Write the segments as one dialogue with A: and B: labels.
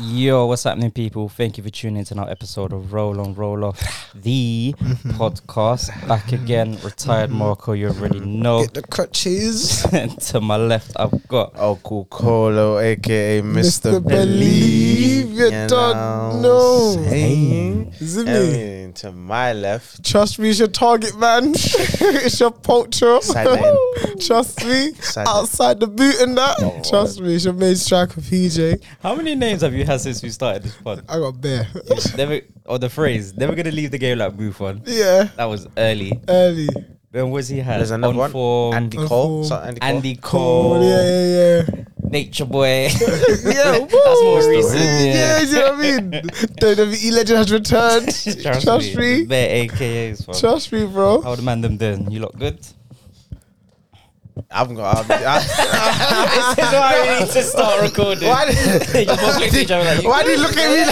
A: Yo, what's happening, people? Thank you for tuning in to another episode of Roll on Roll Off, the podcast. Back again, retired Marco, you already know.
B: Get the crutches.
A: to my left, I've got
C: Uncle Colo, aka Mr.
B: Mr.
C: Believe.
B: Believe, you don't know. Isn't it?
C: And to my left,
B: Trust me, it's your target, man. it's your poacher.
C: Sideline.
B: Trust me.
C: Sideline.
B: Outside the boot and that. Trust me, it's your main striker, PJ.
A: how many names have you had since we started this pod?
B: I got bear.
A: never, or the phrase, never gonna leave the game like Buffon.
B: yeah.
A: That was early.
B: Early.
A: Then was he had
C: there's another
A: on
C: one.
A: form,
C: Andy
B: On form.
C: Cole. So Andy Cole.
A: Andy
B: Oh,
A: Cole,
B: yeah, yeah, yeah.
A: Nature Boy.
B: Yeah,
A: that's more
B: woo.
A: recent.
B: Yeah,
A: Yeah,
B: you know what I mean? WWE legend has returned. Trust, me.
A: Bare AKAs. fam.
B: Trust me, bro.
A: How the man them doing? You look good.
C: I'm gonna. I'm, I,
A: this is why we need to start recording.
C: Why
A: you both looked at each other like you,
C: why do you look at me?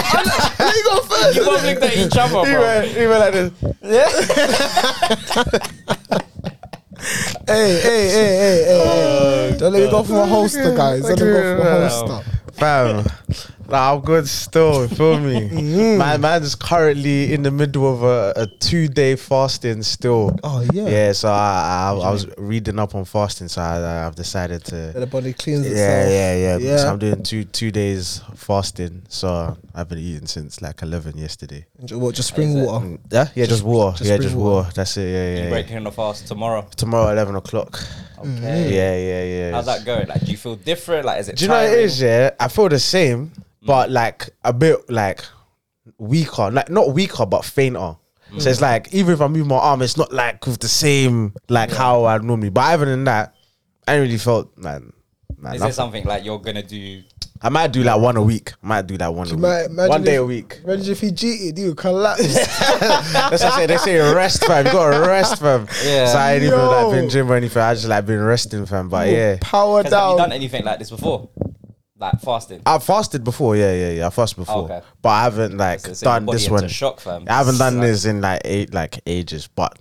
C: Like,
B: you go first.
A: you both looked at each other,
C: he
A: bro.
C: went, he went like this.
B: Hey, hey, hey, hey, hey, hey. Don't let me go
A: Oh, God.
B: for a holster, guys. Don't let me go for a
A: No.
B: holster.
C: Fam, nah, I'm good still. you Feel me?
B: Mm.
C: My man is currently in the middle of a, a two day fasting still.
B: Oh, yeah.
C: Yeah, so I, I, I was reading up on fasting, so I, I've decided to.
B: Let the body cleans
C: Yeah,
B: itself.
C: yeah, yeah.
B: Yeah.
C: So I'm doing two two days fasting. So I've been eating since like eleven yesterday.
B: Ju- What, just spring water?
C: Yeah, yeah, just, water.
B: just
C: yeah,
B: spring
C: just water. That's it. Yeah,
A: You
C: yeah. yeah.
A: breaking the fast tomorrow.
C: Tomorrow eleven o'clock.
A: Okay.
C: Yeah, yeah, yeah.
A: How's that going? Like, do you feel different? Like, is it?
C: Do you know what it
A: tiring?
C: is? Yeah, I feel the same, but like a bit like weaker, like not weaker, but fainter. So it's like even if I move my arm, it's not like with the same like how I normally. But other than that, I ain't really felt man. Nah,
A: Is
C: nothing.
A: it something like you're gonna do?
C: I might do like one a week. Might do like one a
B: You
C: week.
B: might imagine
C: one day
B: if-
C: a week.
B: Imagine if he cheated, you would collapse.
C: That's what I say. They say rest, fam. You gotta rest, fam.
A: Yeah.
C: So I ain't even
B: Yo.
C: like been gym or anything. I just like been resting, fam. But yeah,
B: Power
A: 'Cause have you done
B: down.
A: anything like this before? Like fasting.
C: I fasted before. Yeah, yeah, yeah. I fasted before,
A: Oh, Okay.
C: but I haven't like
A: So it's your
C: done
A: body
C: this
A: into
C: one.
A: Shock, fam.
C: I haven't done
A: Like,
C: this in like eight, like ages. But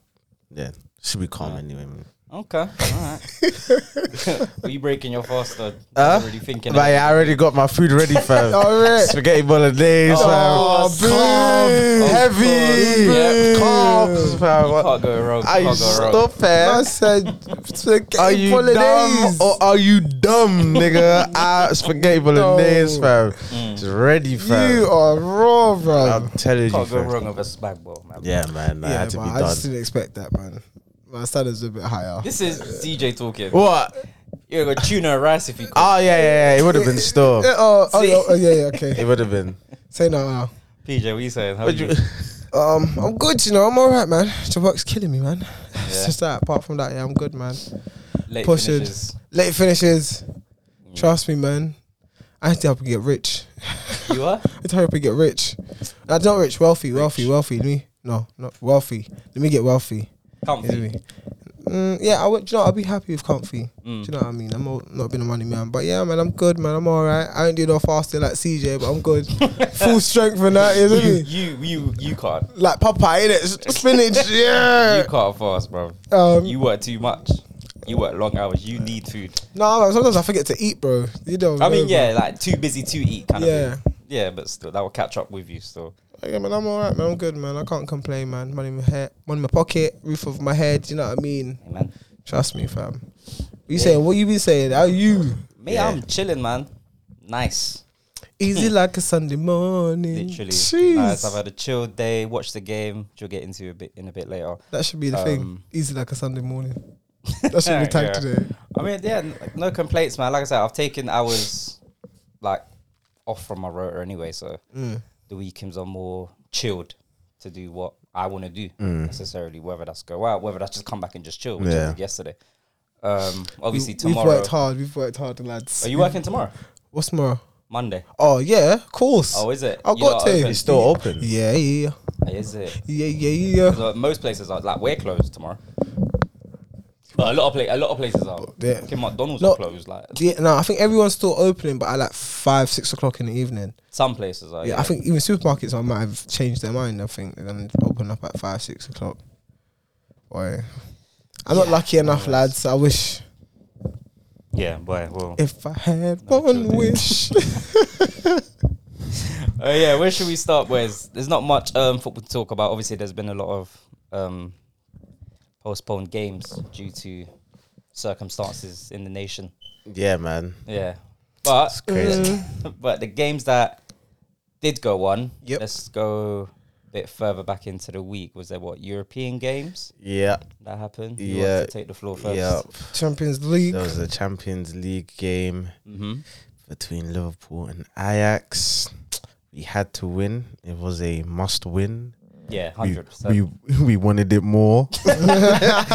C: yeah, should be calm anyway. Man.
A: Okay. All right. Were you breaking your fast? Or
C: Huh?
A: already thinking.
C: But
A: about it?
C: yeah, I already got my food ready, fam.
B: Alright.
C: Spaghetti bolognese,
B: Oh,
C: fam.
B: boo.
C: Calm.
B: Oh,
C: heavy,
A: God.
C: Carbs, fam.
A: You can't go wrong.
C: Are
A: you
C: you
A: can't go wrong.
C: stop, fam?
B: I said, spaghetti
C: Oh, Are you
B: bolognese.
C: dumb or are you dumb, nigga? Ah, spaghetti bolognese, fam. It's ready, fam.
B: You are raw, bro.
C: I'm telling you,
A: Can't go
C: fam.
A: wrong with a spag ball, man.
C: Yeah, man. I had to be
B: man, I
C: done.
B: just didn't expect that, man. My standards are a bit higher.
A: This is DJ talking.
C: What?
A: You're gonna tuna and rice if you. could.
C: Oh yeah, yeah, yeah. It would have been still.
B: Yeah, oh, oh,
A: See?
B: no, oh, yeah, yeah, okay.
C: It would have been.
B: Say no now.
A: PJ, what are you saying? How
C: But
A: you?
C: you-
B: Um, I'm good, you know. I'm all right, man. The work's killing me, man. It's
A: Yeah.
B: just that. Apart from that, yeah, I'm good, man.
A: Late
B: push it.
A: finishes.
B: Late finishes. Trust me, man. I need to help you get rich.
A: You are?
B: I need to help you get rich. I don't rich, wealthy, wealthy, wealthy. Me, no, not wealthy. Let me get wealthy. You know
A: Comfy.
B: what I mean? Mm, yeah, I would. do You know, I'll be happy with comfy.
A: Mm.
B: Do you know what I mean? I'm all, not being a money man, but yeah, man, I'm good, man. I'm all right. I ain't do no fasting like CJ, but I'm good. Full strength and that, you know what I
A: You,
B: mean?
A: you, you, you can't.
B: Like Popeye, innit? Spinach,
A: You
B: yeah.
A: can't fast, bro.
B: Um,
A: You work too much. You work long hours. You need food.
B: No, man, sometimes I forget to eat, bro. You don't.
A: I mean,
B: know,
A: yeah, like too busy to eat kind
B: Yeah.
A: of thing. Yeah, but still, that will catch up with you still.
B: bro. Yeah, man, I'm all right, man. I'm good, man. I can't complain, man. Money in my head, money in my pocket, roof of my head. You know what I mean?
A: Amen.
B: Trust me, fam. What you saying? What you been saying? How you?
A: Me, I'm chilling, man. Nice.
B: Easy like a Sunday morning.
A: Literally.
B: Jeez.
A: Nice. I've had a chill day. Watch the game, which we'll get into a bit in a bit later.
B: that should be the thing.
A: Um,
B: Easy like a Sunday morning. That should be tagged
A: Yeah.
B: today.
A: I mean, yeah, n- no complaints, man. Like I said, I've taken hours like off from my rotor anyway, so
B: Mm.
A: the weekends are more chilled to do what I want to do
B: Mm.
A: necessarily. Whether that's go out, whether that's just come back and just chill, which I
C: Yeah.
A: did yesterday. Um,
B: We,
A: obviously
B: we've
A: tomorrow.
B: worked hard. We've worked hard, lads.
A: Are you working tomorrow?
B: What's tomorrow?
A: Monday.
B: Oh yeah, of course.
A: Oh, is it?
B: I've
A: You
B: got
A: lot are
B: to.
A: open?
C: It's still open.
B: yeah, yeah,
A: Is it?
B: yeah, yeah, yeah.
A: 'Cause, uh, most places are like we're closed tomorrow. But a lot of pla- a lot of places are.
B: Yeah.
A: Fucking McDonald's
B: No.
A: are closed. Like
B: Yeah, no, I think everyone's still opening, but at like five, six o'clock in the evening.
A: some places are.
C: Oh,
B: Yeah, I think even supermarkets I might have changed their mind. I think they're gonna open up at five, six o'clock. Boy, I'm not lucky enough, lads. I wish
A: Yeah, but well,
B: if I had
A: No,
B: one
A: children.
B: wish,
A: Uh, yeah, where should we start, boys? There's not much um, football to talk about. Obviously, there's been a lot of um, postponed games due to circumstances in the nation.
C: Yeah, man.
A: Yeah, but
C: crazy.
B: uh,
A: but the games that did go on,
B: Yep.
A: let's go a bit further back into the week. Was there what European games
C: Yeah.
A: that happened? You
C: Yeah.
A: want to take the floor first.
C: Yeah.
B: Champions League.
C: There was a Champions League game
A: Mm-hmm.
C: between Liverpool and Ajax. We had to win. It was a must win.
A: Yeah,
C: We,
A: hundred
C: we
A: percent.
C: we wanted it more.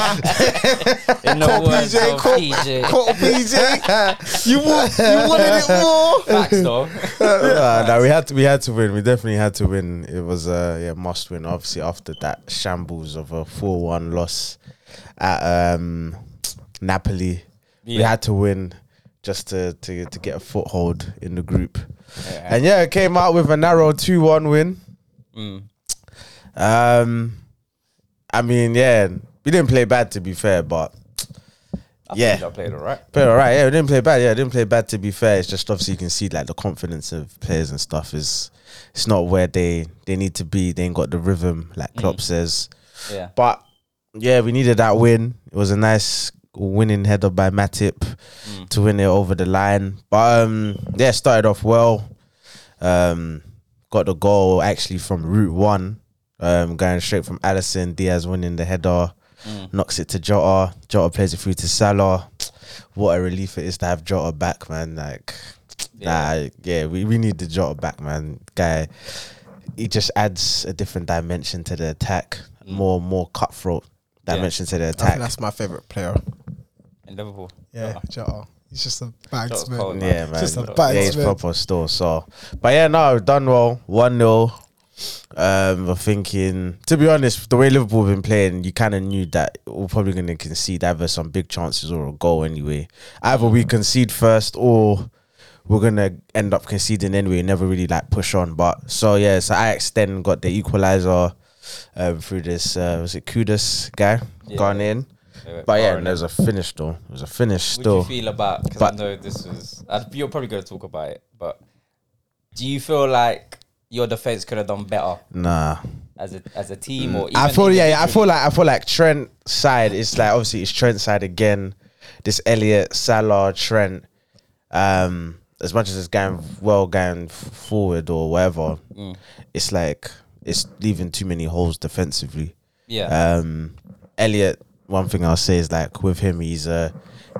A: In the words
C: PJ,
A: of
C: call-
A: PJ,
C: Caught PJ. you, wa- you wanted it more.
A: facts though.
C: Uh, no, we had to, we had to win. We definitely had to win. It was a yeah, must win. Obviously, after that shambles of a four one loss at um, Napoli, we
A: Yeah.
C: had to win just to, to to get a foothold in the group.
A: Yeah.
C: And yeah, it came out with a narrow two one win.
A: Mm.
C: Um, I mean, yeah, we didn't play bad to be fair, but
A: I
C: Yeah.
A: think I played all right.
C: But all right, yeah, we didn't play bad. Yeah, we didn't play bad. To be fair, it's just obviously you can see like the confidence of players and stuff is it's not where they they need to be. They ain't got the rhythm like Klopp says.
A: Yeah.
C: But yeah, we needed that win. It was a nice winning header by Matip to win it over the line. But um, yeah, started off well. Um, got the goal actually from route one. Um, going straight from Allison Diaz winning the header, knocks it to Jota. Jota plays it through to Salah. What a relief it is to have Jota back, man! Like, nah, yeah, we, we need the Jota back, man. Guy, he just adds a different dimension to the attack, more more cutthroat
A: Yeah.
C: dimension to the
B: I think
C: attack. Oh.
B: that's my favorite player.
A: In Liverpool.
B: Yeah, Jota. He's just a bags
A: Jota's
B: man.
A: cold.
C: Yeah, man.
B: Just a bad
C: yeah, it's
B: man.
C: proper still. So, but yeah, no, done well. One 0 um, we're thinking. To be honest, the way Liverpool have been playing, you kind of knew that we're probably going to concede either some big chances or a goal anyway. Either
A: Mm.
C: we concede first, or we're gonna end up conceding anyway. Never really like push on, but so yeah. So Ajax then got the equaliser um, through this. Uh, was it Kudus guy
A: Yeah.
C: gone in?
A: They went
C: But yeah,
A: far in
C: and
A: it.
C: there was a finish though. It was a finish
A: What
C: still.
A: do you feel about? Because I
C: But-
A: know this was. i you're probably going to talk about it, but do you feel like your defense could have done better
C: Nah.
A: as a as a team or? Even
C: Mm, I feel yeah, yeah, I feel
A: individually?
C: like I feel like Trent side. It's like obviously it's Trent side again. This Elliot Salah Trent. Um, as much as it's going well, going f- forward or whatever,
A: Mm.
C: it's like it's leaving too many holes defensively.
A: yeah,
C: Um, Elliot. One thing I'll say is like with him, he's uh,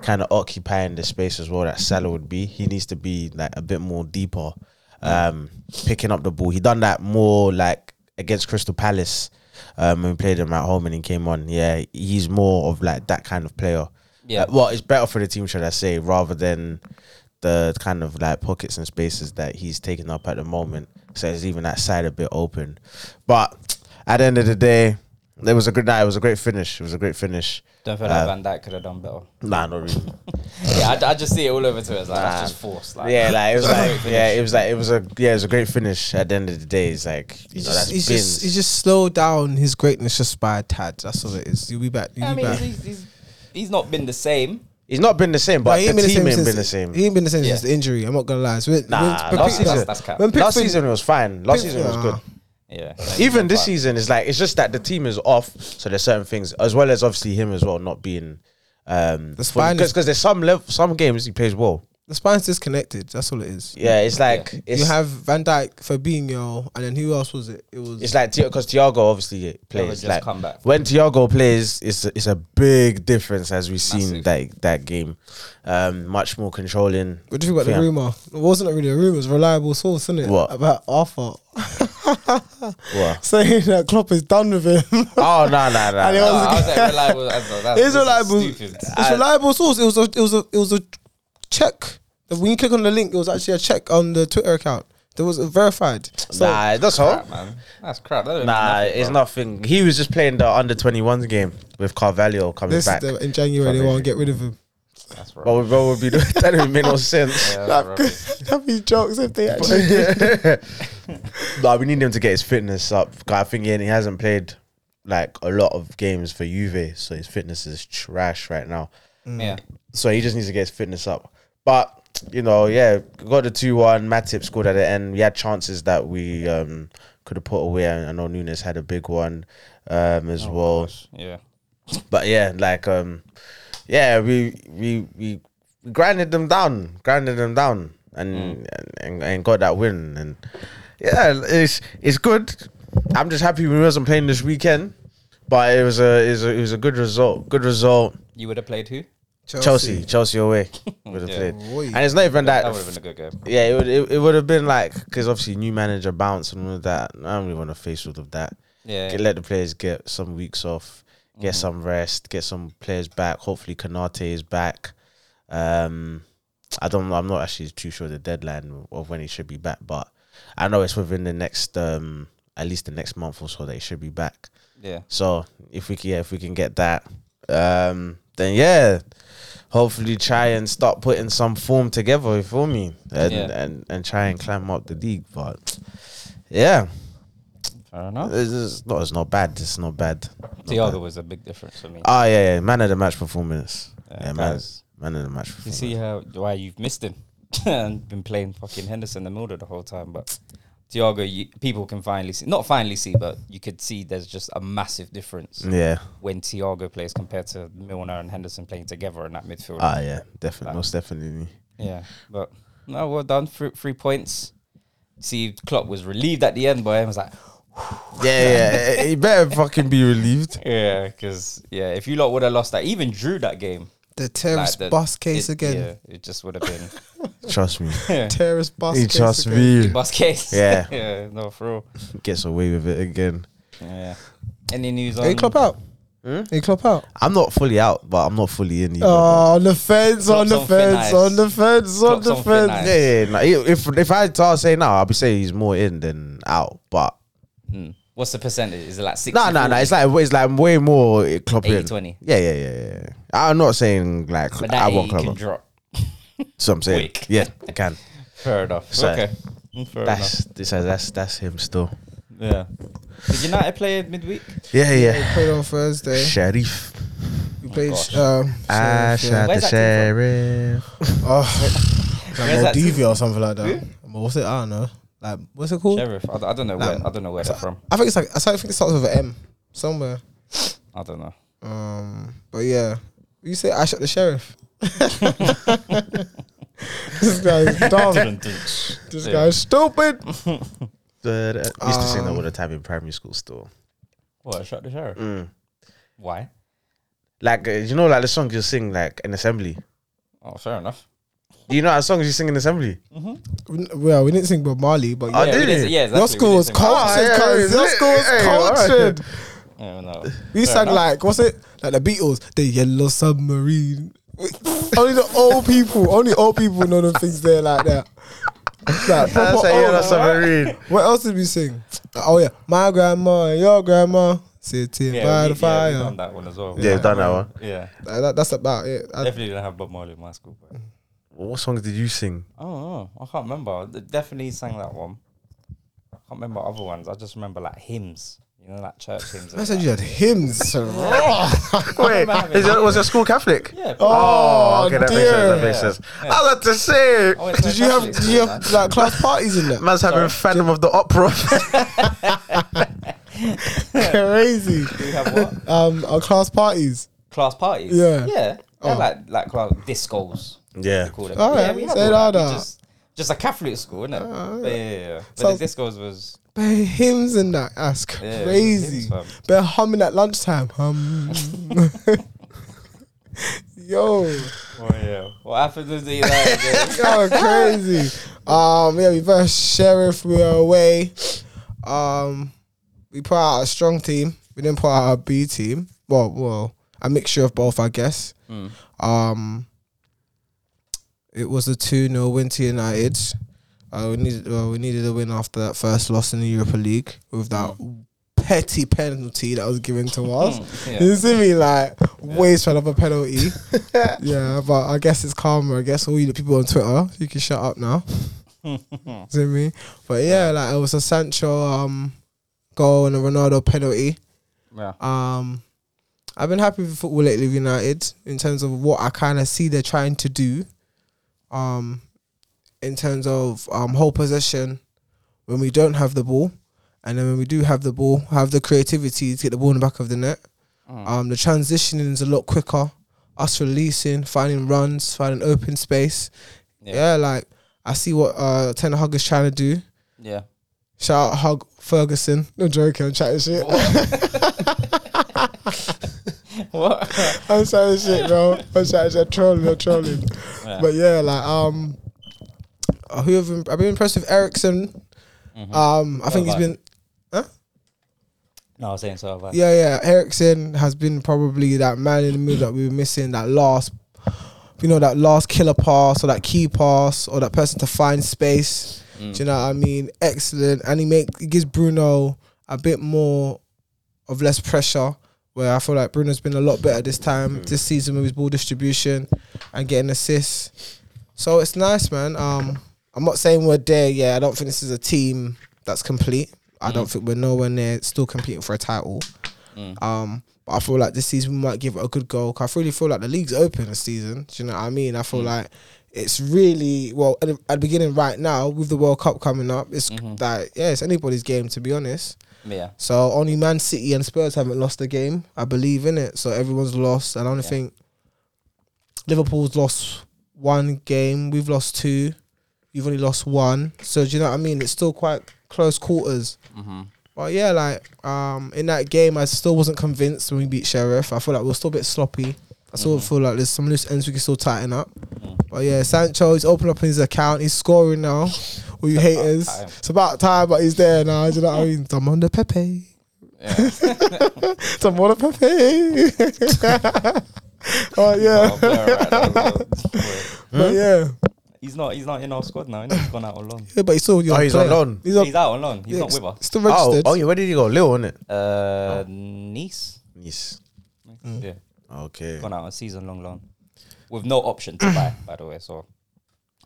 C: kind of occupying the space as well that Salah would be. He needs to be like a bit more deeper, um, picking up the ball. He done that more like against Crystal Palace um, when we played him at home and he came on. Yeah, he's more of like that kind of player.
A: Yeah.
C: Like, well, it's better for the team, should I say, rather than the kind of like pockets and spaces that he's taking up at the moment. So it's even that side a bit open. But at the end of the day, it was a good night. It was a great finish. It was a great finish.
A: don't feel like
C: uh,
A: Van Dijk could have done better.
C: Nah, not really.
A: Yeah, I, I just see it all over to us. Like
C: Nah.
A: that's just forced. Like
C: yeah, like it was like yeah, it was like it was a yeah, it was a great finish. At the end of the day, it's like you
B: He's
C: know
B: just,
C: that's
B: he's,
C: bins.
B: just, he's just slowed down his greatness just by a tad. That's all it is. You'll be back. You'll
A: I
B: be
A: mean,
B: back.
A: he's, he's, he's not been the same.
C: He's not been the same,
B: Nah,
C: but the team ain't been the
B: since-
C: same.
B: He ain't been the same
A: Yeah.
B: since the injury. I'm not gonna lie. So when-
C: Nah,
B: when-
C: last
B: but Pick-
A: season-
B: that's-
A: that's cap.
B: When
C: Last
B: Pickford-
C: season it was fine. Last season it was good.
B: Nah.
A: Yeah,
C: Even this season, it's like it's just that the team is off. So there's certain things, as well as obviously him as well not being. Um,
B: The spine is-
C: because there's some level, some games he plays well.
B: the spine's disconnected. That's all it is.
C: Yeah, it's like it's
B: you have Van Dijk, Fabinho, and then who else was it? It was
C: It's like because Thiago obviously plays
A: just
C: like
A: come back.
C: when Thiago plays, it's a, it's a big difference as we've seen
A: Massive.
C: that that game, um, much more controlling.
B: What do you think about the
C: Yeah.
B: rumor? It wasn't really a rumor. It was a reliable source, isn't it?
C: What?
B: about Arthur
C: What?
B: saying that Klopp is done with him?
C: oh no no no!
B: And it
C: no.
A: No, I was like reliable. as well. Ah, That's,
B: it's
A: this is
B: reliable.
A: stupid. Ah.
B: It's reliable source. It was a it was a it was a check. When you click on the link, it was actually a check on the Twitter account. There was verified. So
C: nah, that's all.
A: Crap, man. That's crap. That don't mean
C: Nah,
A: nothing,
C: it's
A: bro.
C: nothing. He was just playing the under 21s game with Carvalho coming
B: this
C: back.
B: the- in January they
C: From
B: won't get rid of him.
A: That's
C: But
A: right.
C: we bro would be doing that would make no sense.
A: Yeah, that's rubbish.
B: That'd be jokes if they actually.
C: Nah, we need him to get his fitness up. 'cause I think yeah, he hasn't played like a lot of games for Juve, so his fitness is trash right now.
A: Yeah.
C: So he just needs to get his fitness up. But you know, yeah, got the two one. Matip scored at the end. We had chances that we um, could have put away. I I know Nunes had a big one um, as well.
A: Yeah.
C: But yeah, like um, yeah, we we we we grinded them down, grinded them down,
A: Mm.
C: and and, and got that win. And yeah, it's it's good. I'm just happy we wasn't playing this weekend, but it was a it was a, it was a good result. Good result.
A: You would have played who?
C: Chelsea, Chelsea away would have
A: Yeah.
C: played,
B: Oi.
C: and it's not even that.
A: That would have been a good game.
C: Yeah, it would it, it would have been like because obviously new manager bounce and all of that. I don't really want to face all of that.
A: Yeah.
C: Get- let the players get some weeks off, get some rest, get some players back. Hopefully, Kanate is back. Um, I don't. I'm not actually too sure the deadline of when he should be back, but I know it's within the next um at least the next month or so that he should be back.
A: Yeah.
C: So if we can, yeah, if we can get that, um, then yeah, hopefully try and start putting some form together for me, and
A: Yeah.
C: and, and try and climb up the league. But yeah,
A: Fair enough.
C: it's, it's not it's not bad. It's not bad.
A: Thiago was a big difference for me.
C: Ah yeah, yeah, man of the match performance.
A: Yeah,
C: Yeah,
A: that
C: man,
A: was-
C: man of the match.
A: You
C: Performance.
A: see how why you've missed him and been playing fucking Henderson and Milder the whole time, but Thiago, you, people can finally see not finally see, but you could see there's just a massive difference
C: Yeah.
A: when Thiago plays compared to Milner and Henderson playing together in that midfield.
C: Ah yeah, definitely, most definitely.
A: Yeah, but no, well done. Three, three points. See, Klopp was relieved at the end, but I was like,
C: Yeah, yeah. he better fucking be relieved.
A: yeah, because yeah, if you lot would have lost that, even drew that game,
B: The
A: like
B: terrorist
A: the-
B: bus case
A: it-
B: again.
A: yeah, it just would have been
C: Trust me.
B: Terrorist bus
C: He
B: case.
C: trusts
B: again.
C: me.
A: bus case.
C: Yeah.
A: yeah, no, for real.
C: Gets away with it again.
A: Yeah. Any news
B: Hey,
A: on
B: Klopp out.
C: Hmm?
B: Hey, Klopp out.
C: I'm not fully out, but I'm not fully in either.
B: Oh, on the fence, on
A: Klopp's
B: the
A: on thin
B: fence,
A: ice.
B: on the fence, on
A: Klopp's
B: the
A: on thin
B: fence.
A: ice.
C: yeah, yeah, yeah. No, if if I had to say now, I'll be saying he's more in than out. But
A: Mm. What's the percentage? Is it like six?
C: no, no, no. It's like it's like way more Klopp in.
A: 80-20.
C: Yeah, yeah, yeah, yeah. I'm not saying like
A: But
C: I
A: that
C: want
A: you can
C: Klopp.
A: drop.
C: So I'm saying,
A: quick.
C: yeah, I can.
A: Fair enough.
C: So-
A: okay. Mm, Fair enough.
C: That's this. That's that's him still.
A: Yeah. Did United play midweek?
C: Yeah,
B: We
C: yeah.
B: played on Thursday.
C: Sheriff,
B: We played.
A: gosh.
B: Um,
C: ah,
B: Sheriff,
C: shout
B: yeah.
C: out
A: Where's that
C: to
A: team
C: Sheriff.
B: Oh,
A: Where's
B: like
A: that
B: Moldavia or something like that. What's it? I don't know. Like, what's it called?
A: Sheriff. I, d- I don't know where. I don't know where they're from.
B: I think it's like I think it starts with an M somewhere.
A: I don't know.
B: Um, but yeah, you say I shot the sheriff. this guy's dumb. This guy's stupid.
C: The- I used to sing that
B: Um,
C: all the time in primary school. Still,
A: What? Shot the sheriff.
C: Mm.
A: Why?
C: like uh, you know, like the songs you sing like in assembly.
A: Oh, fair enough.
C: You know, that songs you sing in assembly.
B: We- Well, we didn't sing Bob Marley, but
C: Oh,
B: yeah.
A: yeah, we
C: did
A: did-
C: it?
A: yeah, exactly.
B: your
A: we
B: school
A: did
B: was
A: sing
B: cultured,
C: Oh, yeah,
B: cuz.
C: yeah,
B: Your
C: yeah,
B: school was
C: yeah, alright.
B: cultured.
A: that. Yeah, no.
B: We
A: Fair
B: sang
A: enough.
B: like what's it? Like the Beatles, the Yellow Submarine. only the old people, only old people know the things there like that. Like, proper
C: That's
B: old.
C: a yellow submarine.
B: What else did we sing? Oh yeah, my grandma and your grandma sitting
A: Yeah,
B: by
A: we,
B: the
A: yeah,
B: fire.
A: we done that one as well.
C: Yeah, done that one.
A: Yeah.
B: Uh, that, that's about it. I-
A: Definitely didn't have Bob Marley in my school. But.
C: What songs did you sing?
A: Oh, I can't remember. I d- definitely sang that one. I can't remember other ones. I just remember like hymns. You know, like church hymns.
B: I
A: and
B: said
A: that.
B: you had hymns.
C: Wait,
A: having
C: is it, was your school Catholic?
A: Yeah.
C: Oh, okay, that makes sense. That
B: dear.
C: makes sense.
A: Yeah.
C: I was to say,
A: I went to
B: Did
A: a
B: you have
A: Catholic
B: did you
A: school,
B: have
A: man.
B: like class parties in that?
C: man's having Phantom of the Opera.
B: Crazy.
A: Do you have what?
B: Um, our class parties.
A: class parties.
B: Yeah. Oh.
A: Yeah. Yeah, like like class discos.
C: yeah.
A: They call them.
B: All
A: yeah,
B: right,
A: we
B: Oh, say Oh,
A: had all that.
B: that,
A: We
B: uh.
A: Just, just a Catholic school, isn't it? yeah, yeah, yeah. But
B: Sounds-
A: the discos was
B: But hymns in that. That's
A: yeah,
B: crazy.
A: it was hymns,
B: They're humming at lunchtime. Hum. Yo,
A: fam. Oh yeah. What happened to the like,
B: y'all are crazy. Um, yeah, we versus Sheriff. We are away. Um, we put out a strong team. We didn't put out a B team. Well, well, a mixture of both, I guess. Um, it was a two 0 win to United. Uh, we needed well, we needed a win after that first loss in the Europa League with that petty penalty that was given to us.
A: yeah.
B: You see me like waste yeah. another penalty. yeah, but I guess it's karma. I guess all you people on Twitter, you can shut up now. see me? But yeah, like it was a Sancho um goal and a Ronaldo penalty.
A: yeah.
B: Um I've been happy with football lately with United in terms of what I kinda see they're trying to do. Um in terms of um, whole possession when we don't have the ball, and then when we do have the ball, have the creativity to get the ball in the back of the net. Um, the transitioning is a lot quicker. Us releasing, finding runs, finding open space. Yeah,
A: Yeah.
B: like I see what uh, Ten Hug is trying to do.
A: Yeah.
B: Shout out Hug Ferguson. No joking, I'm chatting shit.
A: What?
B: I'm sorry, shit, bro. I'm sorry, I'm trolling, I'm trolling. But yeah, like um, uh, who have been- I've been impressed with Ericsson. Um, I think he's
A: about
B: been
A: No, I was saying so. Like,
B: yeah, yeah. Ericsson has been probably that man in the middle that we were missing. That last, you know, that last killer pass or that key pass or that person to find space. Do you know what I mean? Excellent, and he make he gives Bruno a bit more of less pressure. Where I feel like Bruno's been a lot better this time this season with his ball distribution and getting assists. So it's nice, man. Um, I'm not saying we're there. Yeah, I don't think this is a team that's complete. I don't think we're nowhere near still competing for a title. Um, but I feel like this season we might give it a good go. 'Cause I really feel like the league's open this season. Do you know what I mean? I feel like it's really well at the, at the beginning right now with the World Cup coming up. It's like yeah, it's anybody's game to be honest.
A: yeah.
B: So only Man City and Spurs haven't lost a game. I believe in it. So everyone's lost. I don't think Liverpool's lost one game. We've lost two. You've only lost one. So do you know what I mean? It's still quite close quarters.
A: Mm-hmm.
B: But yeah, like um, in that game, I still wasn't convinced when we beat Sheriff. I feel like we are still a bit sloppy. I still feel like there's some loose ends we can still tighten up. But yeah, Sancho, he's opened up his account. He's scoring now. All you haters.
A: time.
B: It's about time, but he's there now. Do you know what I mean? I'm on the Pepe.
A: Yeah.
B: Some water Pepe. oh yeah,
A: Oh, yeah, right, that was- that was-
B: but yeah,
A: he's not. He's not in our squad now. innit? He's gone out on loan.
B: yeah, but he's still. your
C: Oh, he's
B: player.
C: on loan.
B: He's, on,
A: He's out on loan. He's not with us.
B: Still
C: Oh,
B: registered.
C: oh, yeah. Where did he go? Lil, isn't it?
B: Ah.
A: Uh, Nice.
C: Nice.
B: Mm.
A: Yeah.
C: Okay.
A: Gone out on season long loan, with no option to buy. By the way, so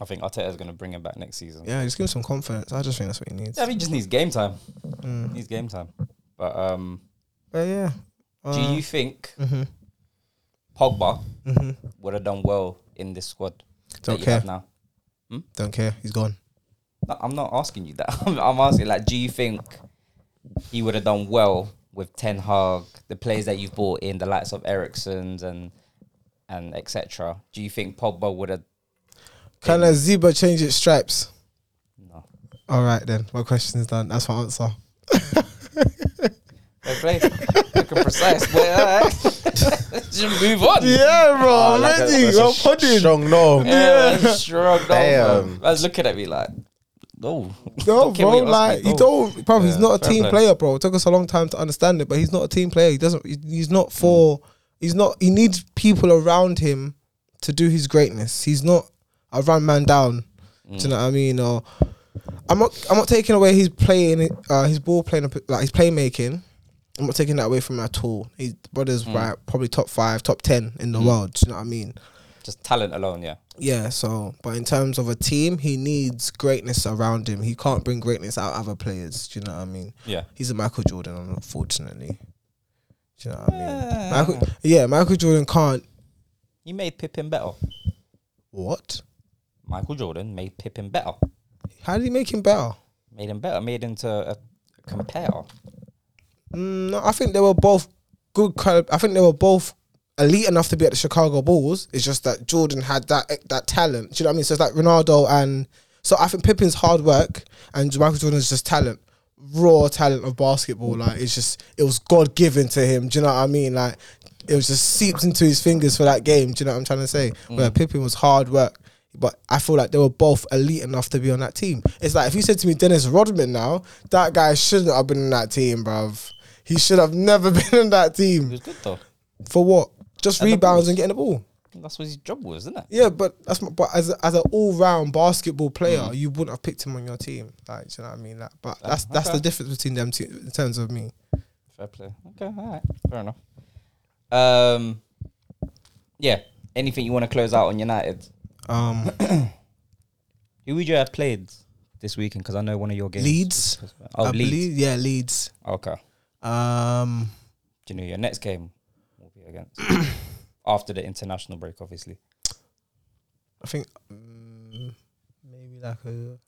A: I think Arteta's going to bring him back next season.
B: yeah, just give him some confidence. I just think that's what he needs. Mm.
A: Yeah, I mean, he just needs game time. Needs game time. But um,
B: But yeah, mm-hmm.
A: do
B: Uh.
A: you think Pogba would have done well in this squad that you
B: care.
A: have now?
B: don't care. He's gone.
A: No, I'm not asking you that. I'm, I'm asking like, do you think he would have done well with Ten Hag, the players that you've brought in, the likes of Ericsson's and and etc. Do you think Pogba would have?
B: Can a zebra change its stripes?
A: No.
B: All right then, my question is done. That's my answer.
A: Fair play. Looking precise. But, uh, just move on.
B: Yeah, bro.
C: Ah,
A: Oh, like
B: already.
A: a-
B: I'm
A: that's
B: pudding.
C: Strong no.
A: Yeah, man, shrugged off.
C: Damn.
A: man. I was looking at me like, no,
B: No,
A: Don't care what you
B: bro.
A: ask
B: Like
A: me,
B: you
A: no.
B: don't, bro. he's not a
A: fair
B: team
A: play.
B: player, bro. It took us a long time to understand it, but he's not a team player. He doesn't. he- He's not
A: Mm.
B: for. He's not. He needs people around him to do his greatness. He's not a run man down. Do
A: Mm.
B: you know what I mean? Or I'm not. I'm not taking away his playing, uh, his ball playing, like his playmaking. I'm not taking that away from him at all. His brother's
A: Mm.
B: right, probably top five, top ten in the world. Do you know what I mean?
A: just talent alone. Yeah,
B: Yeah, so but in terms of a team, he needs greatness around him. He can't bring greatness out of other players. Do you know what I mean?
A: yeah.
B: He's a Michael Jordan, unfortunately. Do you know what I mean? Michael, yeah, Michael Jordan can't
A: He made Pippin better.
B: what?
A: Michael Jordan made Pippin better.
B: How did he make him better?
A: Made him better. Made him to a compare.
B: Mm, no, I think they were both good. cali- I think they were both elite enough to be at the Chicago Bulls. It's just that Jordan had that eh, that talent. Do you know what I mean? So it's like Ronaldo and so I think Pippin's hard work and Michael Jordan's just talent, raw talent of basketball. Like it's just it was God given to him. Do you know what I mean? Like it was just seeped into his fingers for that game. Do you know what I'm trying to say? Where Pippin was hard work. But I feel like they were both elite enough to be on that team. It's like if you said to me Dennis Rodman now, that guy shouldn't have been in that team, bruv. He should have never been in that
A: He
B: team.
A: was good though.
B: For what? Just
A: And the
B: rebounds
A: balls.
B: and getting the ball.
A: That's what his job was, isn't it?
B: Yeah, but that's my, but as a, as an all round basketball player,
A: Mm.
B: you wouldn't have picked him on your team. Like, do you know what I mean? Like, but that's that's the
A: okay.
B: difference between them two in terms of me.
A: Fair play. Okay, all right, fair enough. Um, yeah. Anything you want to close out on United?
B: Um,
A: Who would you have played this weekend? Because I know one of your games.
B: Leeds,
A: Oh,
B: I
A: Leeds.
B: believe, yeah, Leeds.
A: Okay.
B: Um,
A: Do you know your next game will be against after the international break? Obviously.
B: I think um, maybe maybe like a.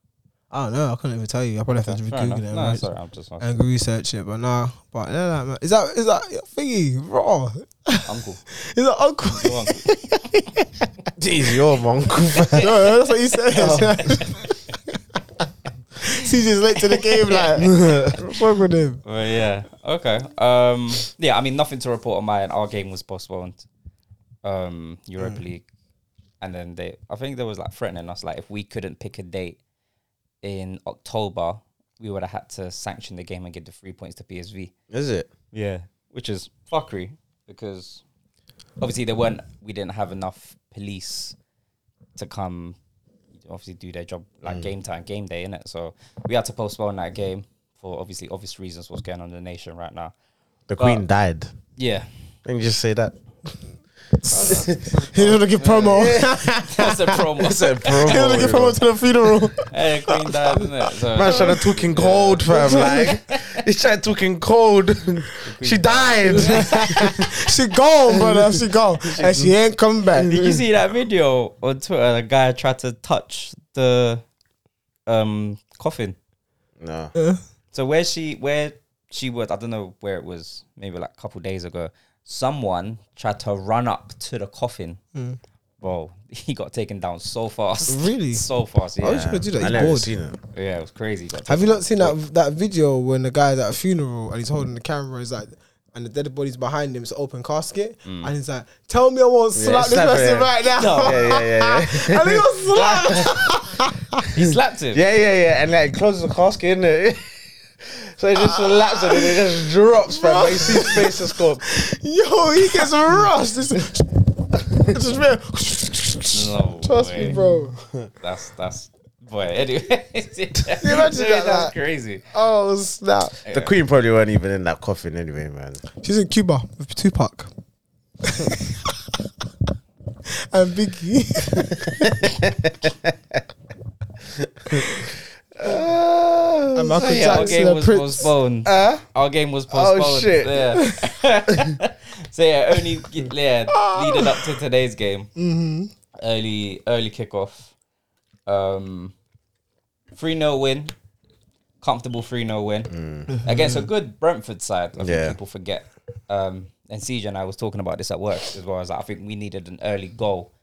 B: I don't know. I couldn't even tell you. I probably have to
A: Fair
B: Google
A: enough.
B: it Uh, and,
A: No,
B: re-
A: sorry, I'm just
B: and research it. But nah, but yeah, like, man. is that is that your thingy raw?
A: uncle.
B: Is that uncle?
A: Go on.
C: Jeez, you're monk.
B: no, that's what you said.
A: Oh.
B: CJ's late to the game. Like, fuck with him.
A: Well, yeah. Okay. Um. Yeah. I mean, nothing to report on my end. Our game was postponed. Um.
B: Mm.
A: Europa League, and then they. I think they was like threatening us. Like, if we couldn't pick a date in October, we would have had to sanction the game and get the three points to PSV.
C: Is it?
A: Yeah. Which is fuckery because obviously they weren't. We didn't have enough police to come. Obviously, do their job
C: Mm.
A: like game time, game day, innit? So we had to postpone that game for obviously obvious reasons. What's going on in the nation right now?
C: The Queen died.
A: Yeah,
C: Let me just say that.
B: He doesn't give promo.
A: that's a
C: It's
A: promo.
C: a promo.
B: He doesn't give promo to the funeral.
A: hey, Queen died, isn't it?
C: Man,
A: So,
C: trying to talking cold, fam. Like, he's trying talking cold. she died.
B: she gone, brother. She gone, and she ain't come back.
A: did you see that video on Twitter? The guy tried to touch the um coffin.
C: no.
A: So where she where she was, I don't know where it was, maybe like a couple days ago. Someone tried to run up to the coffin. Bro, he got taken down so fast.
B: Hmm. Really? Oh,
A: So fast,
B: How was she
A: yeah.
B: gonna do that?
C: I
B: He's
C: never
B: bored.
C: seen it.
A: Yeah, it was crazy. He got
B: Have
A: taken
B: you
A: down.
B: not seen that that video when the guy's at a funeral and he's holding the camera? He's like, and the dead body's behind him. It's an open casket,
A: Mm.
B: and he's like, "Tell me I won't slap this
C: slap it,
B: person
C: yeah.
B: right now."
C: Yeah, yeah, yeah, yeah.
B: and he got slapped.
A: He slapped him.
C: Yeah, yeah, yeah. And like, closes the casket, innit? so it just relaxes and it just drops, fam. Like, you see his face just go.
B: Yo, he gets rushed. It's, it's just real.
A: No
B: Trust
A: way.
B: me, bro.
A: That's that's boy. Anyway, that's
B: that, like-
A: crazy.
B: Oh snap!
C: The Queen probably weren't even in that coffin anyway, man.
B: She's in Cuba with Tupac and Biggie. and Michael
A: So yeah, our
B: Jackson
A: game
B: and
A: was
B: Prince.
A: postponed.
C: Uh, Huh?
A: Our game was
C: Oh,
A: postponed.
C: shit.
A: Yeah. so yeah, only
C: Oh.
A: yeah, leading up to today's game.
C: Mm-hmm.
A: Early early kickoff. Um, three 0 win, comfortable three 0 win against a good Brentford side. I think
C: Mm. Yeah.
A: people forget. Um, and CJ and I was talking about this at work as well. As I think we needed an early goal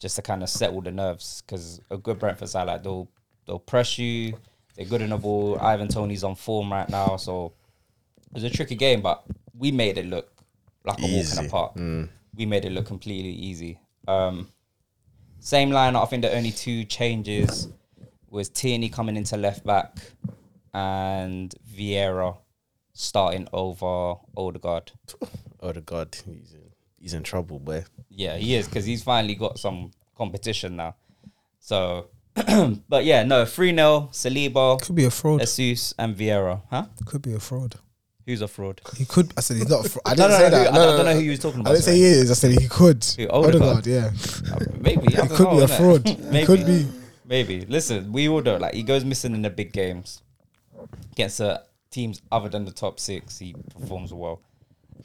A: just to kind of settle the nerves because a good Brentford side like they'll they'll press you. They're good in the ball. Ivan Tony's on form right now, so it was a tricky game, but we made it look like a walk in
C: Easy.
A: the park.
B: Mm.
A: We made it look completely easy. Um, same lineup. I think the only two changes was Tierney coming into left back and Vieira starting over Odegaard.
C: Oh, the God. He's in, he's in trouble, boy.
A: Yeah, he is because he's finally got some competition now. So, but yeah, no, 3 0, Saliba,
B: Could be a fraud.
A: Jesus, and Vieira. Huh?
B: Could be a fraud.
A: Who's a fraud?
B: He could. I said he's not. A fraud. I
A: No,
B: didn't
A: no,
B: say
A: no, who-
B: that.
A: I,
B: No,
A: don't-
B: no,
A: I don't know
B: no.
A: who you was talking about.
B: I didn't say
A: sorry.
B: he is. I said he could. Oh,
A: Who, Odegaard?
B: yeah.
A: Maybe. I
B: He
A: don't
B: could
A: know,
B: be a
A: innit?
B: fraud.
A: Maybe.
B: He could be.
A: Maybe. Listen, we all know. Like he goes missing in the big games against uh, teams other than the top six. He performs well.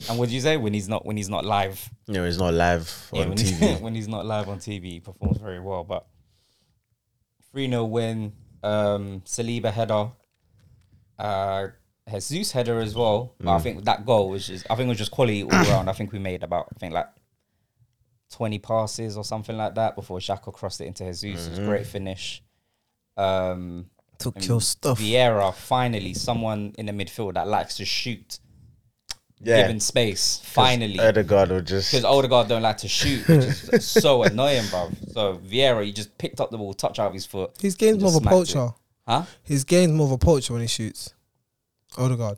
A: And what do you say when he's not when he's not live
C: You know, he's not live
A: Yeah,
C: on
A: when, he's-
C: TV.
A: when he's not live on TV? He performs very well. But three 0 win. Um, Saliba header. Uh, Jesus header as well. But I
C: Mm.
A: think that goal was just. I think it was just quality all round. I think we made about. I think like 20 passes or something like that before Xhaka crossed it into Jesus. It
C: Mm-hmm.
A: was a great finish. Um,
B: Took
A: your Vieira, finally, someone in the midfield that likes to shoot,
C: Yeah. Oh,
A: given space, finally.
C: Odegaard will just.
A: Because Odegaard don't like to shoot, which is so annoying, bro. So Vieira, he just picked up the ball, touch out of his foot.
B: His game's
A: and
B: more
A: just
B: of a
A: smacked it.
B: poacher.
A: Huh?
B: His game's more of a poacher when he shoots. Odegaard.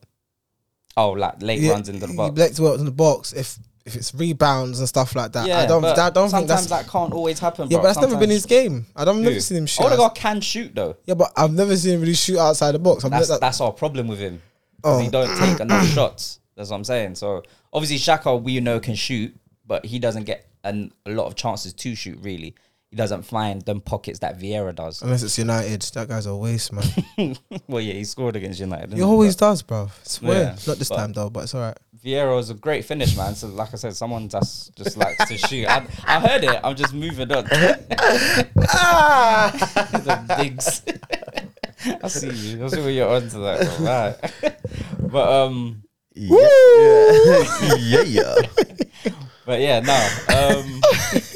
A: Oh, like late
B: Yeah,
A: runs into the
B: he
A: box.
B: likes to work in the box if if it's rebounds and stuff like that.
A: Yeah,
B: I don't.
A: but
B: I don't think
A: sometimes
B: that's.
A: that can't always happen.
B: yeah,
A: bro.
B: but that's never been
A: Sometimes-
B: his game. I don't. I've never
A: Who?
B: seen him shoot. outs-
A: Odegaard can shoot though.
B: Yeah, but I've never seen him really shoot outside the box. I've
A: That's
B: never,
A: that's our problem with him. 'Cause He
B: Oh.
A: don't take enough shots. That's what I'm saying. So obviously Shaka, we know can shoot, but he doesn't get an, a lot of chances to shoot. Really, he he doesn't find them pockets that Vieira does.
B: Unless it's United, that guy's a waste, man.
A: well, yeah, he scored against United.
B: Uh. he
A: didn't
B: always does, bro. Swear,
A: Yeah,
B: not this
A: but-
B: time though, but it's alright.
A: Vieira was a great finish, man. So, like I said, someone that's just likes to shoot. I, I heard it. I'm just moving on.
C: Ah.
A: the bigs. I see you. I see where you're onto that. Bro. Right. But um,
C: Yeah. yeah, yeah.
A: but yeah, no. Um,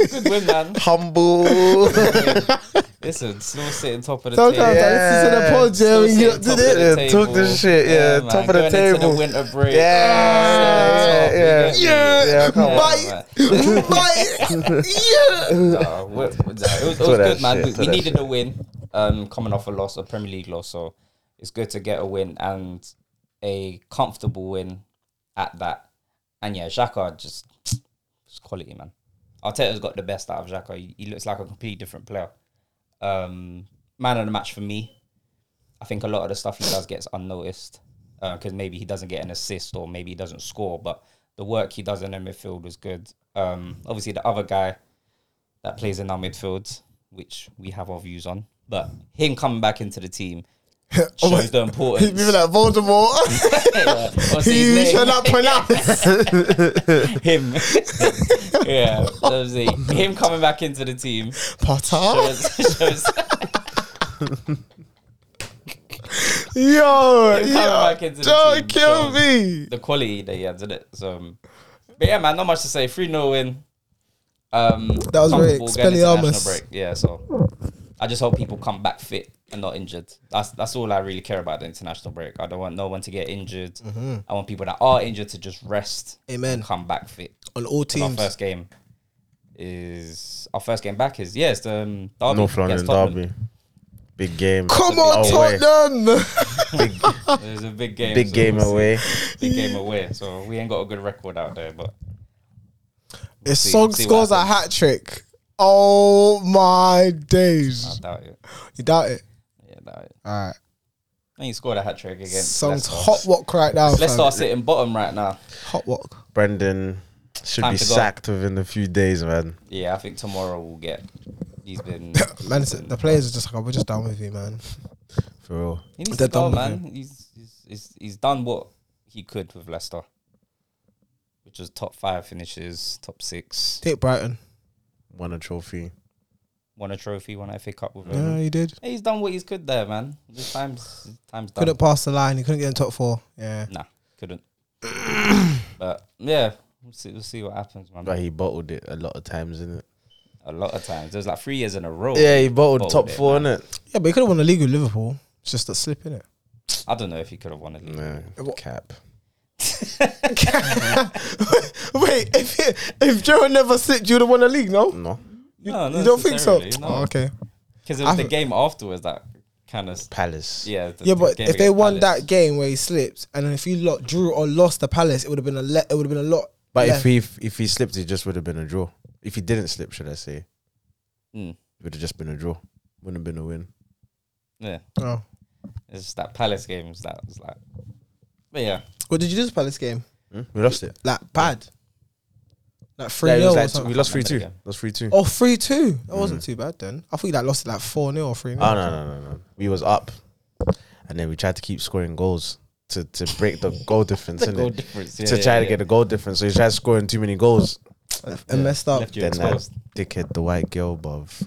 A: good win, man.
C: Humble.
A: Listen, still sitting top of the
B: Sometimes
A: table.
B: I listen to the pod,
A: Still
B: Jeremy. You
A: sitting top
B: did
A: of
B: it.
C: it. Yeah, talk the
A: table.
C: shit, yeah, top
A: man.
C: of the
A: Going into
C: table.
A: the winter break.
C: Yeah, yeah,
A: Yeah,
B: Yeah,
C: yeah. come on.
B: bite, bite, yeah.
A: No, we- we- it was, it was
C: Talk that
A: good, man.
C: shit,
A: We-
C: talk
A: we
C: that
A: needed a win, um, coming off a loss, a Premier League loss. So it's good to get a win and a comfortable win at that. And yeah, Xhaka just, just quality, man. Arteta's got the best out of Xhaka. He, he looks like a completely different player. Um, man of the match for me. I think a lot of the stuff he does gets unnoticed because maybe he doesn't get an assist or maybe he doesn't score, but the work he does in the midfield was good. Um, obviously, the other guy that plays in our midfield, which we have our views on. But him coming back into the team
B: Oh
A: shows
B: wait.
A: the
B: He's
A: importance.
B: moving like Voldemort.
A: Yeah, obviously his
B: he
A: name-
B: should not pronounce.
A: him. yeah, obviously him coming back into the team
B: Potter.
A: shows, shows him
B: Yo,
A: coming
B: yo.
A: back into the
B: Don't
A: team
B: kill
A: shows
B: me.
A: the quality that he had, did it? So, um, but yeah, man, not much to say. Three 0 win. Um,
B: That was
A: comfortable going
B: very
A: into
B: Expelliarmus.
A: national break. Yeah, so I just hope people come back fit and not injured. That's that's all I really care about the international break. I don't want no one to get injured.
B: Mm-hmm.
A: I want people that are injured to just rest
B: Amen.
A: and come back fit.
B: On all
A: 'Cause Our
B: teams.
A: first game is our first game back is yeah, it's the um, derby.
C: North London
A: against Tottenham.
C: derby. Big game.
B: Come on,
C: Away.
B: Tottenham.
C: Big,
A: It's a big game.
C: big
A: so
C: game
A: we'll see.
C: away.
A: Big game away. So we ain't got a good record out there, but
B: If
A: see-
B: Song
A: see what
B: scores a
A: happens.
B: hat trick, oh my
A: I
B: days.
A: doubt it.
B: You doubt it?
A: Yeah, doubt it.
B: All right.
A: And he scored a hat trick against
B: Song's
A: Leicester.
B: hot walk right now.
A: Let's
B: fam.
A: start sitting bottom right now.
B: Hot walk.
C: Brendan should
A: Time
C: be
A: to go.
C: sacked within a few days, man.
A: Yeah, I think tomorrow we'll get. He's been.
B: Man, it's- the players are just like, oh, we're just done with you, man.
C: For real.
A: He needs
B: They're
A: to go,
B: done with
A: man. He's, he's he's he's done what he could with Leicester, which was top five finishes, top six,
B: Take Brighton.
C: Won a trophy.
A: won a trophy, won a FA Cup with him.
B: Yeah, he did.
A: Hey, he's done what he's could there, man. This time's this time's done.
B: Couldn't pass the line. He couldn't get in top four. Yeah.
A: Nah, couldn't. but yeah, we'll see. We'll see what happens, man.
C: But he bottled it a lot of times, innit?
A: A lot of times, there's like three years in a row.
C: Yeah, he bottled,
A: Bottled
C: top
A: it,
C: four, innit?
B: Yeah, but he could have won the league with Liverpool. It's just a slip, innit?
A: I don't know if he could have won it.
C: No,
B: What-
C: cap.
B: Wait, if he, if Joe never slipped, you would have won the league, no?
C: No.
B: You,
A: No,
B: you don't think so?
A: necessarily, no.
B: Oh, okay.
A: Because it was
B: I
A: the
B: th-
A: game afterwards that kind of
C: Palace.
A: yeah. the-
B: Yeah,
A: the
B: but
A: game
B: if they
A: against
B: won
A: Palace.
B: that game where he slipped, and then if you lot drew or lost the Palace, it would have been a le- it would have been a lot.
C: But
B: left.
C: if he if he slipped, it just would have been a draw. If he didn't slip, should I say, it
A: Mm,
C: would have just been a draw. Wouldn't have been a win.
A: yeah,
B: Oh.
A: it's just that Palace game is that was like, but yeah,
B: What did you do to Palace game?
C: Hmm? We lost it.
B: Like bad, like three
C: Yeah, it
B: 0
C: was
B: or
C: like
B: something.
C: we Mm. lost three
A: remember
C: two.
A: the game.
C: Lost three two.
B: Oh, 3 2. That wasn't too bad then. I thought you like lost it like 4 0 or 3 0.
C: Oh no no no no! We was up, and then we tried to keep scoring goals to to break the goal difference.
A: the
C: innit?
A: goal difference yeah,
C: to
A: yeah,
C: try to
A: yeah.
C: get the goal difference, so he tried scoring too many goals.
B: and messed up.
A: Left you
C: then uh, that
A: exposed.
C: dickhead, the white girl, above.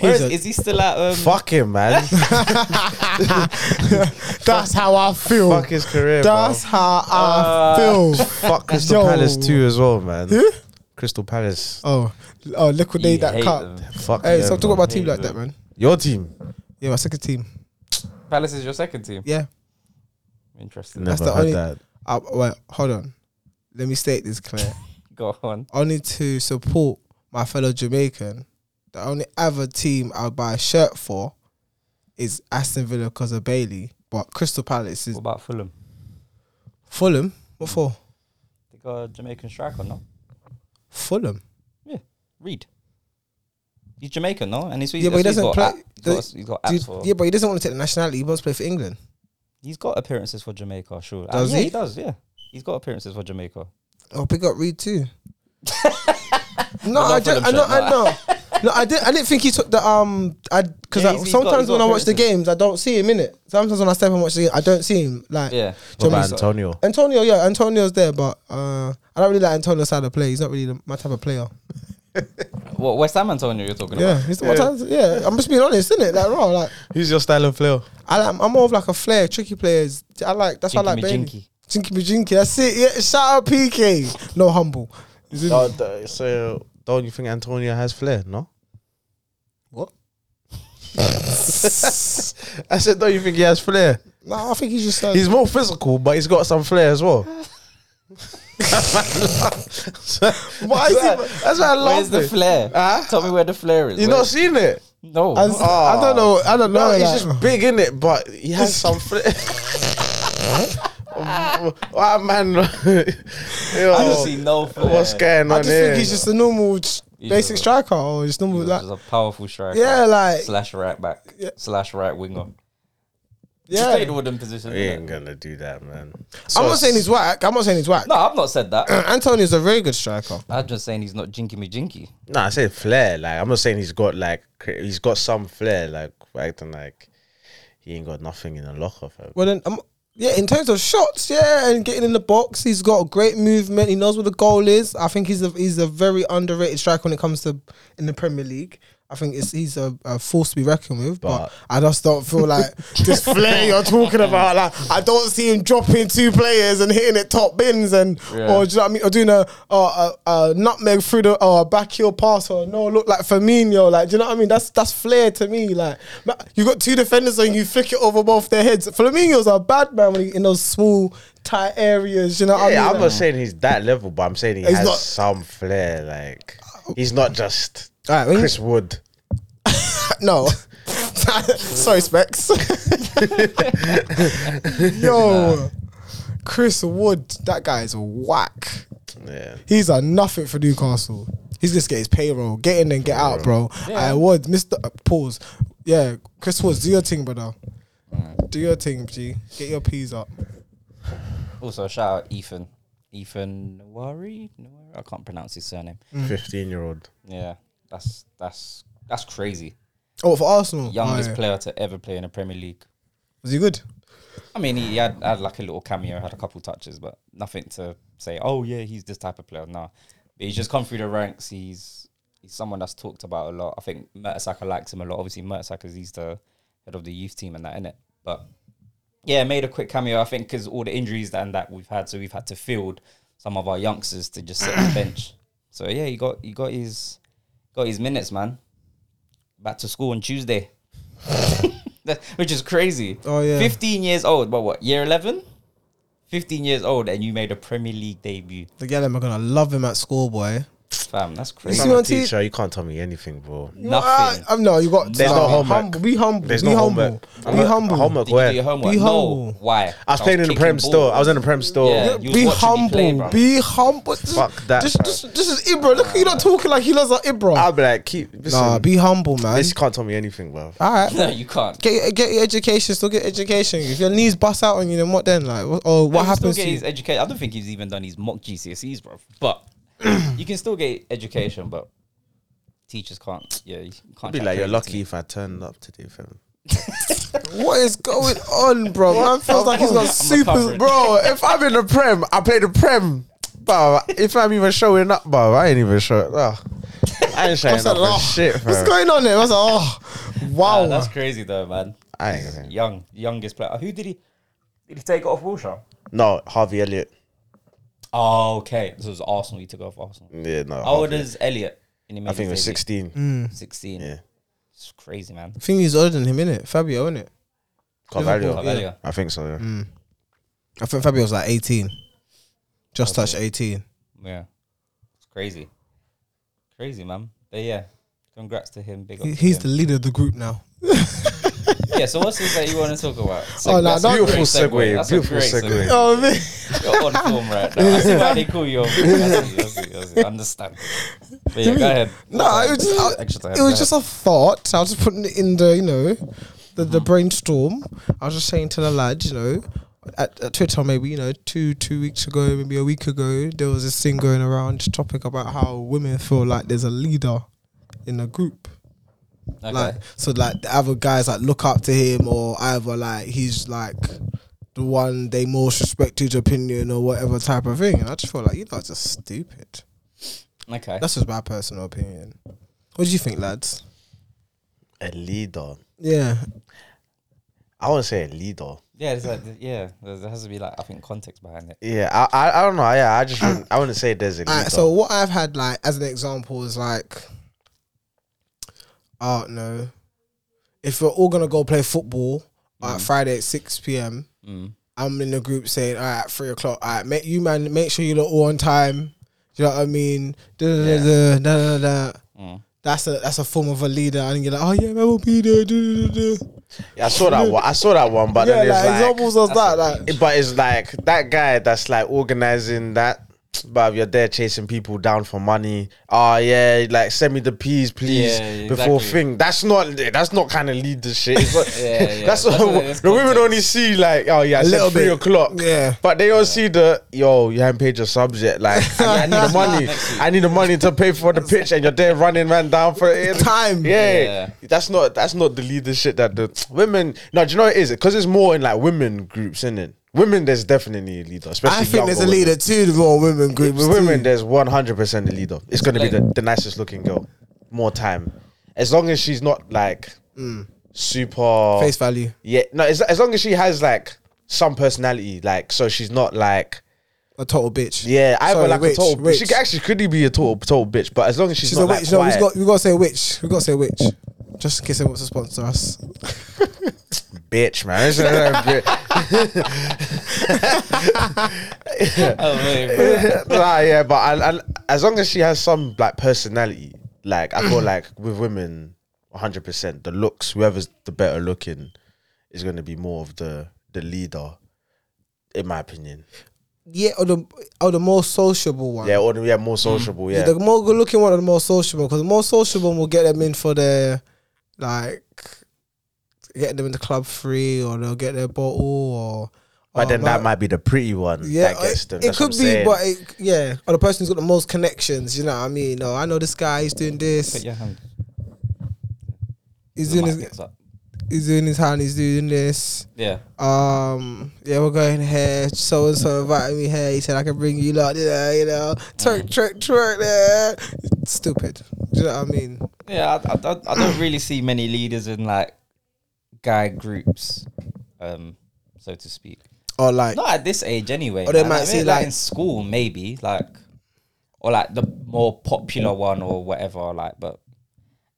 A: Where is,
B: He's a-
A: is he still at? Um,
C: Fuck him, man.
B: That's how I feel.
C: Fuck his career, bro.
B: That's how I
A: Uh,
B: feel.
C: Fuck Crystal
B: Yo.
C: Palace too as well, man. Crystal Palace.
B: Oh, oh liquidate
A: you
B: that
A: hate
B: cup.
A: them.
C: Fuck.
B: Hey,
C: them,
B: stop talking
C: bro.
B: about team like that, man.
C: your team.
B: Yeah, my second team.
A: Palace is your second team.
B: Yeah.
A: Interesting.
C: Never
B: the
C: heard
B: only-
C: that.
B: Uh, wait, hold on. Let me state this clear.
A: Go on.
B: only to support my fellow Jamaican, the only other team I'll buy a shirt for is Aston Villa because of Bailey. But Crystal Palace is
A: What about Fulham?
B: Fulham. What for?
A: They got a Jamaican striker, no?
B: Fulham.
A: Reed. He's Jamaican, no? And he's
B: Yeah, but he
A: he's
B: doesn't
A: got
B: play-
A: app- he's got-
B: the-
A: he's got
B: Do you-
A: apps for.
B: yeah, but he doesn't want to take the nationality. He wants to play for England.
A: He's got appearances for Jamaica, sure. Uh,
B: Does
A: yeah,
B: he?
A: he does. Yeah, he's got appearances for Jamaica.
B: I'll pick up Oh, Reed too. no,
A: Not
B: I,
A: Fulham
B: just, I know,
A: shirt,
B: I know. No, I didn't. I didn't think he took the um. I because
A: Yeah,
B: I
A: he's- he's got-
B: sometimes
A: he's got
B: when I watch the
A: appearances.
B: games, I don't see him in it. Sometimes when I step and watch the game, I don't see him.
A: Yeah.
B: Like do you know what I
C: about
B: mean?
C: Antonio?
B: Antonio, yeah, Antonio's there, but uh, I don't really like Antonio's side of play. He's not really the, my type of player.
A: What West Ham Antonio you're talking
B: Yeah,
A: about?
B: he's not my type. Yeah, I'm just being honest, isn't it? Like raw, like
C: Who's your style of player?
B: I like, I'm more of like a flair, tricky players. I like that's why I like
A: Jinky
B: Bailey.
A: me jinky.
B: Jinky be jinky. That's it. Yeah, shout out PK. No humble. He's in-
C: so don't you think Antonio has flair? No.
B: What?
C: I said, don't you think he has flair?
B: No, I think he's just uh, like
C: He's more physical, but he's got some flair as well.
B: Why is he-
C: That's why I
A: Where's
C: love
A: the
C: it.
A: flair?
C: Huh?
A: Tell me where the flair is.
C: You
A: Where-
C: not seen it?
A: No.
B: I, s- I don't know. I don't know.
C: Ah. No, he's
B: like-
C: just big in it, but he has some flair. Why, man? Yo,
A: I don't see no flair.
C: what's going
B: I
C: on
B: just
C: here?
B: think he's just a normal j-
A: Ah, He's
B: basic
A: a-
B: striker or just normal
A: He's
B: like
A: a powerful striker.
B: yeah, like
A: slash right back.
B: Yeah.
A: Slash right winger. He played
B: yeah.
A: the wooden position.
C: We
A: didn't
C: ain't gonna do that, man.
B: I'm not saying he's whack. I'm not saying he's whack.
A: he? No, I've not said that.
B: Antonio's a very good striker.
A: I'm just saying he's not jinky me jinky.
C: Nah, I said flair. Like I'm not saying he's got like cra- he's got some flair. Like acting like he ain't got nothing in the locker. Fam.
B: Well then, um, yeah, in terms of shots, yeah, and getting in the box, he's got great movement. He knows what the goal is. I think he's a he's a very underrated striker when it comes to in the Premier League. I think it's, he's a, a force to be reckoned with, but,
C: But-
B: I just don't feel like this flair you're talking about. Like I don't see him dropping two players and hitting it top bins and
A: Yeah.
B: or do you know what I mean? Or doing a, a, a, a nutmeg through the or a back heel pass or no look like Firmino. Like do you know what I mean? That's that's flair to me. Like ma- you got two defenders and you flick it over both their heads. Firmino's a bad man when he, in those small tight areas. You know what
C: yeah,
B: I
C: I'm
B: mean? uh,
C: not saying he's that level, but I'm saying he
B: He's
C: has
B: not- Oh.
C: some flair. Like he's not just
B: All right, when you-
C: Chris Wood.
B: no. Sorry, Specs. Yo, Chris Wood, that guy is whack.
C: Yeah,
B: He's a nothing for Newcastle. He's just get his payroll, get in and get out, bro. I would, Mister uh, Pause. Yeah, Chris Woods, do your thing, brother. Do your thing, G. Get your peas up.
A: Also, shout out Ethan. Ethan Nwari? Nwari? I can't pronounce his surname.
C: fifteen year old.
A: Yeah, that's that's that's crazy.
B: Oh, for Arsenal,
A: Youngest
B: Oh, yeah.
A: player to ever play in the Premier League.
B: Was he good?
A: I mean, he had, had like a little cameo, had a couple touches, but nothing to say. Oh yeah, he's this type of player. No, but he's just come through the ranks. He's he's someone that's talked about a lot. I think Mertesacker likes him a lot. Obviously, Mertesacker he's the head of the youth team and that in it. But yeah, made a quick cameo. I think because all the injuries and that we've had, so we've had to field some of our youngsters to just sit on the bench. So yeah, he got he got his got his minutes, man. Back to school on Tuesday. That- Which is crazy.
B: Oh, yeah.
A: 15 years old, but what, year 11? 15 years old, and you made a Premier League debut.
B: The them are gonna love him at school, boy.
A: Fam, that's
B: You
A: crazy.
B: see
C: I'm a
B: what I'm saying?
C: teacher. You can't tell me anything, bro.
A: Nothing.
B: Ah, um, no, you got.
C: There's no homework.
B: Humble. Be humble.
C: There's
B: be
C: no
B: humble.
C: homework.
B: Be
C: I'm not-
B: humble.
C: homework.
A: Did you do your homework?
B: Be
A: No.
B: humble.
A: Why?
C: I was playing in the
A: kicking
C: prem store. I was in the
A: balls.
C: prem store.
A: Yeah. You was
B: Be
A: watching
B: humble.
A: me play, bro.
B: be humble. This is-
C: Fuck that,
B: This,
C: bro.
B: this, this is Ibra. Look, you're not talking like he loves like Ibra.
A: Ah,
C: I'll be like, keep. Listen,
B: nah, be humble, man.
C: this can't tell me anything, bro.
B: All right.
A: No, you can't.
B: get your, get your education, still get education. If your knees bust out on you, then what then? Like, wh-
A: You can
B: or what
A: still
B: happens
A: get
B: to you?
A: his education. I don't think he's even done his mock GCSEs, bro. But you can still get education, but teachers can't. Yeah, you can't.
C: Be
A: chat
C: like,
A: crazy
C: you're
A: to
C: lucky
A: me.
C: if I turned up today, fam.
B: What is going on, bro? Man feels like he's
A: I'm
B: got super.
A: recovering.
B: Bro,
C: Bro, if I'm in the prem, I play the prem. Bro, if I'm even showing up, bro, I ain't even showing up. I ain't showing
B: What's that?
C: up for
B: Oh,
C: shit,
B: what's
C: bro.
B: going on there? I was like, oh, wow.
A: Nah, that's crazy though, man.
C: I ain't gonna-
A: Young, youngest player. Who did he? Did he take off Wilshere?
C: No, Harvey Elliott.
A: Oh, okay. This was Arsenal. He took off Arsenal.
C: Yeah, no.
A: How old
C: Harvey.
A: is Elliot? And he Mm. made
C: I think it was
A: his debut?
C: 16.
A: 16.
C: Yeah.
A: It's crazy, man.
B: I think he's older than him, innit? Fabio, innit?
C: Carvalho.
B: Liverpool,
A: yeah.
C: I think so, yeah.
B: I think Fabio's like 18. Just touched 18.
A: Yeah. It's crazy. Crazy, man. But yeah. Congrats to him. Big up.
B: He-
A: to
B: He's the
A: him.
B: leader of the group now.
A: yeah. So what's this that you want to talk about?
B: Oh, nah,
A: that's a
B: don't-
A: great
C: Beautiful segue,
A: That's
C: beautiful
A: a great
C: segue.
B: Oh, man.
A: You're on film right now. I see why they call you. On film. I see, I see, I see. Understand. But yeah, go ahead.
B: No, it was just,
A: Extra time,
B: it
A: go
B: was
A: ahead.
B: just a thought. I was just putting it in the, you know, the, the brainstorm. I was just saying to the lad, you know, at, at Twitter maybe, you know, two two weeks ago, maybe a week ago, there was this thing going around, this topic about how women feel like there's a leader in the group.
A: Okay.
B: Like so, like the other guys like look up to him, or either like he's like the one they most respect his opinion or whatever type of thing. And I just feel like you guys are stupid.
A: okay.
B: That's just my personal opinion. What do you think, lads?
C: A leader.
B: Yeah,
C: I would say a leader.
A: Yeah, it's like, yeah, there there has to be like I think context behind it.
C: Yeah, I, I, I don't know. Yeah, I just wouldn't, I wouldn't say there's a leader.
B: All right, so what I've had like as an example is like, I don't know, if we're all gonna go play football at Friday at six p.m.
A: Mm.
B: I'm in the group saying, all right, three o'clock. All right, make you man, make sure you look all on time. Do you know what I mean? Da da da da da da. da.
A: Mm.
B: That's a that's a form of a leader, and you're like, oh yeah, man, we'll be there. Do, do, do, do.
C: Yeah, I saw that one. I saw that one, but
B: Yeah,
C: then
B: like,
C: it's like,
B: examples of
A: that's
B: that,
A: what I
B: like
C: but it's like that guy that's like organizing that. But you're there chasing people down for money. Oh yeah, like send me the peas, please,
A: Yeah,
C: before
A: exactly.
C: thing. That's not that's not kind of leadership. It's not,
A: Yeah, yeah. That's
C: That's, what,
A: what it is,
C: the women
A: context.
C: only see like oh yeah, I said
B: little
C: three
B: bit.
C: o'clock.
B: Yeah.
C: but they don't see the yo. You haven't paid your subject. Like I, I need the money. I need the money to pay for the pitch, and you're there running man down for it.
B: time.
C: Yeah,
A: Yeah.
C: that's not that's not the leadership that the women. No, do you know what it is? Because it's more in like women groups, isn't it? Women, there's definitely a leader. Especially
B: I think there's a
C: younger
B: leader too. The more women groups,
C: women. With women,
B: too.
C: there's 100 percent a leader. It's gonna be
A: Like-
C: the, the nicest looking girl. More time, as long as she's not like super
B: Mm. face value.
C: Yeah, no, as, as long as she has like some personality, like so she's not like.
B: a total bitch.
C: Yeah, I
B: Sorry,
C: like
B: witch,
C: a total.
B: witch.
C: She could- actually could be a total, total bitch, but as long as she's,
B: She's a
C: not like
B: witch. No, we
C: quiet,
B: got we got to say witch. We got to say witch, just in case they want to sponsor us.
C: bitch, man. It's another bitch.
A: Oh, man, bro.
C: nah, yeah, but I, I, as long as she has some like personality, like I feel like with women, one hundred percent, the looks, whoever's the better looking, is going to be more of the the leader, in my opinion.
B: Yeah, or the or the more sociable one.
C: Yeah, or the, yeah, more sociable. Yeah,
B: Mm. The more good looking one, or the more sociable, because the more sociable one will get them in for their like get them in the club free, or they'll get their bottle, or
C: but
B: or
C: then that might be the pretty one.
B: Oh, Yeah,
C: that gets them.
B: it, it
C: That's what
B: could
C: I'm
B: be,
C: saying.
B: but it, yeah, or the person who's got the most connections. You know what I mean? Oh, I know this guy. He's doing
A: Put
B: this.
A: your hand.
B: He's
A: The
B: doing
A: mic
B: his.
A: gets up.
B: He's doing his hand. He's doing this.
A: Yeah.
B: um, yeah, we're going here. So and so invited me here. He said I can bring you lot. You know, you know, twerk,
A: Mm.
B: twerk, twerk. There, stupid. Do you know what I mean?
A: Yeah, I, I, don't- I don't really see many leaders in like guy groups, um, so to speak.
B: Or like,
A: Not at this age, anyway.
B: Or they
A: man. I
B: might
A: mean,
B: see,
A: like
B: like-
A: in school, maybe like, or like the more popular one or whatever. Like, but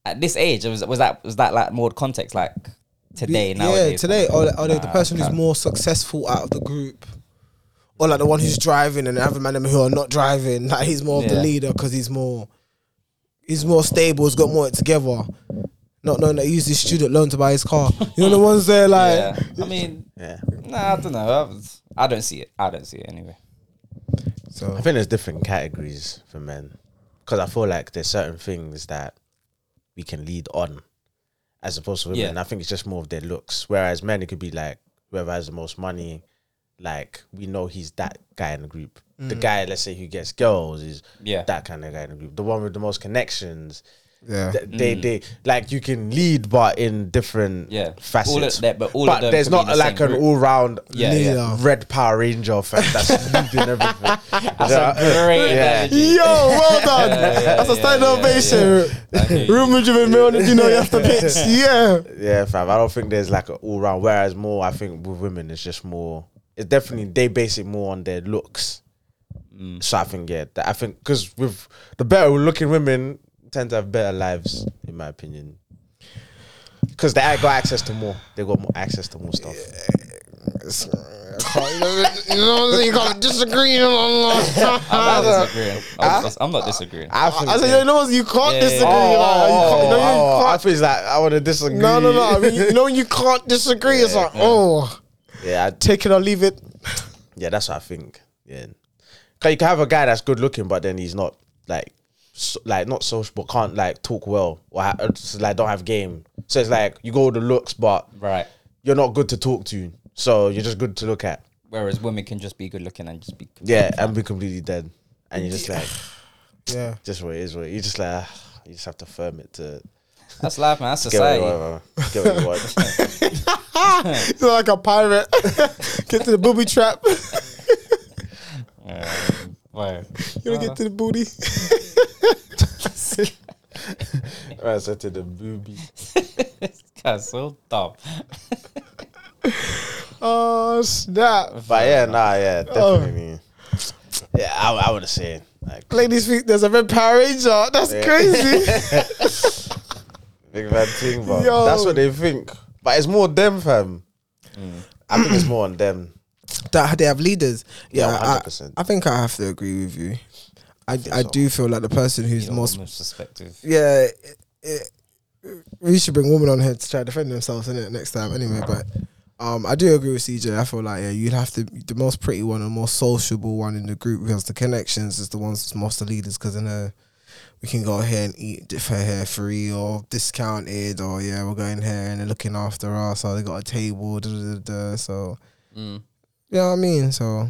A: at this age, was was that was that like more context like today
B: yeah,
A: nowadays?
B: today. Or, or the
A: Nah,
B: person who's
A: can't.
B: more successful out of the group, or like the one who's driving and the other man who are not driving. Like he's more of the
A: Yeah.
B: leader because he's more, he's more stable. He's got more together. Not knowing that he used his student loan to buy his car. You know the ones there, like.
A: Yeah, I mean,
C: yeah,
A: nah, I don't know. I, was- I don't see it. I don't see it anyway.
B: So
C: I think there's different categories for men because I feel like there's certain things that we can lead on as opposed to women.
A: Yeah.
C: And I think it's just more of their looks. Whereas men, it could be like whoever has the most money, like we know he's that guy in the group. The guy, let's say, who gets girls is
A: Mm. Yeah.
C: that kind of guy in the group. The one with the most connections.
B: yeah,
C: Th- They, they, like you can lead, but in different
A: Mm. Yeah.
C: facets.
A: All of that, but all of them
C: there's
A: could be
C: not
A: in the
C: like
A: same
C: an
A: group.
C: all round
A: Yeah, yeah.
B: Yeah.
C: red Power Ranger fan that's leading everything.
A: That's a great analogy.
B: Yo, well done.
A: Yeah, yeah,
B: That's a
A: yeah,
B: standing
A: yeah,
B: ovation.
A: Like, yeah,
B: Room with you, man. You know you have to pitch. Yeah.
C: Yeah, fam. I don't think there's like an all round. Whereas more, I think with women, it's just more. It's definitely they base it more on their looks. So I think yeah, that I think because with the better looking women tend to have better lives, in my opinion. Because they got access to more. They got more access to more stuff.
B: you know what I'm saying? You gotta disagree. You know what I'm saying?
A: I'm not disagreeing.
B: Ah.
A: I'm, I'm not disagreeing.
C: I think.
B: I said, you know what? You can't
A: Yeah,
B: disagree.
A: yeah, yeah.
B: like, you can't, you know, you
C: Oh, I
B: can't-
C: feel like I want to disagree.
B: no, no, no. I mean, you know, when you can't disagree. it's like, oh,
C: yeah, I,
B: take it or leave it.
C: Yeah, that's what I think. Yeah, 'Cause you can have a guy that's good looking, but then he's not like, so, like not social, but can't like talk well or ha- just, like don't have game. So it's like you go with the looks, but
A: Right.
C: you're not good to talk to. So you're just good to look at.
A: Whereas women can just be good looking and just be.
C: Yeah, and be completely dead, and you're just like,
B: Yeah.
C: just what it is. What it- you're just like, ah, you just have to firm it to
A: That's life, man. That's
C: get what you
A: society.
C: want. man. Get what you want.
B: He's like a pirate. get to the booby trap.
A: Where?
B: You don't get to the booty.
C: Alright, so to the booby.
A: this guy's so dumb.
B: Oh snap! Oh.
C: But yeah, nah, yeah, definitely. Yeah, I, I would have said like
B: Ladies think there's a red Power Ranger. That's
C: Yeah.
B: crazy.
C: big bad thing, but
B: Yo.
C: that's what they think. But it's more them, fam. I think it's more on them.
B: that they have leaders. Yeah,
C: Yeah,
B: I-
C: 100%.
B: I, think I have to agree with you. I, I do feel like the person who's
A: You're
B: most
A: most perspective.
B: yeah. It, it, we should bring women on here to try to defend themselves in it next time. Anyway, but um, I do agree with CJ. I feel like yeah, you'd have to the most pretty one, the most sociable one in the group who has the connections is the ones that's most the leaders because in a we can go here and eat dip her hair free or discounted or yeah we're going here and they're looking after us or they got a table da, da, da, da, so
A: Mm.
B: you know what I mean so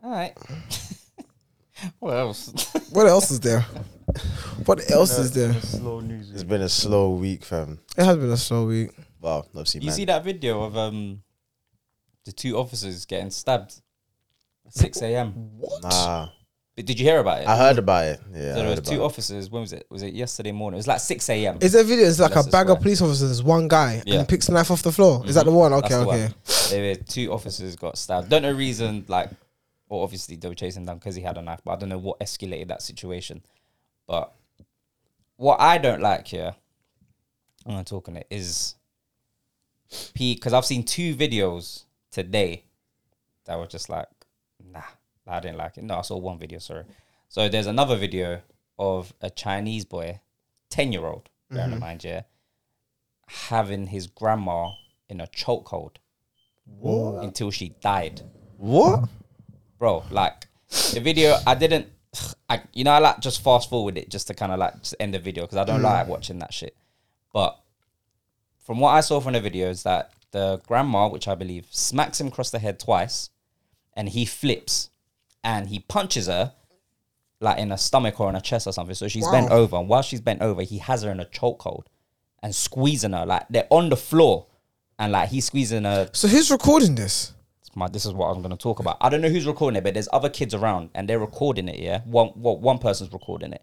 A: All right. what else?
B: What else is there? What else is there?
C: It's been a slow week, fam.
B: It has been a slow week.
C: Well, obviously,
A: You
C: man.
A: see that video of um the two officers getting stabbed at 6 a.m.
B: What?
C: Nah,
A: But Did you hear about it?
C: I heard about it. Yeah,
A: so
C: I
A: there
C: heard
A: was
C: about
A: two
C: it.
A: officers. When was it? Was it yesterday morning? It was like 6 a.m.
B: Is there video? It's like
A: Unless
B: a
A: it's
B: bag
A: wet.
B: of police officers, there's one guy,
A: Yeah. Mm-hmm.
B: and he picks a knife off the floor. Is that the one? Okay,
A: That's the
B: okay.
A: one. There were two officers got stabbed. Don't know reason, like, well, obviously they were chasing down because he had a knife, but I don't know what escalated that situation. But what I don't like here, I'm gonna talk on it, is P because I've seen two videos today that were just like, nah, I didn't like it. No, I saw one video, sorry. So there's another video of a Chinese boy, 10 year old, bear
B: Mm-hmm.
A: in mind, yeah, having his grandma in a chokehold until she died.
C: What?
A: Bro, like the video, I didn't, I, you know, I like just fast forward it just to kind of like just end the video because I don't like watching that shit. But from what I saw from the video is that the grandma, which I believe, smacks him across the head twice and he flips and he punches her like in her stomach or in her chest or something. So she's bent over, and while she's bent over, he has her in a chokehold and squeezing her like they're on the floor, and like he's squeezing her.
B: So who's recording this?
A: It's My, this is what I'm gonna talk about. I don't know who's recording it, but there's other kids around and they're recording it. Yeah, one well, one person's recording it,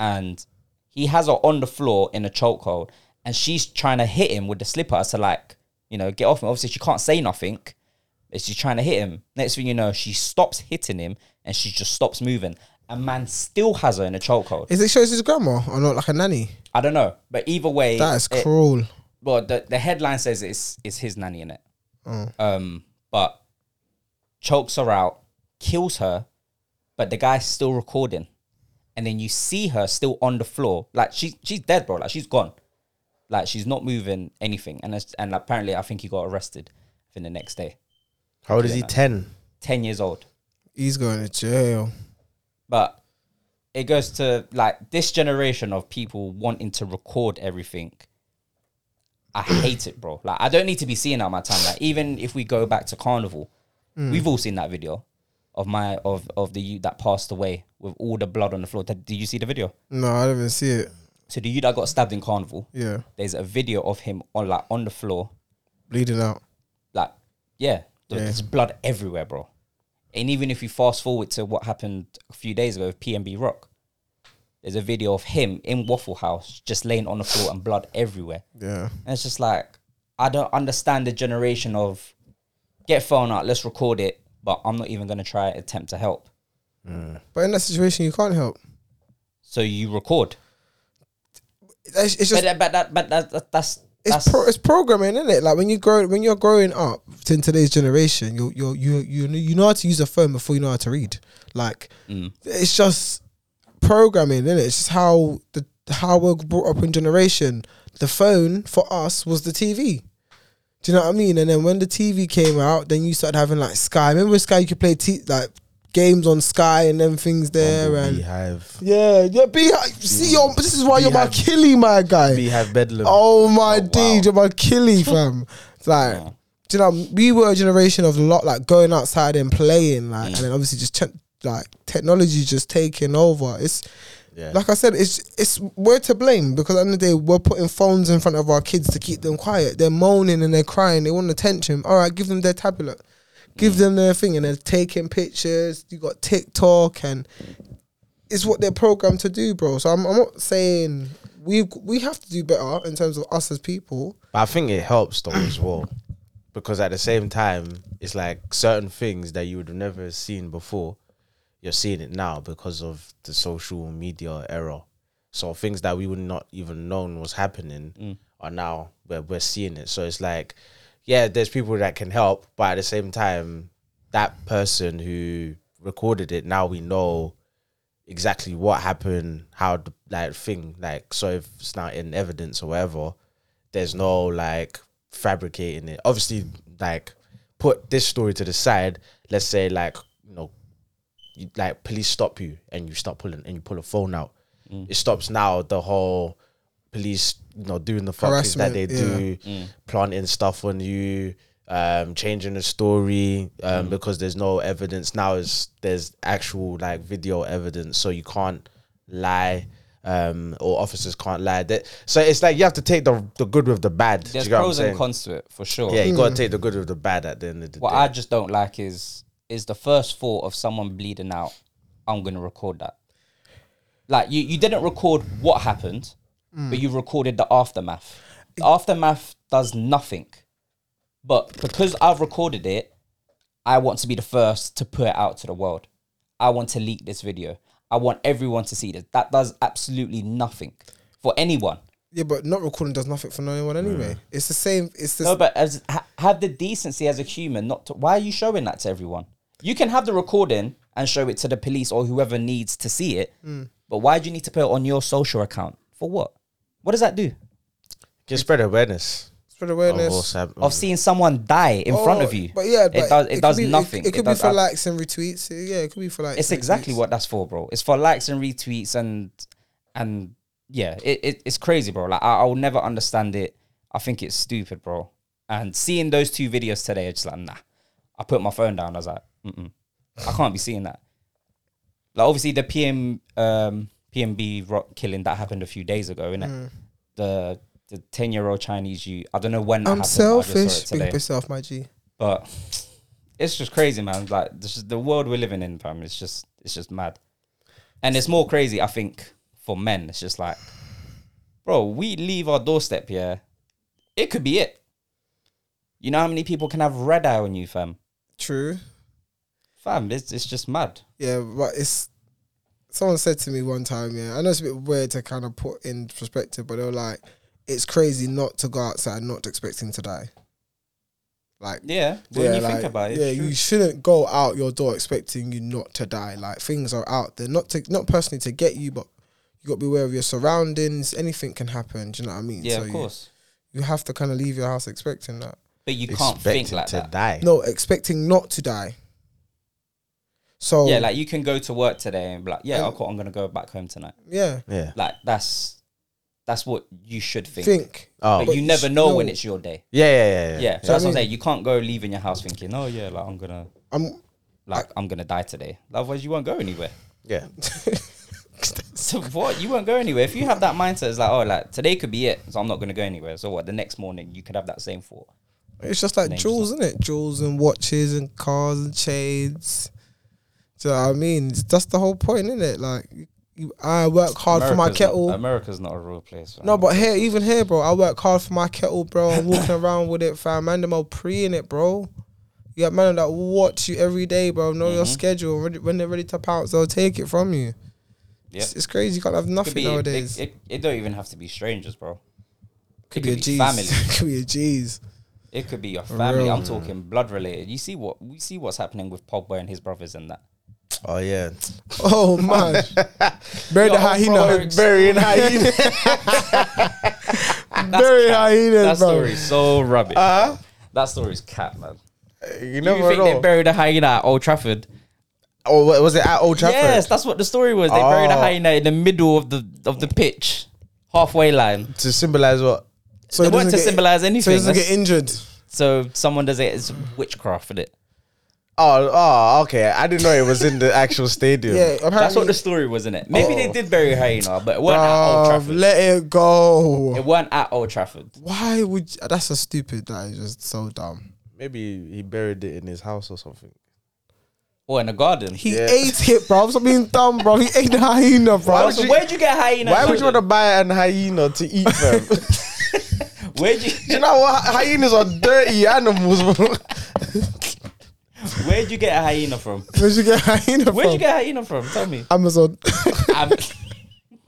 A: and he has her on the floor in a chokehold, and she's trying to hit him with the slipper to like you know get off him. Obviously, she can't say nothing. But she's trying to hit him. Next thing you know, she stops hitting him and she just stops moving. And man still has her in a chokehold.
B: Is it shows his grandma or not like a nanny?
A: I don't know, but either way,
B: That is
A: it-
B: cruel.
A: well, the, the headline says it's it's his nanny in it. Um, but chokes her out, kills her, but the guy's still recording, and then you see her still on the floor, like she's she's dead, bro. Like she's gone, like she's not moving anything. And it's, and apparently, I think he got arrested. I think the next day,
C: How old is he? Ten.
A: ten years old.
B: He's going to jail.
A: but it goes to like this generation of people wanting to record everything. I hate it, bro. Like I don't need to be seeing that on my time. Like even if we go back to Carnival, we've all seen that video of my of of the youth that passed away with all the blood on the floor. Did, did you see the video?
B: No, I didn't even see it.
A: So the youth that got stabbed in Carnival,
B: Yeah,
A: there's a video of him on like on the floor,
B: bleeding out.
A: like yeah, there-
B: Yeah.
A: there's blood everywhere, bro. And even if you fast forward to what happened a few days ago with PNB Rock, there's a video of him in Waffle House just laying on the floor and blood everywhere.
B: Yeah,
A: And it's just like I don't understand the generation of get phone out, let's record it, but I'm not even gonna try and attempt to help.
B: but in that situation, you can't help.
A: So you record,
B: It's, it's
A: but,
B: just
A: that- but that but that, that that's
B: it's
A: that's
B: pro, it's programming, isn't it? Like when you grow when you're growing up in today's generation, you you you you you know how to use a phone before you know how to read. Like it's just programming, isn't it? It's just how the how we're brought up in generation. The phone for us was the TV. Do you know what I mean? And then when the TV came out, then you started having like Sky. Remember with Sky, you could play t- like games on Sky and then things there and.
C: Beehive.
B: Yeah, yeah, be see your this is why you're my
C: Beehive.
B: killie, my guy.
C: Beehive bedlam.
B: Oh my
A: wow.
B: dude, you're my killie, fam. It's like, do you know, we were a generation of a lot like going outside and playing, like, and then obviously just ch- like technology just taking over. It's
C: Yeah.
B: like I said, it's it's we're to blame because at the end of the day we're putting phones in front of our kids to keep them quiet. They're moaning and they're crying. They want attention. All right, give them their tablet, give them their thing, and they're taking pictures. You got TikTok, and it's what they're programmed to do, bro. So I'm, I'm not saying we we have to do better in terms of us as people.
C: But I think it helps though as well. Because at the same time, it's like certain things that you would have never seen before, you're seeing it now because of the social media era. So things that we would not even known was happening are now we're, we're seeing it. So it's like, yeah, there's people that can help, but at the same time, that person who recorded it now we know exactly what happened, how the like thing like so if it's not in evidence or whatever, there's no like fabricating it. Obviously, like put this story to the side. Let's say like you know, you, like police stop you and you start pulling and you pull a phone out. It stops now the whole police you know doing the fuck things that they
B: Harassment,
C: do, planting stuff on you. Um, changing the story
A: Mm.
C: um, because there's no evidence now. Is there's actual like video evidence, so you can't lie um, or officers can't lie. That so it's like you have to take the the good with the bad. Do
A: There's
C: you get what I'm
A: pros and
C: saying?
A: cons to it for sure.
C: Yeah, you gotta
B: Mm.
C: take the good with the bad at the end of the
A: What
C: day.
A: I just don't like is is the first thought of someone bleeding out. I'm gonna record that. Like you, you didn't record what happened, but you recorded the aftermath. The aftermath does nothing. But because I've recorded it, I want to be the first to put it out to the world. I want to leak this video. I want everyone to see this. That does absolutely nothing for anyone.
B: Yeah, but not recording does nothing for no
A: Mm.
B: one anyway. It's the same. It's the
A: No, but as, ha, have the decency as a human not to. Why are you showing that to everyone? You can have the recording and show it to the police or whoever needs to see it.
B: Hmm.
A: But why do you need to put it on your social account for what? What does that do?
C: Just spread awareness.
B: spread
C: of
B: awareness.
C: what's hap-
A: Of seeing someone die in front of
B: Hmm. Oh,
A: you.
B: But yeah, but
A: it does. It,
B: could
A: does
B: be-
A: nothing.
B: It, could be
A: does
B: for
A: ab-
B: likes and retweets. Yeah, it could be for likes.
A: It's
B: and
A: exactly
B: retweets.
A: what that's for, bro. It's for likes and retweets and and yeah, it, it it's crazy, bro. Like I, I'll never understand it. I think it's stupid, bro. And seeing those two videos today, it's just like nah. I put my phone down. I was like, Mm-mm. I can't be seeing that. Like obviously the PM um, PMB rock killing that happened a few days ago, innit? The the ten year old Chinese you. I don't know when that
B: I'm
A: happened, but I just saw it
B: selfish. Big
A: today.
B: yourself, my G.
A: But it's just crazy, man. Like this is the world we're living in, fam. It's just it's just mad, and it's more crazy, I think, for men. It's just like, bro, we leave our doorstep here. It could be it. You know how many people can have red eye on you, fam?
B: True.
A: Fam, it's it's just mad.
B: Yeah, but it's. Someone said to me one time, yeah, I know it's a bit weird to kind of put in perspective, but they were like, it's crazy not to go outside not expecting to die. Like,
A: Yeah, when
B: yeah,
A: you
B: like,
A: think about it,
B: yeah,
A: it's true.
B: you shouldn't go out your door expecting you not to die. Like things are out there, not to not personally to get you, but you got to be aware of your surroundings. Anything can happen. Do you know what I mean?
A: yeah,
B: So
A: of
B: you-
A: course.
B: You, have to kind of leave your house expecting that.
A: But you can't think
C: Expecting
A: like
C: to
A: that.
C: die.
B: No, expecting not to die. So
A: Yeah, like you can go to work today and be like, yeah,
B: Yeah.
A: okay, I'm gonna go back home tonight.
B: yeah,
C: Yeah.
A: Like that's that's what you should
B: think.
A: think.
C: Oh.
A: But
B: But
A: you
B: you
A: never
B: should
A: know
B: know.
A: when it's your day.
C: Yeah, yeah, yeah, yeah.
A: Yeah,
B: So
A: that's
B: I
A: what I'm
B: mean-
A: saying. You can't go leaving your house thinking, "Oh yeah, like I'm gonna,
B: I'm.
A: like I'm gonna die today." Otherwise, you won't go anywhere.
C: Yeah.
A: So what? You won't go anywhere if you have that mindset. It's like, oh, like today could be it, so I'm not gonna go anywhere. So what? The next morning, you could have that same thought.
B: It's just like
A: Names
B: jewels, isn't it? Jewels and watches and cars and shades. Do you know what I mean? It's- That's the whole point, isn't it? Like, you, I work hard Uh, for my
A: America's not-
B: kettle.
A: America's not a real place.
B: No, but here, even here, bro, I work hard for my kettle, bro. I'm walking around with it, fam. Man, them all pre in it, bro. You got man that watch you every day, bro. Know
A: Mm-hmm.
B: your schedule. Ready- When they're ready to pounce, they'll take it from you.
A: yeah,
B: It's, it's crazy. You can't have
A: could
B: nothing
A: be. It,
B: nowadays.
A: it, it, don't even have to be strangers, bro.
B: could
A: it
B: be a
A: could be
B: G's.
A: family.
B: could be a G's.
A: It could be your family.
B: real.
A: I'm talking blood related. You see what we see what's happening with Pogba and his brothers and that.
C: Oh yeah.
B: Oh, man. Bury the
A: Yo, bro,
B: hyena.
A: it's-
C: Burying hyena.
B: Bury
A: That
B: hyenas, bro. Uh-huh.
A: story's so rubbish. bro. That story's cat, man.
C: you
A: You
C: never
A: think they
C: know.
A: buried a hyena at Old Trafford?
C: oh, wa- was it at Old Trafford?
A: Yes, that's what the story was. They buried a
C: Oh.
A: hyena in the middle of the of the pitch, halfway line.
C: To symbolize what?
B: So
A: it weren't
B: doesn't
A: to
B: get-
A: symbolise
B: So
A: anything.
B: he doesn't
A: That's-
B: get injured.
A: So someone does it. It's witchcraft, is it?
C: Oh, oh, okay. I didn't know it was in the actual stadium.
B: Yeah, apparently.
A: That's what the story was, isn't it? Maybe they did bury Haina, but it weren't at Old
B: Bruv,
A: Trafford.
B: let it go.
A: It weren't at Old Trafford.
B: Why would you, that's so stupid? That is just so dumb.
C: Maybe he buried it in his house or something.
A: Or in a garden.
B: He
C: Yeah.
B: ate it, bro. I'm being dumb, bro. He ate the hyena, bro.
A: Why
C: would
A: would you,
C: you-
A: where'd you get hyena?
C: Why would you want to buy an hyena to eat them?
A: to? Where'd you,
C: you know what? Hyenas are dirty animals. bro.
A: where'd you get a hyena from?
B: Where'd you get hyena
A: Where'd
B: from?
A: you get a hyena from? Tell me.
B: Amazon.
A: I'm,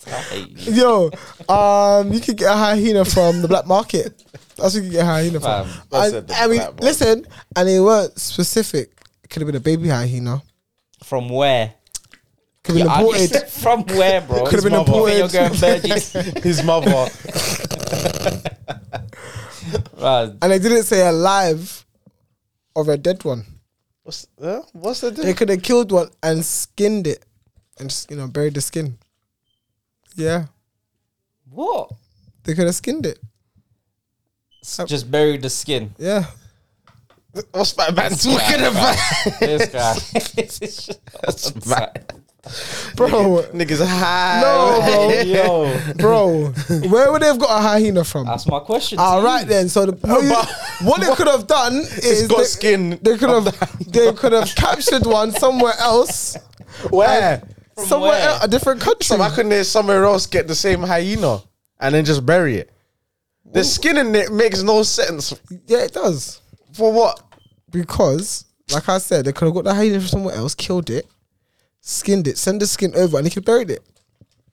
A: I hate you.
B: Yo, um, you could get a hyena from the black market. That's what you could get a hyena from.
A: Fam,
C: I
B: And-
C: said the
B: I mean,
C: black market.
B: listen, and they weren't specific. It could have been a baby hyena.
A: From where?
B: Could have been
A: Yeah, I-
B: imported.
A: From where, bro?
B: Could have been
A: His mother.
B: imported.
A: Your girl Virgin.
C: his mother.
A: Right,
B: And they didn't say alive or a dead one.
C: What's, huh? What's the
B: They
C: difference?
B: could have killed one and skinned it, and just, you know buried the skin. Yeah,
A: What?
B: they could have skinned it.
A: S- Just buried the skin.
B: Yeah,
C: What's that man talking about?
A: This guy. This is just-
B: bro,
C: Niggas high.
B: No, bro.
A: Yo,
B: bro, where would they have got a hyena from?
A: that's my question. to
B: All
A: you.
B: right then. So the, what, you- what they could have done is
C: got
B: they,
C: skin
B: They could have they could have captured one somewhere else,
C: Where?
A: From
B: somewhere
A: where?
B: else, a different country.
C: So why couldn't they somewhere else get the same hyena and then just bury it? The skin in it makes no sense.
B: yeah, it does
C: For what?
B: because, like I said, they could have got the hyena from somewhere else, killed it, skinned it, send the skin over, and they could buried it.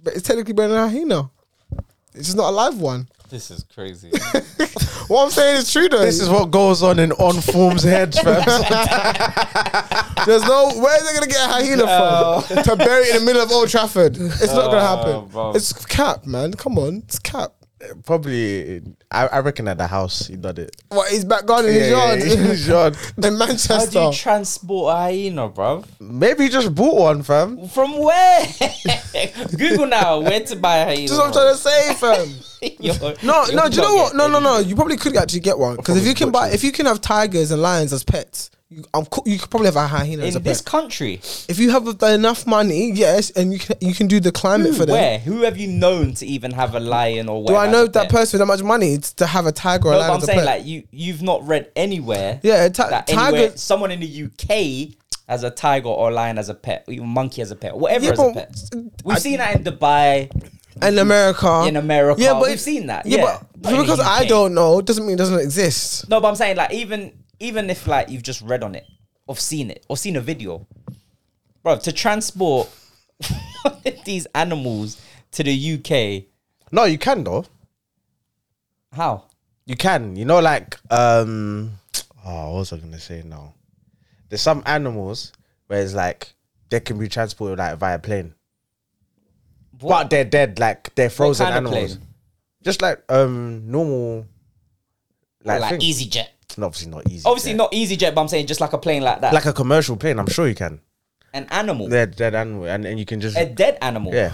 B: But it's technically buried in a hyena. It's just not a live one.
A: This is crazy.
B: What I'm saying is true though.
C: This is what goes on in on form's heads, fam.
B: There's no where they're gonna get a hyena from to bury it in the middle of Old Trafford. It's not gonna
A: Oh,
B: happen.
A: bro.
B: It's cap, man. Come on, it's cap.
C: Probably, I, I reckon at the house he did it.
B: What his back garden, his yard,
C: in his yard.
B: in
A: How do
B: Manchester.
A: you transport a hyena, bruv?
C: Maybe he just bought one, fam.
A: From where? Google now. Where to buy a hyena?
B: That's what I'm trying to say, fam. No, no, do you know what? No, no, no. You probably could actually get one because if you can buy, if you can have tigers and lions as pets, you, I'm, co- you could probably have a hyena as a
A: In this
B: pet.
A: country,
B: If you have enough money, yes, and you can you can do the climate for them.
A: where? Who have you known to even have a lion or?
B: Do
A: whale
B: I
A: as
B: know
A: a
B: that
A: pet?
B: person with that much money t- to have a tiger or
A: No,
B: a lion
A: but I'm
B: as a
A: saying
B: pet?
A: like you you've not read anywhere.
B: Yeah,
C: Uh,
B: ti-
A: that
B: tiger-
A: anywhere, someone in the UK has a tiger or lion as a pet, or even monkey as a pet, whatever
B: Yeah,
A: as a
B: but-
A: pet. We've seen that in Dubai,
B: in America,
A: in America.
B: Yeah, but
A: we've seen that.
B: Yeah,
A: Yeah,
B: but
A: in the
B: because I
A: UK.
B: don't know doesn't mean it doesn't exist.
A: No, but I'm saying like even even if like you've just read on it or seen it or seen a video, bro, to transport these animals to the
C: No, you can though.
A: UK, how?
C: You can. You know, like um oh, what was I gonna say now? There's some animals where it's like they can be transported like via plane. But they're dead, like they're frozen
A: kind of
C: animals.
A: plane?
C: Just like um normal like,
A: like
C: thing.
A: EasyJet.
C: No, obviously not easy.
A: Obviously
C: yeah.
A: not EasyJet, but I'm saying just like a plane like that,
C: like a commercial plane, I'm sure you can.
A: an animal,
C: They're dead animal and, and you can just
A: a dead animal.
C: Yeah.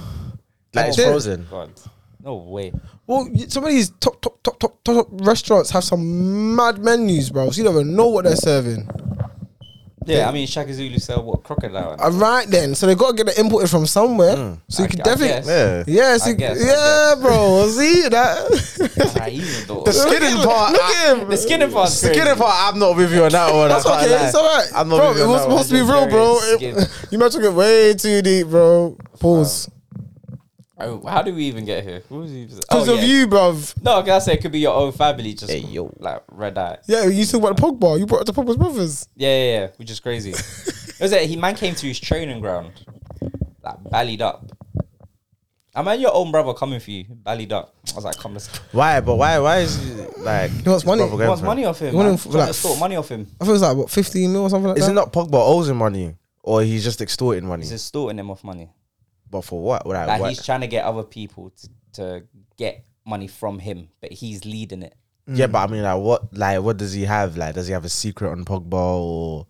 C: Like it's
B: Oh,
C: frozen.
A: God. No way.
B: Well, y- some of these top top top top top, top restaurants have some mad menus, bro. So you don't even know what they're serving.
A: Yeah, I mean, Shaka Zulu sell what? Crocodile?
B: All Uh, right then, so they got to get it imported from somewhere. so you
A: Mm, I-
B: could
A: I guess.
B: definitely,
C: Yeah.
B: yeah, so
A: I
B: you-
A: guess, I
B: yeah, bro. See that?
A: Hyena, though.
C: The skinning part
B: Look
C: I-
B: at him.
A: The skin of us.
C: the skinning part I'm not with you on that one. I
B: That's
C: can't
B: okay.
C: lie.
B: It's alright.
C: I'm not
B: bro,
C: with you
B: it
C: on
B: was
C: that one.
B: supposed to be real, bro.
A: Legendary
B: It- you might took it way too deep, bro. Pause.
A: Oh, How do we even get here? Who was he?
B: Because
A: oh,
B: of
A: yeah.
B: you, bro.
A: No, can I say it could be your own family, just
C: yo.
A: like red eye.
B: Yeah, you talking about the Pogba. You brought up the Pogba's brothers.
A: Yeah, yeah, yeah, which is crazy. it was like he man came to his training ground, like ballied up. I man, your own brother coming for you, ballied up. I was like, come let's.
C: Why? But why? Why is he, like?
B: He wants
C: his
B: money.
C: brother
B: He
A: He
C: going
A: wants
C: for it?
A: money off him.
B: You want
A: Man.
B: him for,
A: Trying to
B: like,
A: extort money off him.
B: I think it was like what fifteen mil or something like
C: Is
B: that.
C: it not Pogba owes him money, or he's just extorting money?
A: He's extorting him off money.
C: but for what? Like,
A: Like
C: what?
A: he's trying to get other people to, to get money from him, but he's leading it.
C: Yeah, but I mean, like, what? Like, what does he have? Like, does he have a secret on Pogba? Or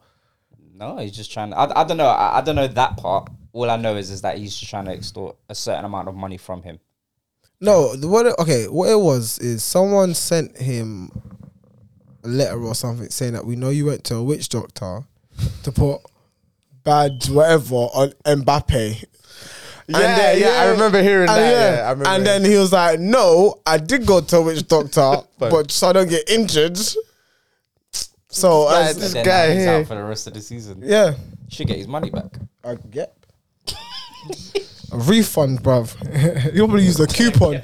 A: No, he's just trying. To, I, I don't know. I, I don't know that part. All I know is is that he's just trying to extort a certain amount of money from him.
B: No, the- what? It, okay, what it was is someone sent him a letter or something saying that we know you went to a witch doctor, to put bad whatever on Mbappe.
C: uh, Yeah, yeah, I remember hearing
B: and
C: that, yeah, I remember
B: and
C: hearing-
B: then he was like, "No, I did go to which doctor,
C: But-
B: but so I don't get injured." So
A: But
B: as-
A: then
C: guy
A: now he's
C: here.
A: out for the rest of the season.
B: yeah,
A: Should get his money back.
B: I
C: Uh,
B: get a refund, bruv. he probably used a coupon.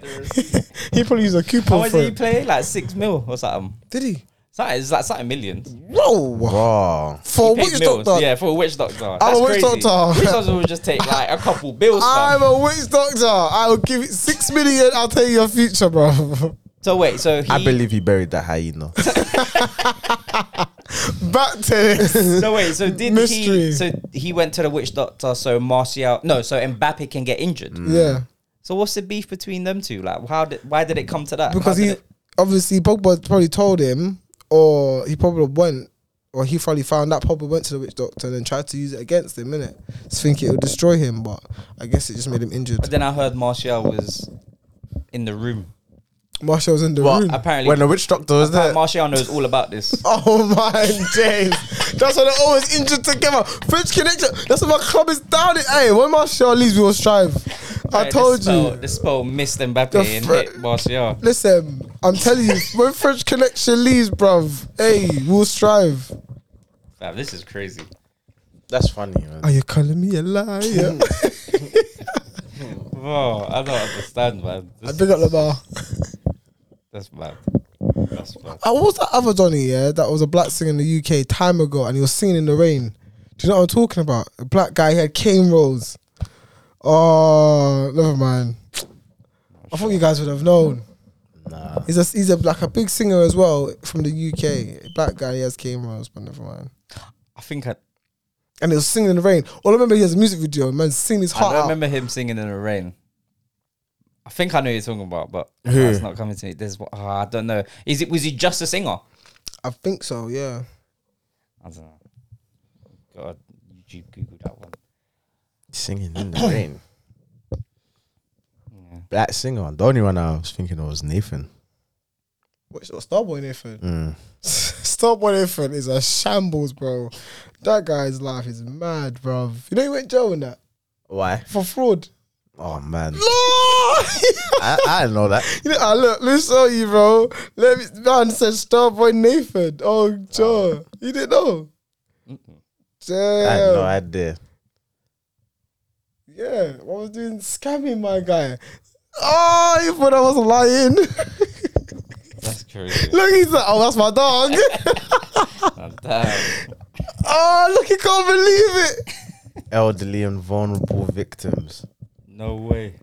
B: he probably used a
A: How
B: coupon
A: much
B: for
A: did he
B: it.
A: play? Like six mil or something.
B: Did he?
A: Something it's like something millions.
B: Whoa!
C: Bro.
B: For
A: Paid
B: which
A: bills,
B: doctor?
A: Yeah, for a witch doctor. That's
B: a witch
A: crazy.
B: doctor.
A: Witch doctor would just take like a couple bills.
B: I'm
A: fam.
B: a witch doctor. I will give it six million. I'll tell you your future, bro.
A: So wait, so he,
C: I believe he buried that hyena.
B: Back to this.
A: So wait, so did
B: Mystery.
A: he? So he went to the witch doctor. So Martial, no, so Mbappe can get injured.
B: yeah,
A: So what's the beef between them two? Like, how did why did it come to that? How
B: because
A: did
B: he
A: it-
B: obviously Pogba probably told him, or he probably went, or he probably found out. Pogba went to the witch doctor and then tried to use it against him, innit? Just think it would destroy him, but I guess it just made him
A: But
B: injured.
A: then I heard Martial was in the room.
B: Martial was in the
C: What?
B: room.
A: Apparently,
C: When the witch doctor was there.
A: Martial knows all about this.
B: Oh my days. That's why they're always injured together. French connection. That's why my club is down. Hey, when Martial leaves, we will strive. I
A: Like,
B: told
A: the spell,
B: you.
A: the spell missed Mbappe
B: The
A: and
B: fr-
A: hit Martial.
B: Listen, I'm telling you, when French Connection leaves, bruv, hey, we'll strive.
A: Fam, this is crazy.
C: That's funny, man.
B: Are you calling me a liar?
A: Whoa, I don't understand, man.
B: I
A: This,
B: big up Lamar.
A: that's mad. That's mad.
B: Uh, what was that other Donny, yeah? That was a black singer in the UK time ago and he was singing in the rain. Do you know what I'm talking about? A black guy, he had cane rolls. Oh, never mind. I thought you guys would have known.
C: Nah.
B: He's a, he's a like a big singer as well from the UK. Black guy, he has cane rolls, but never mind.
A: I think I,
B: And he was singing in the rain. All I remember, he has a music video. Man, singing his
A: I
B: heart
A: don't
B: out.
A: remember him singing in the rain. I think I know who you're talking about, but
C: Who?
A: it's not coming to me. There's one- ah, I don't know. Is it was he just a singer?
B: I think so. Yeah.
A: I don't know. God, you googled that one.
C: Singing in the rain. Black singer. The only one I was thinking of was Nathan.
B: What's what, Starboy Nathan?
C: Mm.
B: Starboy Nathan is a shambles, bro. That guy's life is mad, bro. You know he went jail in that
C: Why?
B: for fraud.
C: Oh man.
B: No.
C: I, I didn't know that.
B: You know, ah, look, let me show you, bro. Let me, man said Starboy Nathan. Oh, Joe, you didn't know?
C: I had no
B: Damn.
C: idea.
B: Yeah, I was doing scamming, my guy. Oh, you thought I was lying.
A: That's crazy.
B: look, he's like, oh, that's my dog.
A: Ah, damn.
B: oh, look, he can't believe it.
C: Elderly and vulnerable victims.
A: No way.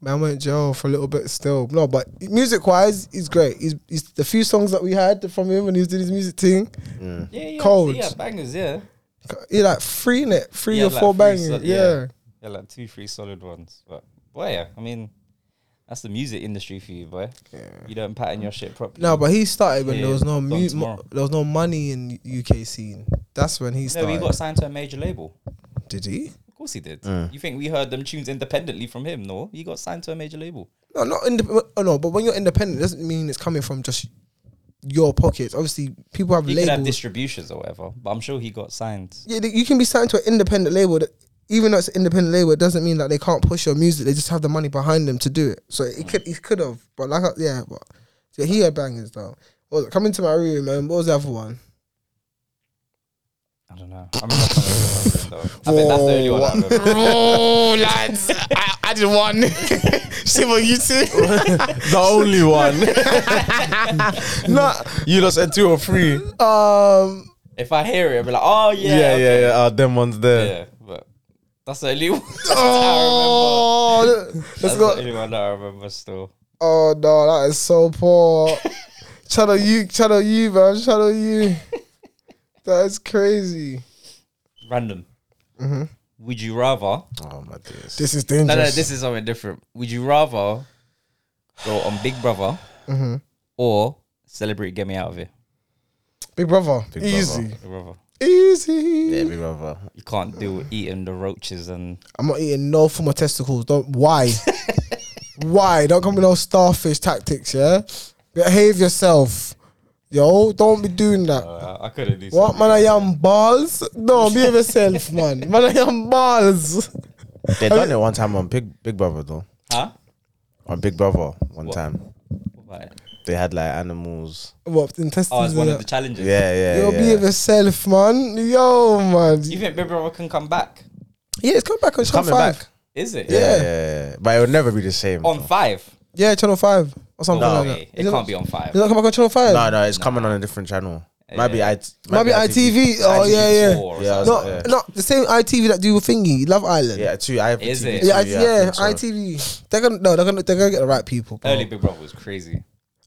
B: Man went jail for a little bit still. No, but music wise, he's great. He's, he's the few songs that we had from him when he was doing his music thing.
A: Yeah, yeah.
B: Cold.
A: Yeah, bangers. Yeah.
B: He like three in it, three
A: Yeah,
B: or
A: like
B: four
A: three
B: bangers.
A: so-
B: yeah.
A: yeah. Yeah, like two, three solid ones. But boy, yeah, I mean, that's the music industry for you, boy. You don't pattern your shit properly.
B: No, but he started when
A: Yeah,
B: there was no
A: done
B: mu-
A: tomorrow.
B: mo- there was no money in UK scene. That's when he
A: no,
B: started.
A: he got signed to a major label.
B: Did he?
A: Of course he did. You think we heard them tunes independently from him? No, he got signed to a major label.
B: No, not independent. Oh no, but when you're independent, it doesn't mean it's coming from just your pockets. Obviously, people have
A: He could have
B: labels.
A: distributions or whatever, but I'm sure he got signed.
B: yeah, you can be signed to an independent label. That, even though it's an independent label, it doesn't mean that they can't push your music. They just have the money behind them to do it. So it could, it could have. But like, I- yeah, but yeah, he had bangers though. Well, coming to my room, man. What was the other one?
A: I don't know. I remember something though. I think that's the only one I remember.
B: Oh, lads, I, I did one. See what you two.
C: the only one.
B: no,
C: you lost at two or three.
B: um,
A: If I hear it, I'll be like, oh yeah,
C: Yeah, yeah,
A: okay.
C: yeah. Uh, them ones there.
A: yeah. But that's the only one.
B: oh,
A: that's
B: let's
A: the
B: go.
A: only one that I remember still.
B: Oh no, that is so poor. channel you, channel you, man, channel you. That is crazy.
A: Random. Would you rather?
C: Oh my dears.
B: This is
A: No,
B: dangerous.
A: no, this is something different. Would you rather go on Big Brother or Celebrity Get Me Out of Here?
B: Big Brother,
C: Big
B: easy,
A: Big Brother.
B: easy.
C: Yeah, big brother.
A: You can't deal with eating the roaches and
B: I'm not eating no form of testicles. Don't why, why? Don't come with no starfish tactics. Yeah, behave yourself. Yo, don't be doing that.
A: Uh, I couldn't do
B: What
A: something.
B: man, I am balls. No, be yourself, man. Man, I am balls.
C: They done it one time on Big Big Brother though.
A: Huh?
C: On Big Brother one time.
A: What about it?
C: They had like animals.
B: What
A: Oh, it's
B: intestines?
A: one
B: and
A: of the
B: that.
A: challenges.
C: Yeah, yeah.
B: Yo,
C: yeah.
B: be yourself, man. Yo, man.
A: Do you think Big Brother can come back?
B: Yeah, it's coming back on Channel
C: coming
B: Five.
C: back.
A: Is it?
C: Yeah, yeah, yeah, yeah. But it would never be the same.
A: On five?
B: Yeah, Channel Five or something
A: No,
B: like
A: way.
B: that.
A: it
B: Is
A: can't be on five.
B: Is that come back on Channel Five?
C: no, no, it's coming on a different channel. Might be
A: Yeah.
C: I. Might,
B: Might be ITV. Oh yeah, yeah.
A: Four or
C: Yeah,
A: something.
B: No,
C: Yeah.
B: no, the same ITV that do thingy, Love Island.
C: Yeah, two. I
A: Is it?
B: Yeah, I-
C: I
B: yeah,
C: think so.
B: ITV. They're gonna no, they're gonna they're gonna get the right people. bro.
A: Early Big Brother was crazy.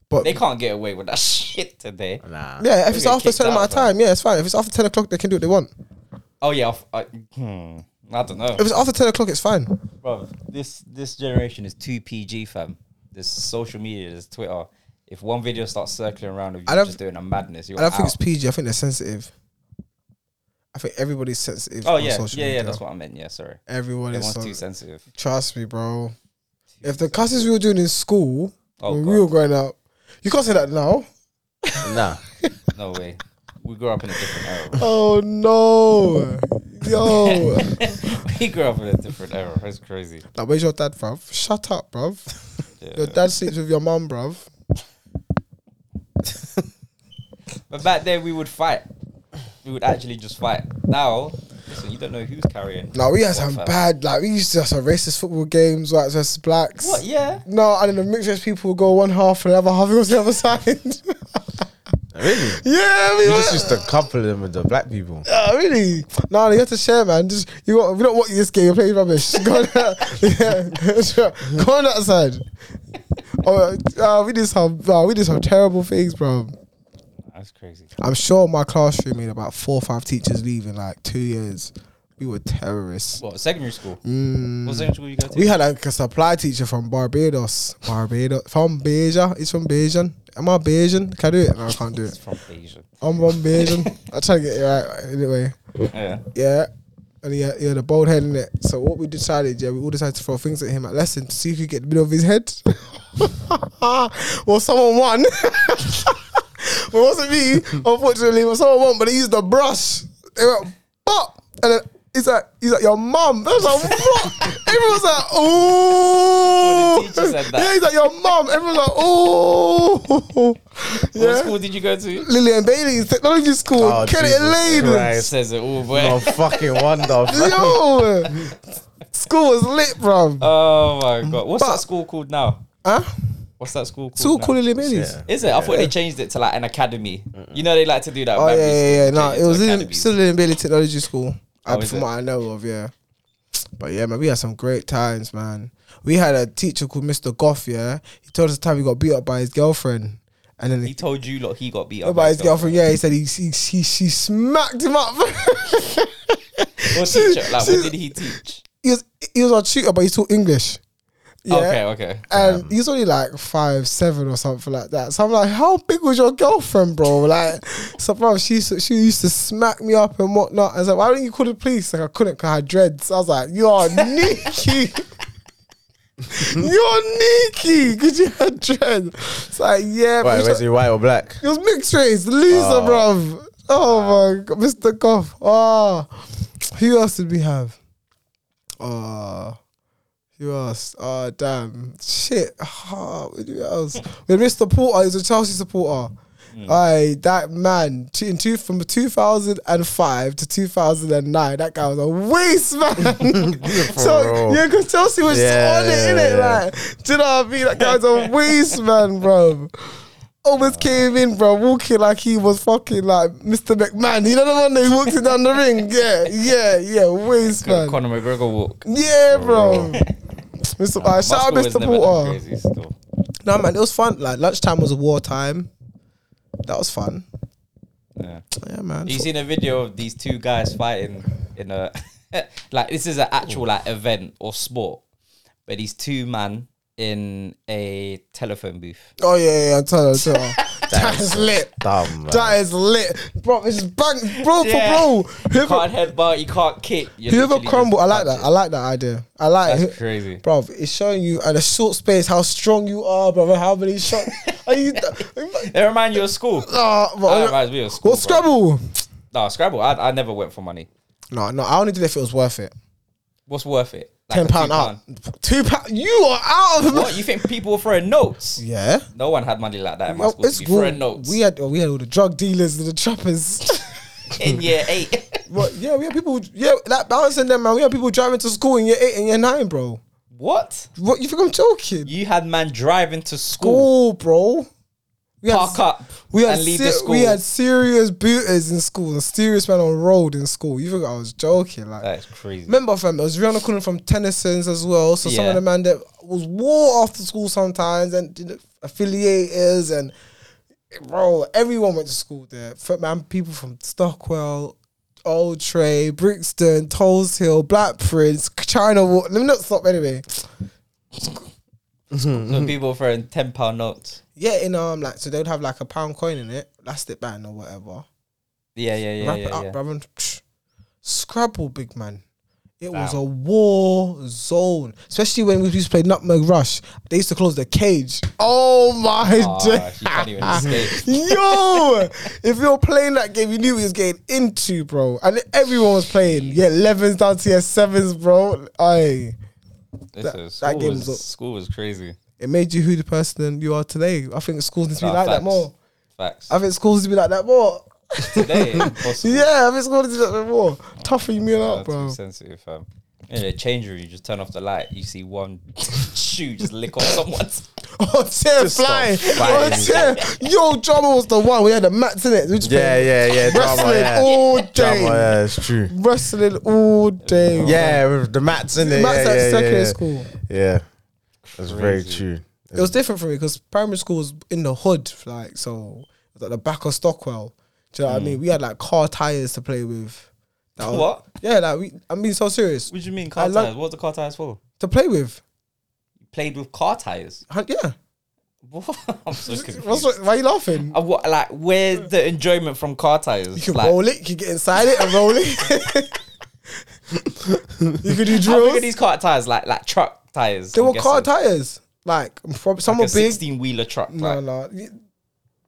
B: But
A: They can't get away with that shit today.
C: Nah.
B: yeah, if
A: They
B: it's
A: get
B: after a
A: kicked
B: certain amount of
A: out,
B: time, yeah, it's fine. If it's after ten o'clock, they can do what they want.
A: Oh yeah, off- I, hmm, I don't know,
B: If it's after ten o'clock, it's fine.
A: bro. This this generation is too PG, fam. There's social media, there's Twitter. If one video starts circling around of you
B: I don't-
A: just doing a madness, you're
B: I don't
A: out.
B: think it's PG. I think they're sensitive. I think everybody's sensitive.
A: oh
B: on
A: yeah,
B: social
A: yeah, yeah.
B: media.
A: That's what I meant. Yeah, sorry.
B: Everyone is.
A: Everyone's
B: so-
A: too sensitive.
B: Trust me, bro. If the classes we were doing in school
A: Oh,
B: when
A: God.
B: we were growing up, you can't say that now.
C: Nah.
A: No way. We grew up in a different era. bro.
B: Oh no, yo.
A: we grew up in a different era. It's crazy.
B: Like, where's your dad, bruv? Shut up, bruv.
A: Yeah.
B: Your dad sleeps with your mum, bruv.
A: But back then, we would fight. We would actually just fight. Now, listen, you don't know who's carrying.
B: Now we had
A: What,
B: some
A: fam?
B: bad, like we used to have some racist football games, whites versus blacks.
A: What? Yeah.
B: No, and then the mixed race people would go one half and the other half goes the other side.
C: Really?
B: yeah, we
C: You
B: were,
C: just used to couple them with the black people.
B: uh, really. No, you have to share, man. Just you, got, we don't want you this game. You're playing rubbish. go on, yeah, sure. go on that side. Oh, uh, we did some, uh, we did some terrible things, bro.
A: That's crazy.
B: I'm sure my classroom made about four or five teachers leave in like two years. We were terrorists. Mm.
A: What secondary school? What secondary school you go to?
B: We had like, a supply teacher from Barbados. Barbados. From Beja. He's from Bejan. Am I Bejan? Can I do it? No, I can't do
A: It's
B: it.
A: from Asia.
B: I'm from Bejan. I try to get it right anyway.
A: Yeah.
B: Yeah. And he had, he had a bald head in it. So what we decided, yeah, we all decided to throw things at him at lesson to see who could get the middle of his head. well, someone won. but it wasn't me, unfortunately. But someone won, but he used the brush. They went, bop. And then he's like, he's like, your mum. That's like, what? Everyone's like,
A: Oh,
B: oh.
A: the teacher said that.
B: Yeah, he's like, your mum. Everyone's like, oh.
A: What
B: yeah.
A: school did you go to?
B: Lillian Bailey's technology school.
C: Oh,
B: Get it,
C: Jesus
B: ladies.
C: Christ.
A: says it all, boy.
C: No fucking wonder.
B: Yo, school was lit, bro.
A: Oh my god. What's
B: But-
A: that school called now?
B: huh?
A: What's that school called?
B: Two
A: now?
B: cool little minis.
C: Yeah.
A: Is it? I thought they changed it to like an academy. You know they like to do that.
B: Oh yeah,
A: Banbury
B: yeah, yeah.
A: school,
B: No,
A: change
B: it was
A: to
B: in,
A: academies.
B: still in Bailey Technology School, uh,
A: Oh, is
B: from
A: it?
B: what I know of. Yeah, but yeah, man, we had some great times, man. We had a teacher called Mr. Goff. Yeah, he told us the time he got beat up by his girlfriend, and then
A: He told you lot he got beat up
B: about his girlfriend. Yeah, he said he, he she she smacked him up.
A: What teacher? Like,
B: she's-
A: what did he teach?
B: he was he was our tutor, but he taught English. Yeah.
A: Okay, okay.
B: And he's only like five seven or something like that. So I'm like, how big was your girlfriend, bro? Like, so bro, she used to, she used to smack me up and whatnot. I was like, why didn't you call the police? Like I couldn't because I had dreads. I was like, you are Nikki. You're Nikki because you had dreads. It's like, yeah,
C: Wait,
B: but
C: was
B: it
C: he white or black?
B: was mixed race, loser, bruv. Oh my god, Mr. Goff. Oh, who else did we have? Oh, who else? Oh, damn. Shit. Oh, who else? we had Mr. Porter, he's a Chelsea supporter. Aye, that man, t- in two, from 2005 to 2009, that guy was a waste, man. so,
C: real.
B: yeah, because Chelsea was
C: Yeah,
B: on it,
C: yeah,
B: innit?
C: yeah.
B: Like, do you know what I mean? That guy was a waste, man, bro. Almost came in, bro, walking like he was fucking like Mr. McMahon. You know the one that he walked in down the ring? Yeah, yeah, yeah, waste, man.
A: Conor McGregor walk.
B: Yeah, bro. Mr. Uh,
A: My
B: shout
A: school
B: out
A: was
B: Mr.
A: never that
B: Porter.
A: crazy still.
B: No man, it was fun. Like lunchtime was a war time. That was fun.
A: Yeah.
B: Yeah, man.
A: You seen a video of these two guys fighting in a like this is an actual like event or sport, but these two man in a telephone booth.
B: Oh yeah, yeah. yeah, Tell her, tell her. that is lit.
C: Damn, man.
B: That is lit, bro. It's bank, bro,
A: Yeah.
B: for bro.
A: You
B: Whoever,
A: can't headbutt, you can't kick. you're
B: whoever
A: literally just
B: crumble, I like
A: punching.
B: that. I like that idea. I like
A: That's
B: who-
A: crazy.
B: Bro, it's showing you at a short space how strong you are, brother. How many shots are you?
A: They remind you of school.
B: Ah, bro,
A: That reminds me of school.
B: what
A: bro.
B: Scrabble?
A: No, Scrabble. I, I never went for money.
B: No, no, I only did it if it was worth it.
A: What's worth it? Like
B: Ten
A: a
B: pound out,
A: £2.
B: two pound. You are out of
A: What you think people were throwing notes?
B: yeah.
A: No one had money like that in my
B: Well,
A: school.
B: it's
A: you
B: good.
A: throwing notes
B: We had oh, we had all the drug dealers and the trappers.
A: in year eight.
B: What? Yeah, we had people. Yeah, like balancing them, man. We had people driving to school in year eight and year nine, bro.
A: what?
B: What you think I'm joking?
A: You had man driving to school,
B: School, bro. We
A: park up,
B: We had
A: and leave
B: se-
A: the school.
B: we had serious booters in school and serious men on road in school. You think I was joking? Like,
A: That's crazy.
B: remember, fam, it was Rihanna calling from Tennyson's as well. So some
A: Yeah.
B: of the man that was war after school sometimes and did affiliators and bro, everyone went to school there. F- Man, people from Stockwell, Old Trey, Brixton, Tolls Hill, Black Prince, China. Wa- Let me not stop anyway.
A: So people were throwing ten pound notes.
B: Yeah, in um, like so they would have like a pound coin in it, that's it, band or whatever.
A: Yeah, yeah, yeah,
B: wrap
A: yeah.
B: it up,
A: yeah.
B: brother. Psh. Scrabble, big man. It was a war zone, especially when we used to play Nutmeg Rush. They used to close the cage. Oh my
A: Ah,
B: day.
A: she can't even escape.
B: Yo, if you were playing that game, you knew we was getting into, bro. And everyone was playing. Yeah, 11s down to your 7s, bro. Aye.
A: This
B: That-
A: is-
B: that
A: school,
B: game
A: was,
B: was-
A: school was crazy.
B: It made you who the person you are today. I think schools need to be
A: Nah,
B: like that
A: Ah, facts.
B: more.
A: Facts.
B: I think schools need to be like that more.
A: Today, possible.
B: Yeah, I think schools need to be like that more. Toughen me
A: Uh,
B: up,
A: to
B: Oh, bro.
A: be sensitive, fam. In a change room, you just turn off the light. You see one shoe just lick on someone's.
B: Oh, tear
C: Just
B: flying.
C: stop
B: Oh,
C: fighting.
B: tear. Yo, drama was the one. We had the mats in it. We just
C: Yeah,
B: played
C: yeah, yeah. Drama,
B: Wrestling
C: yeah.
B: all day.
C: Drama, yeah, it's true.
B: Wrestling all day.
C: Yeah, with the mats in it.
B: Mats
C: yeah,
B: at
C: yeah,
B: secondary
C: yeah.
B: school.
C: Yeah, that's very
A: Crazy.
C: true.
B: It was different for me because primary school was in the hood, like so it was at the back of Stockwell. Do you
C: Mm.
B: know what I mean? We had like car tires to play with. That was-
A: What?
B: Yeah, like we. I'm being so serious
A: What do you mean car
B: I like-
A: tires? What was the car tires for?
B: to play with.
A: You played with car tires.
B: Huh, Yeah.
A: I'm so confused.
B: What's wrong- why are you laughing?
A: Uh, what, like where's the enjoyment from car tires?
B: You can
A: like,
B: roll it. You can get inside it and roll it. you can do
A: how big
B: drills.
A: are these car tires? Like like truck tires.
B: They
A: I'm
B: were car
A: guessing.
B: tires. Like prob- some
A: Like a
B: were big.
A: sixteen wheeler truck.
B: No,
A: like,
B: no. Y-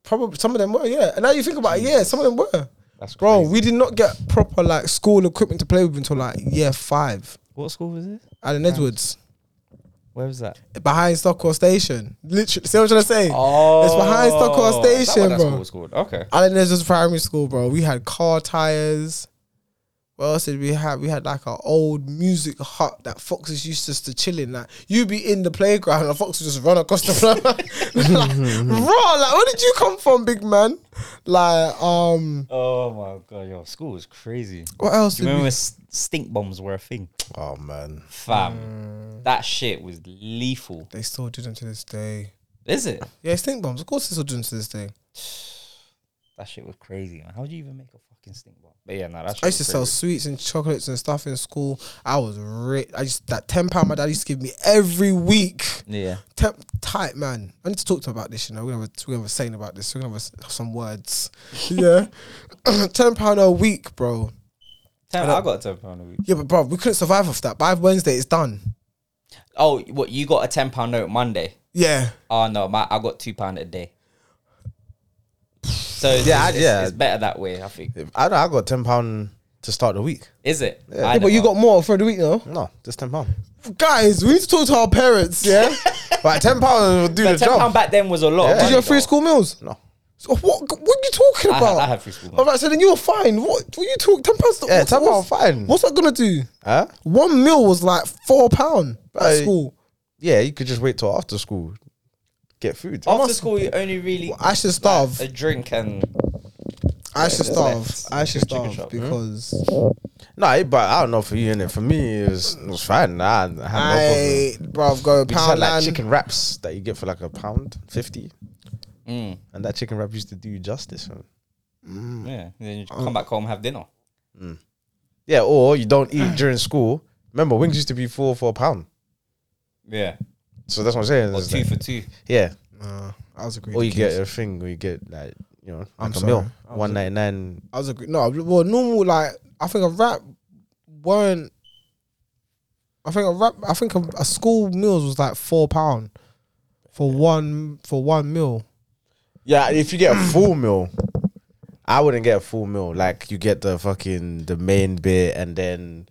B: Probably some of them were, yeah. And now you think about it, yeah, some of them were.
A: That's
B: Bro,
A: crazy.
B: we did not get proper like school equipment to play with until like year five.
A: What school was it?
B: Alan Edwards.
A: Where was that?
B: Behind Stockwell Station. Literally see what I'm trying to say?
A: Oh,
B: it's behind Stockwell
A: that's why
B: Station,
A: that
B: bro.
A: school was called. Okay.
B: Alan Edwards primary school, bro. We had car tires. What else did we have? We had like an old music hut that foxes used just to chill in. Like you'd be in the playground and fox would just run across the floor. like, raw, like where did you come from, big man? Like, um,
A: Oh my god, your school was crazy.
B: what else
A: Do you
B: did
A: remember
B: we
A: when s- stink bombs were a thing?
C: Oh man,
A: Fam, that shit was lethal.
B: they still do them to this day.
A: Is it?
B: Yeah, stink bombs. Of course they still do them to this day.
A: That shit was crazy, man. How would you even make a fucking stink bomb? But yeah, no, that shit
B: I used to
A: was
B: sell
A: crazy.
B: sweets and chocolates and stuff in school. I was rich. I just that ten pound my dad used to give me every week.
A: Yeah.
B: Temp tight man. I need to talk to him about this. You know, we're gonna have a, we're gonna have a saying about this. We're gonna have a s some words. yeah, ten pound a week, bro.
A: Ten, I got a ten pound a week.
B: Yeah, but bro, we couldn't survive off that. By Wednesday, it's done.
A: Oh, what you got a ten pound note Monday?
B: Yeah,
A: Oh no, my I got two pound a day. So it's,
C: Yeah,
A: it's,
C: yeah.
A: it's better that way. I think
C: If- I know I got ten pound to start the week.
A: is it? I
B: yeah,
A: don't
B: but you
A: know.
B: got more for the week, though.
C: No, just ten pound.
B: Guys, we need to talk to our parents. Yeah,
C: But ten pound will do
A: But
C: the
A: ten pound
C: job.
A: back then was a lot. of
C: Yeah. Did
B: did
A: money,
B: you have free
A: though.
B: school meals?
C: No,
B: So what? What are you talking
A: I
B: about?
A: had, I had free school.
B: All
A: money.
B: right, so then you were fine. What? What you talk? Ten pounds.
C: yeah,
B: what's-
C: ten pound
B: what's-
C: fine.
B: What's that gonna do?
C: Huh?
B: One meal was like four pound at
C: Uh,
B: school.
C: Yeah, you could just wait till after school, get
B: Oh,
C: food.
A: After school, you only really
B: I should starve.
A: a drink and
B: I should
A: it's
B: starve.
A: left.
B: I should
A: Chicken
B: starve
A: shop.
B: because
C: hmm? No, but I don't know for you innit? For me, it was, it was fine. Nah, I had no problem.
B: I, bro, go
C: We just had
B: pound
C: like
B: land.
C: chicken wraps that you get for like a pound fifty,
A: Mm,
C: and that chicken wrap used to do you justice. Man.
A: yeah. Then you come back home have dinner.
C: Yeah, or you don't eat during school. Remember, wings used to be four for a pound.
A: Yeah,
C: So that's what I'm saying.
A: or
C: It's
A: two
C: like-
A: for two.
C: yeah,
B: Nah, I was agreeing.
C: Or you
B: with
C: get
B: Keys.
C: a thing, or you get like you know,
B: I'm
C: like a
B: sorry.
C: meal,
B: I was
C: one ninety nine.
B: I was agree. No, well, normal like I think a rap weren't. I think a rap. I think a, a school meals was like four pound for one for one meal.
C: Yeah, if you get a full meal, I wouldn't get a full meal. Like you get the fucking the main bit, and then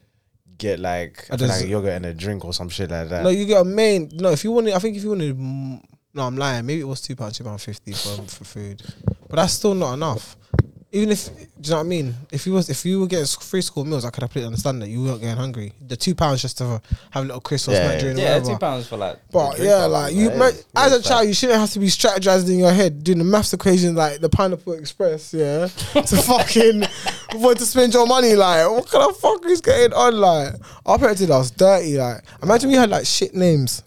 C: get like,
B: A
C: I feel like
B: dessert.
C: a yogurt and a drink or some shit like that.
B: No, you get a main. No, if you wanted, I think if you wanted, mm, no, I'm lying. Maybe it was two pound, two pound fifty for um, for food, but that's still not enough. Even if do you know what I mean? If you was if you were getting s- free school meals, I could completely understand that you weren't getting hungry. The two pounds just to have a little crisp or
C: Yeah,
B: snack
C: yeah.
B: during
A: Yeah,
B: whatever.
A: two pounds for like.
B: But yeah, like you,
C: that
B: man,
C: is-
B: as
C: yeah,
B: a child, you shouldn't have to be strategizing in your head doing the maths equation like the Pineapple Express, yeah, to fucking what to spend your money. Like, what kind of fuck is getting on? Like, our parents did us dirty. Like, imagine we had like shit names.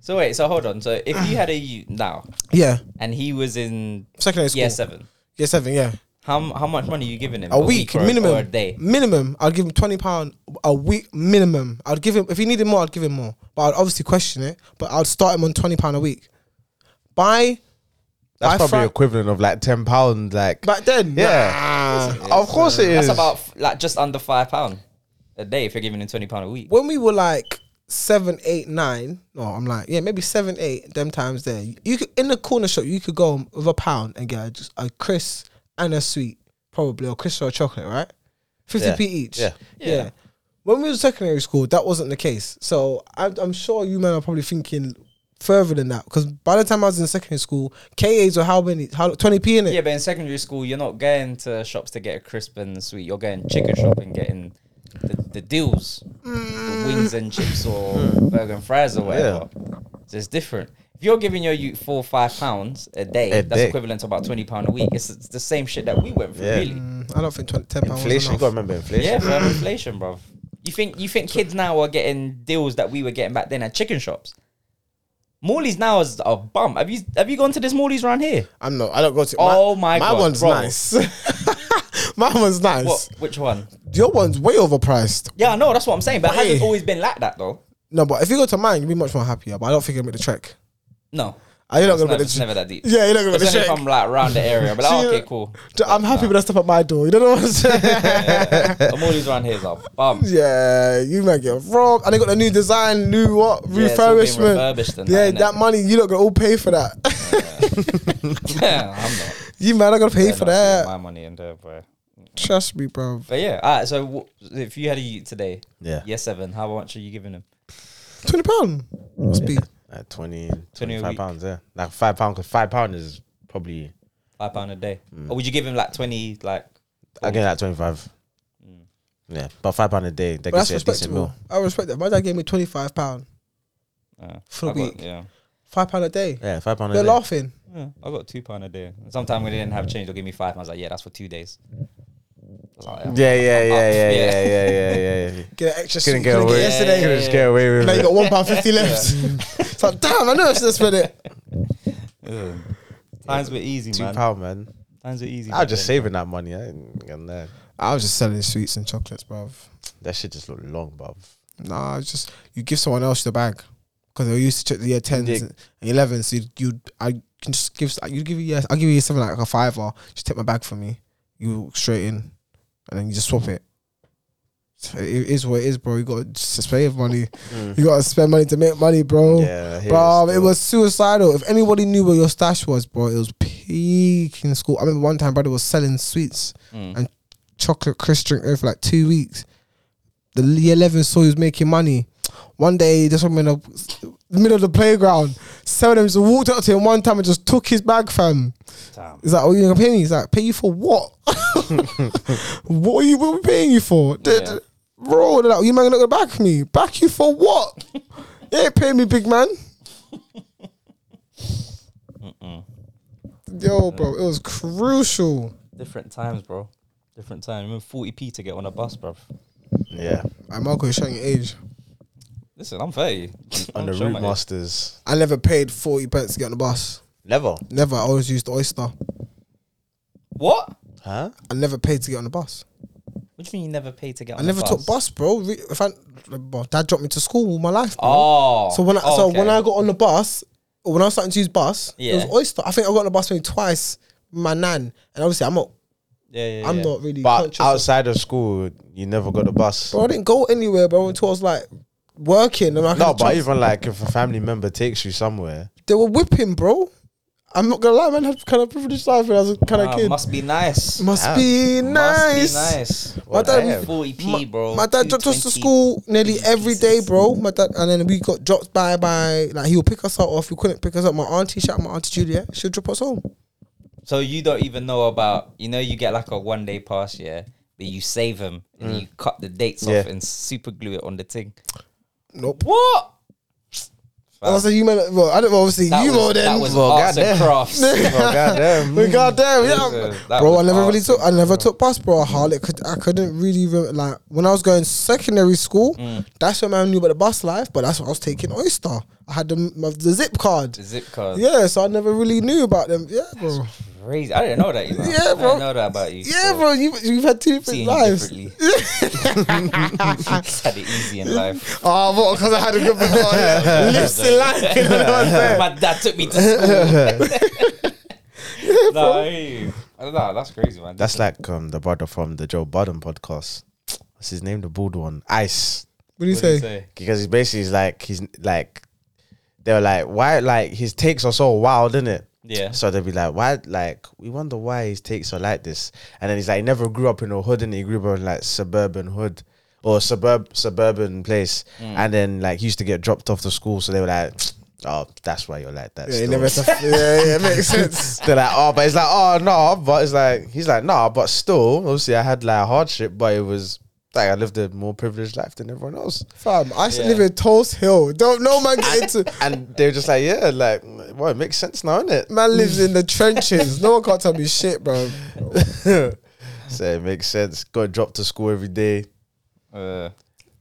A: So wait, so hold on. So if you had a youth now
B: Yeah,
A: and he was in
B: secondary school.
A: year seven,
B: year seven. Yeah,
A: how m- how much money are you giving him
B: a, week,
A: or-
B: minimum.
A: or a day?
B: minimum. I'd give him twenty pound a week minimum. I'd give him if he needed more, I'd give him more. But I'd obviously question it. But I'd start him on twenty pound a week. By
C: That's
B: by
C: probably
B: Fri-
C: equivalent of like ten pound. Like
B: back then.
C: yeah,
B: Nah.
C: of course it is.
A: That's about f- like just under five pound a day if you're giving him twenty pound a week.
B: when we were like seven, eight, nine, no, I'm like, yeah, maybe seven, eight, them times there. You could in the corner shop, you could go with a pound and get a, just a crisp and a sweet, probably, or crisp or a chocolate, right? 50p
C: Yeah.
B: each.
C: Yeah.
B: yeah. When we were secondary school, that wasn't the case. So I'm, I'm sure you men are probably thinking further than that because by the time I was in secondary school, KAs were how many? How 20p in it?
A: Yeah, but in secondary school, you're not going to shops to get a crisp and sweet. You're going chicken shop and getting the, the deals, the wings and chips or
B: Mm.
A: burger and fries or whatever. So it's different. If you're giving your youth four or five pounds a day,
C: A
A: that's
C: day.
A: equivalent to about twenty pound a week. It's, it's the same shit that we went through,
C: Yeah.
A: really.
B: Mm, I don't think 20, 10 pounds. Was
C: inflation. You gotta
B: enough.
C: remember inflation.
A: Yeah, for inflation, bruv. You think you think kids now are getting deals that we were getting back then at chicken shops? Morley's now is a bum. Have you have you gone to this Morley's round here?
B: I'm not. I don't go to.
A: Oh my
B: my
A: God,
B: one's
A: bro.
B: nice. my one's nice.
A: What? Which one?
B: Your one's way overpriced.
A: Yeah, I know. That's what I'm saying. But it hasn't
B: Why?
A: always been like that though.
B: No, but if you go to mine, you'll be much more happier. But I don't think you'll make the trek.
A: No,
B: Are you not
A: it's
B: gonna
A: never,
B: make
A: it's
B: the trek?
A: never that deep.
B: Yeah, you're not gonna make the
A: It's only
B: trek.
A: if I'm like around the area. But
B: See,
A: like,
B: you-
A: okay, cool.
B: I'm happy when I step at my door. You don't know what I'm saying?
A: I'm always around here, though. Bum.
B: yeah, you might get robbed. And they got the new design, new what
A: Yeah, it's all being
B: refurbishment.
A: refurbished and
B: yeah,
A: that, innit?
B: that money you not gonna all pay for that.
A: I'm not.
B: you man, I gotta pay
A: Yeah,
B: for
A: not seeing
B: that.
A: My money in there, bro.
B: Trust me, bro.
A: But yeah, all right. So w- if you had a youth today,
C: Yeah.
A: year seven, how much are you giving him?
B: Twenty pound. Speed.
C: Like
A: 20
C: 20,
A: a
C: 25
A: week.
C: pounds, yeah. Like five pound, because five pound is probably
A: Five pound a day,
B: Mm.
A: or would you give him like twenty? Like
C: again like twenty five.
A: Mm.
C: Yeah, but five pound a day that
B: But
C: gets
B: that's
C: you a decent
B: respectable.
C: meal.
B: I respect that. My dad gave me twenty five pound,
A: uh,
B: For a
A: I got-
B: week.
A: yeah,
B: five pound a day.
C: Yeah, five pound a
B: They're
C: day.
B: laughing.
A: yeah, I got two pound a day. Sometimes when they didn't have change, they'll give me five. I was like, yeah, that's for two days. I was like, yeah.
C: Yeah, yeah, yeah,
A: Up,
C: yeah,
A: yeah.
C: yeah, yeah, yeah, yeah. yeah.
B: Get an extra.
C: Couldn't
B: sweet,
C: get
B: couldn't
C: away.
B: yesterday.
A: yeah,
C: Couldn't
A: yeah.
C: get away with
B: Now you
C: it.
B: got one pound fifty left. it's like, damn, I know I should have spent it.
A: Ugh. Times were easy,
C: Two
A: man.
C: pound, man.
A: Times were easy.
C: I was
A: back
C: just
A: then.
C: saving that money. I ain't gonna lie.
B: I was just selling sweets and chocolates, bruv.
C: That shit just looked long, bruv.
B: Nah, it's just you give someone else the bag because they used to check the year tens
C: Yeah.
B: and elevens. So you, you, I can just give you give you yes, I'll give you something like a fiver. Just take my bag from me. You walk straight in, and then you just swap it. So It is what it is, bro. You got to spend money. You got to spend money to make money, bro.
C: Yeah, I hear
B: Bro,
C: you
B: it
C: still.
B: was suicidal. If anybody knew where your stash was, bro, it was peak in school. I remember one time, brother was selling sweets
A: Mm.
B: and chocolate crisp drink over like two weeks. The year 11 saw he was making money. One day, this woman in the middle of the playground, seven of them just walked up to him one time and just took his bag, fam.
A: Damn.
B: He's like, "Oh, you gonna pay me?" He's like, "Pay you for what? what are you what are we paying you for, D-
A: Yeah.
B: d- bro? They're like, oh, you man gonna back me? Back you for what? you ain't paying me, big man." Yo, bro, it was crucial.
A: Different times, bro. Different time. Remember forty p to get on a bus, bro.
C: Yeah,
B: And Marco, you're showing your age.
A: Listen, I'm thirty.
C: on
A: I'm
C: the
A: sure
C: route
A: my-
C: masters.
B: I never paid forty pence to get on the bus.
C: Never.
B: Never. I always used the oyster.
A: What?
C: Huh?
B: I never paid to get on the bus.
A: What do you mean you never paid to get?
B: I
A: on
B: never
A: the bus?
B: took bus, bro. Re- If I, bro, dad dropped me to school all my life. Bro.
A: Oh,
B: So when I
A: Oh,
B: so
A: okay.
B: when I got on the bus, when I was starting to use bus,
A: Yeah.
B: it was Oyster. I think I got on the bus maybe twice with my nan. And obviously, I'm not,
A: Yeah, yeah,
B: I'm
A: yeah.
B: not really
C: But
B: conscious. of-
C: outside of school, you never got the bus.
B: bro, I didn't go anywhere, bro, until I was like working. And I
C: No,
B: had a
C: but
B: chance-
C: even like if a family member takes you somewhere,
B: they were whipping, bro. I'm not gonna lie, man. I had kind of privileged life when I was a kind of
A: Ah,
B: kid. Must,
A: must be nice.
C: Yeah.
B: be nice.
A: Must be nice.
B: My dad,
C: Damn.
A: 40p, bro.
B: my dad dropped us to
A: 220.
B: school nearly every day, bro. My dad, and then we got dropped by by like he would pick us up, or if we couldn't pick us up, my auntie, shout out my auntie Julia, she'd drop us home.
A: So you don't even know about. You know, you get like a one day pass, yeah, but you save them and
B: Mm.
A: you cut the dates off
C: Yeah.
A: and super glue it on the thing.
B: Nope.
A: What?
B: I was like, you man, well, I don't know, obviously
A: That
B: you
A: was,
B: know then.
A: that was
C: Well,
A: arts and
C: goddamn.
A: crafts.
C: oh goddamn.
B: But goddamn, yeah.
A: Jesus, that
B: bro, I
A: was
B: never really
A: arts
B: took. I
A: and
B: never took bus, bro. I hardly could. I couldn't really re- like when I was going secondary school.
A: Mm.
B: That's when I knew about the bus life, but that's when I was taking Oyster. I had the my, the zip card.
A: the zip code.
B: Yeah, so I never really knew about them. Yeah, bro.
A: Crazy. I didn't know that. You know.
B: Yeah,
A: I
B: bro.
A: didn't know that about you.
B: Yeah,
A: So,
B: bro. You've, you've had two different
A: Seeing you
B: lives.
A: differently. Just had it easy in life.
B: Oh, well, because I had a good before. Yeah. Lives in life. You know what I'm saying?
A: My dad took me to school. nah, hey. nah, that's crazy, man.
C: That's like um the brother from the Joe Budden podcast. What's his name? The bald one, Ice.
B: What do you
A: What do you
B: say?
A: say?
C: because he's basically he's like he's like they were like why like his takes are so wild isn't it
A: Yeah.
C: so they'd be like why like we wonder why his takes are like this and then he's like he never grew up in a hood and he grew up in like suburban hood or suburb suburban place and then like he used to get dropped off to school so they were like oh that's why you're like that
B: Yeah, you
C: still."
B: never had to- yeah, yeah, it makes sense.
C: They're like, oh, but it's like, oh no, but it's like he's like, no, but still, obviously I had like hardship, but it was like I lived a more privileged life than everyone else.
B: Fam, I used to
A: Yeah.
B: live in Toast Hill. Don't know man get into.
C: And they were just like, yeah, like, well, it makes sense now, innit?
B: Man lives in the trenches. No one can't tell me shit, bro.
C: So it makes sense. Got dropped to school every day.
A: Uh,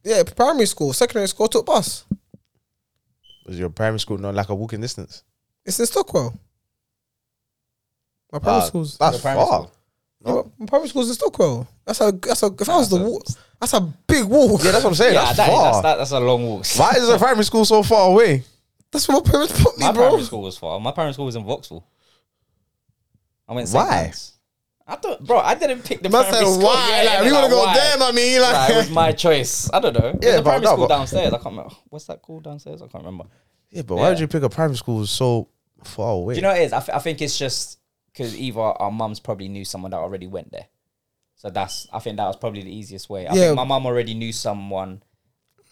B: Yeah, primary school, secondary school, I took bus.
C: Was your primary school not like a walking distance?
B: It's in Stockwell. My primary
C: Ah,
B: school's.
C: That's
A: Your primary
C: far.
A: school.
B: yeah, but my primary school's in Stockwell. That's a that's a. If I was the
A: Ah, that's a-
B: walk, that's a big walk.
C: Yeah, that's what I'm saying.
A: yeah,
C: that's
A: that,
C: far.
A: that's, that, that's a long walk.
C: Why is the primary school so far away?
B: That's where my parents put me,
A: My
B: bro.
A: primary school was far. My primary school was in Vauxhall. I went.
C: Why?
A: Why? I don't, bro. I didn't pick the
B: Man
A: primary
B: said,
A: school.
B: why?
A: Yeah,
B: like,
A: they're
B: we want to go
A: why?
B: there, I mean,
A: Like, it
B: like,
A: was my choice. I don't know.
C: Yeah,
A: Yeah,
C: but-
A: the primary
C: no,
A: school
C: but-
A: downstairs. I can't remember. What's that called downstairs? I can't remember.
C: Yeah, but why would
A: Yeah.
C: you pick a primary school so far away?
A: Do you know what it is? I, th- I think it's just because either our mums probably knew someone that already went there. So that's, I think that was probably the easiest way. I
B: Yeah.
A: think my mum already knew someone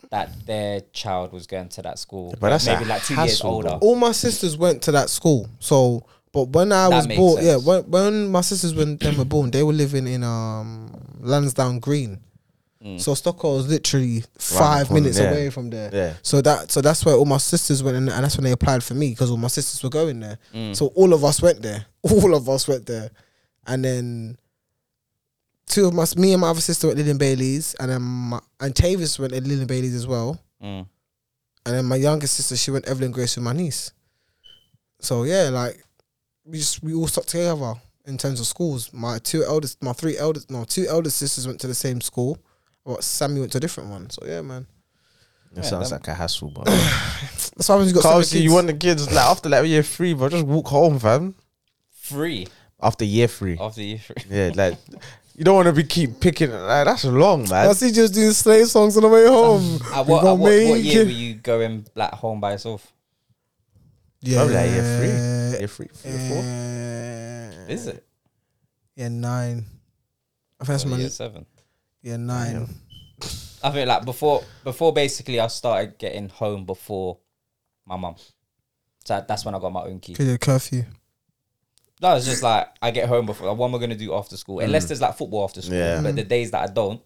A: that their child was going to that school.
C: but that's a
A: maybe like two years
C: hassle,
A: older.
C: bro.
B: all my sisters went to that school. So, but when I
A: That
B: was
A: makes
B: born,
A: sense.
B: yeah, when, when my sisters when them were born, they were living in um Lansdowne Green.
A: Hmm.
B: So Stockholm was literally five
C: corner,
B: minutes
C: yeah.
B: away from there.
C: Yeah.
B: So that so that's where all my sisters went, and, and that's when they applied for me because all my sisters were going there. So all of us went there. All of us went there, and then two of us, me and my other sister went Lillian Bailey's, and then my, and Tavis went at Lillian Bailey's as well.
A: Mm.
B: And then my youngest sister, she went Evelyn Grace with my niece. So yeah, like we just we all stuck together in terms of schools. My two eldest, my three eldest, no, two eldest sisters went to the same school. But Sammy went to a different one. So yeah, man.
C: It sounds like a hassle, but
B: That's why when you got seven
C: obviously
B: kids,
C: you want the kids like after like year three, but just walk home, fam.
A: Free
C: After year three,
A: after you free.
C: yeah, like you don't want to be keep picking. Like, that's long, man.
B: I see you just doing slave songs on the way home.
A: At
B: We
A: Uh, what, at
B: gonna
A: what, what
B: make
A: year
B: it.
A: were you going like home by yourself?
B: Yeah,
C: Probably like year three, year three, three or four.
B: Uh,
A: Is it? Oh,
B: Yeah, nine. I think that's
A: Or
B: my
A: year seven.
B: yeah nine.
A: I think like before before basically I started getting home before my mum. So that's when I got my own key.
B: Cause of curfew.
A: No, it's just like I get home before. Like, what am I gonna do after school? Unless there's like football after school.
C: Mm. Yeah.
A: But the days that I don't,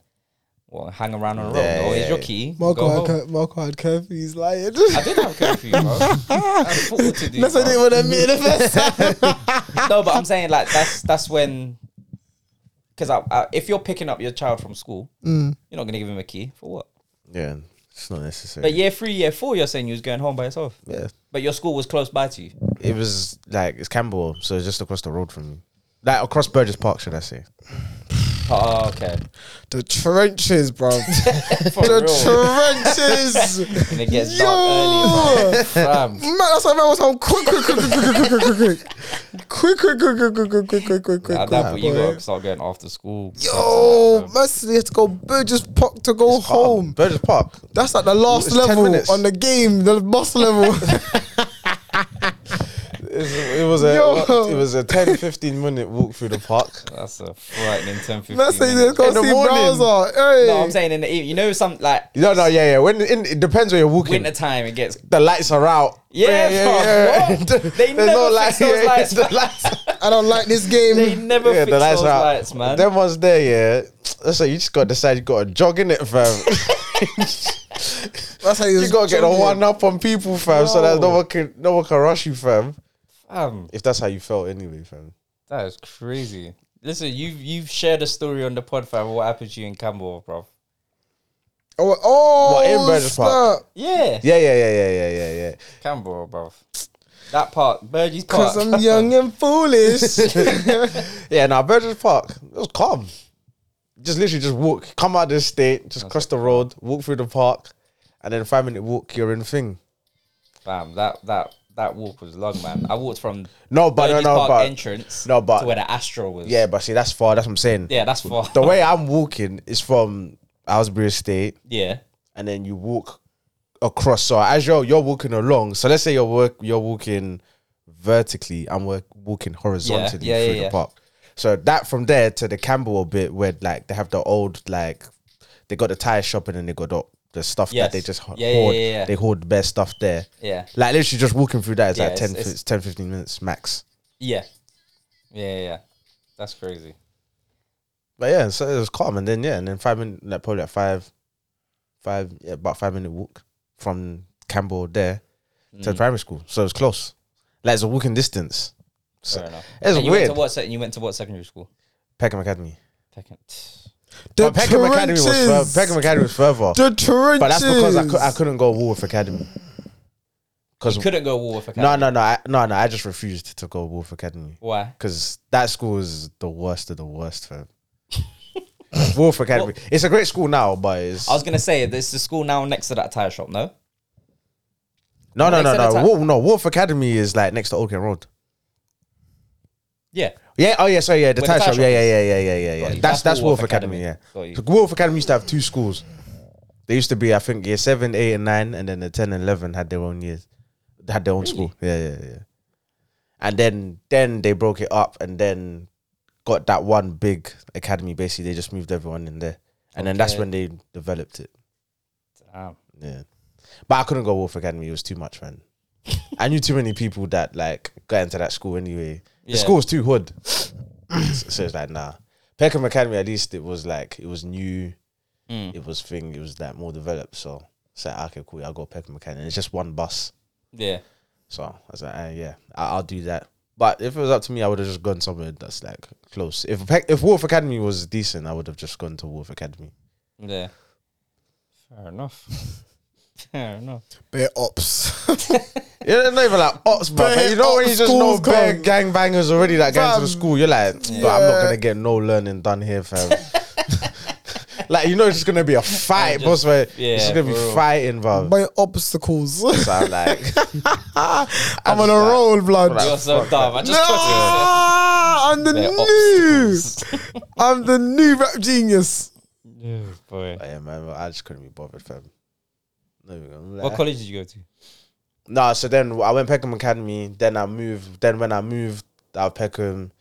A: well, hang around on the road.
C: Yeah,
A: oh,
C: yeah,
A: here's your
C: yeah.
A: key.
B: Marco
A: go
B: had,
A: home.
B: cur- Marco had curfew. He's lying.
A: I did have curfew, bro. I had football to do.
B: That's why I
A: bro.
B: didn't want to admit it the first time.
A: no, but I'm saying like that's that's when. Because I, I, if you're picking up your child from school, you're not gonna give him a key for what?
C: Mm. Yeah, it's not necessary.
A: But year three, year four, you're saying you was going home by yourself.
C: yeah.
A: But your school was close by to you.
C: It was like it's Campbell, so it's just across the road from me. Like across Burgess Park, should I say?
A: Oh, okay.
B: The trenches, bro.
A: For
B: the
A: real.
B: trenches.
A: And it gets dark
B: Yo.
A: early, fam. Fam.
B: Man, that's why I was on quick, quick, quick, quick, quick, quick, quick, quick, quick, quick, quick, quick, quick, quick, quick, quick,
A: At that
B: quick,
A: point, you
B: boy.
A: gotta start getting after school.
B: Yo, Mercy had to go Burgess Park to go home.
C: Burgess Park.
B: That's at the last
C: It's 10
B: level
C: minutes.
B: on the game, the boss level.
C: It's- It was a
B: Yo.
C: what- it was a 10, 15 minute walk through the park.
A: That's a frightening 10 15
B: Mercy had to
A: minutes.
B: go
C: In the
B: see
C: morning.
B: browser. Hey.
A: No, I'm saying in the evening. You know, some like
C: No, no, yeah, yeah. When in, it depends where you're walking.
A: winter time, it gets.
C: The lights are out.
A: Yeah, fam, what? They never fix those lights,
C: The
A: fam.
C: lights.
B: I don't like this
A: They
B: game.
A: never
C: yeah,
A: fix
C: the lights
A: those
C: are out.
A: lights, man.
C: Them ones there, yeah. That's like you just got to decide you got to jog in it, fam.
B: That's how
C: you got to get a one up on people, fam, so that no
A: No.
C: one can no one can rush you, fam.
A: Fam,
C: If that's how you felt, anyway, fam.
A: that is crazy. Listen, you've youve shared a story on the pod, fam. What happened to you in Campbell, bro?
B: Oh, oh
C: What, in Burgess Park?
B: snap.
A: Yeah,
C: Yeah, yeah, yeah, yeah, yeah, yeah, yeah.
A: Campbell, bro. That part, Burgess Park.
B: Cause I'm young and foolish.
C: Yeah, now Burgess Park, it was calm. Just literally just walk, come out of the state, just cross the road, walk through the park, and then five minute walk, you're in thing.
A: Fam, that that that walk was long, man. I walked from
C: No, but
A: Burgess
C: no, no,
A: Park
C: but
A: entrance
C: no, but-
A: to where the Astro was.
C: yeah, but see, that's far. That's what I'm saying.
A: yeah, that's far.
C: The way I'm walking is from Owlsbury Estate,
A: yeah,
C: and then you walk across. So as you're you're walking along, so let's say you're work you're walking vertically, I'm work, walking horizontally
A: yeah,
C: through
A: yeah,
C: the
A: yeah.
C: park. So that from there to the Campbell bit where like they have the old like they got the tire shop and then they got the, the stuff
A: Yes.
C: that they just ho-
A: Yeah, yeah,
C: hoard.
A: yeah, yeah.
C: They hoard the best stuff there.
A: yeah,
C: Like literally just walking through that is
A: Yeah,
C: like 10,
A: it's- it's-
C: fif- 10, 15 minutes max.
A: yeah, yeah, yeah. yeah. That's crazy.
C: But yeah, so it was calm, and then yeah, and then five minute, like probably like five, five, yeah, about five minute walk from Campbell there to
A: Mm.
C: primary school. So it was close, like it's a walking distance. So
A: Fair enough.
C: it's
A: And you
C: weird.
A: went to what? sec- You went to what secondary school?
C: Peckham Academy.
A: Second.
B: the
C: But Peckham Academy was
B: trenches.
C: further. Peckham Academy was further,
B: The trenches.
C: but that's because I, cou- I couldn't go Woolworth Academy. Because
A: Couldn't go Woolworth Academy.
C: no, no, no, I, no, no, I just refused to go Woolworth Academy
A: Why?
C: because that school is the worst of the worst. Fam. Woolworth Academy. it's a great school now, but it's
A: I was gonna say there's the school now next to that tire shop. No.
C: No, no,
A: Next
C: no,
A: to the
C: no.
A: top.
C: Wolf, no, Wolf Academy is like next to Oakham Road.
A: Yeah.
C: Yeah. Oh, yeah. Sorry. Yeah. The
A: Where the
C: tire
A: tire
C: shop.
A: shop
C: Yeah, yeah, yeah, yeah, yeah, yeah,
A: Got
C: yeah.
A: you.
C: That's that's Wolf
A: Woolworth
C: Academy.
A: Academy. Got
C: Yeah.
A: you.
C: So Wolf Academy used to have two schools. They used to be, I think, year seven, eight, and nine, and then the ten and eleven had their own years, They had their own school. Yeah, yeah, yeah. And then then they broke it up, and then got that one big academy. Basically, they just moved everyone in there, and then that's
A: Okay.
C: when they developed it.
A: Damn.
C: Yeah. But I couldn't go Wolf Academy. It was too much, man. I knew too many people that like got into that school anyway. The
A: Yeah.
C: school was too hood. so, so it's like, nah. Peckham Academy, at least it was like, it was new.
A: Mm.
C: It was thing. It was like more developed. So it's like, okay, cool. I'll go Peckham Academy. And it's just one bus.
A: Yeah.
C: So I was like, eh, yeah, I- I'll do that. But if it was up to me, I would have just gone somewhere that's like close. If Peck- if Wolf Academy was decent, I would have just gone to Wolf Academy.
A: Yeah. Fair enough. Fair enough.
B: Bare ops.
C: Yeah, they're not even like ops, bro.
B: Bare
C: you know when you
B: ops
C: just know
B: schools
C: bare
B: come.
C: gangbangers already that going to the
B: Fam.
C: school. You're like, but I'm not gonna get no learning done here, fam. like you know, it's just gonna be a fight, boss. Where it's just
A: yeah,
C: gonna be
A: for real.
C: fighting, bro.
B: Bare obstacles.
C: So I'm like, oh,
B: I'm on a
C: like-
B: roll, blood.
C: like,
A: You're so dumb. I just caught
B: Nah, I'm the
A: you.
B: new.
A: They're obstacles.
B: I'm the new rap genius.
A: Yeah, boy.
C: yeah, man, I just couldn't be bothered, fam. No, I'm like-
A: What college did you go to?
C: Nah, so then I went Peckham Academy. Then I moved. Then when I moved out of Peckham,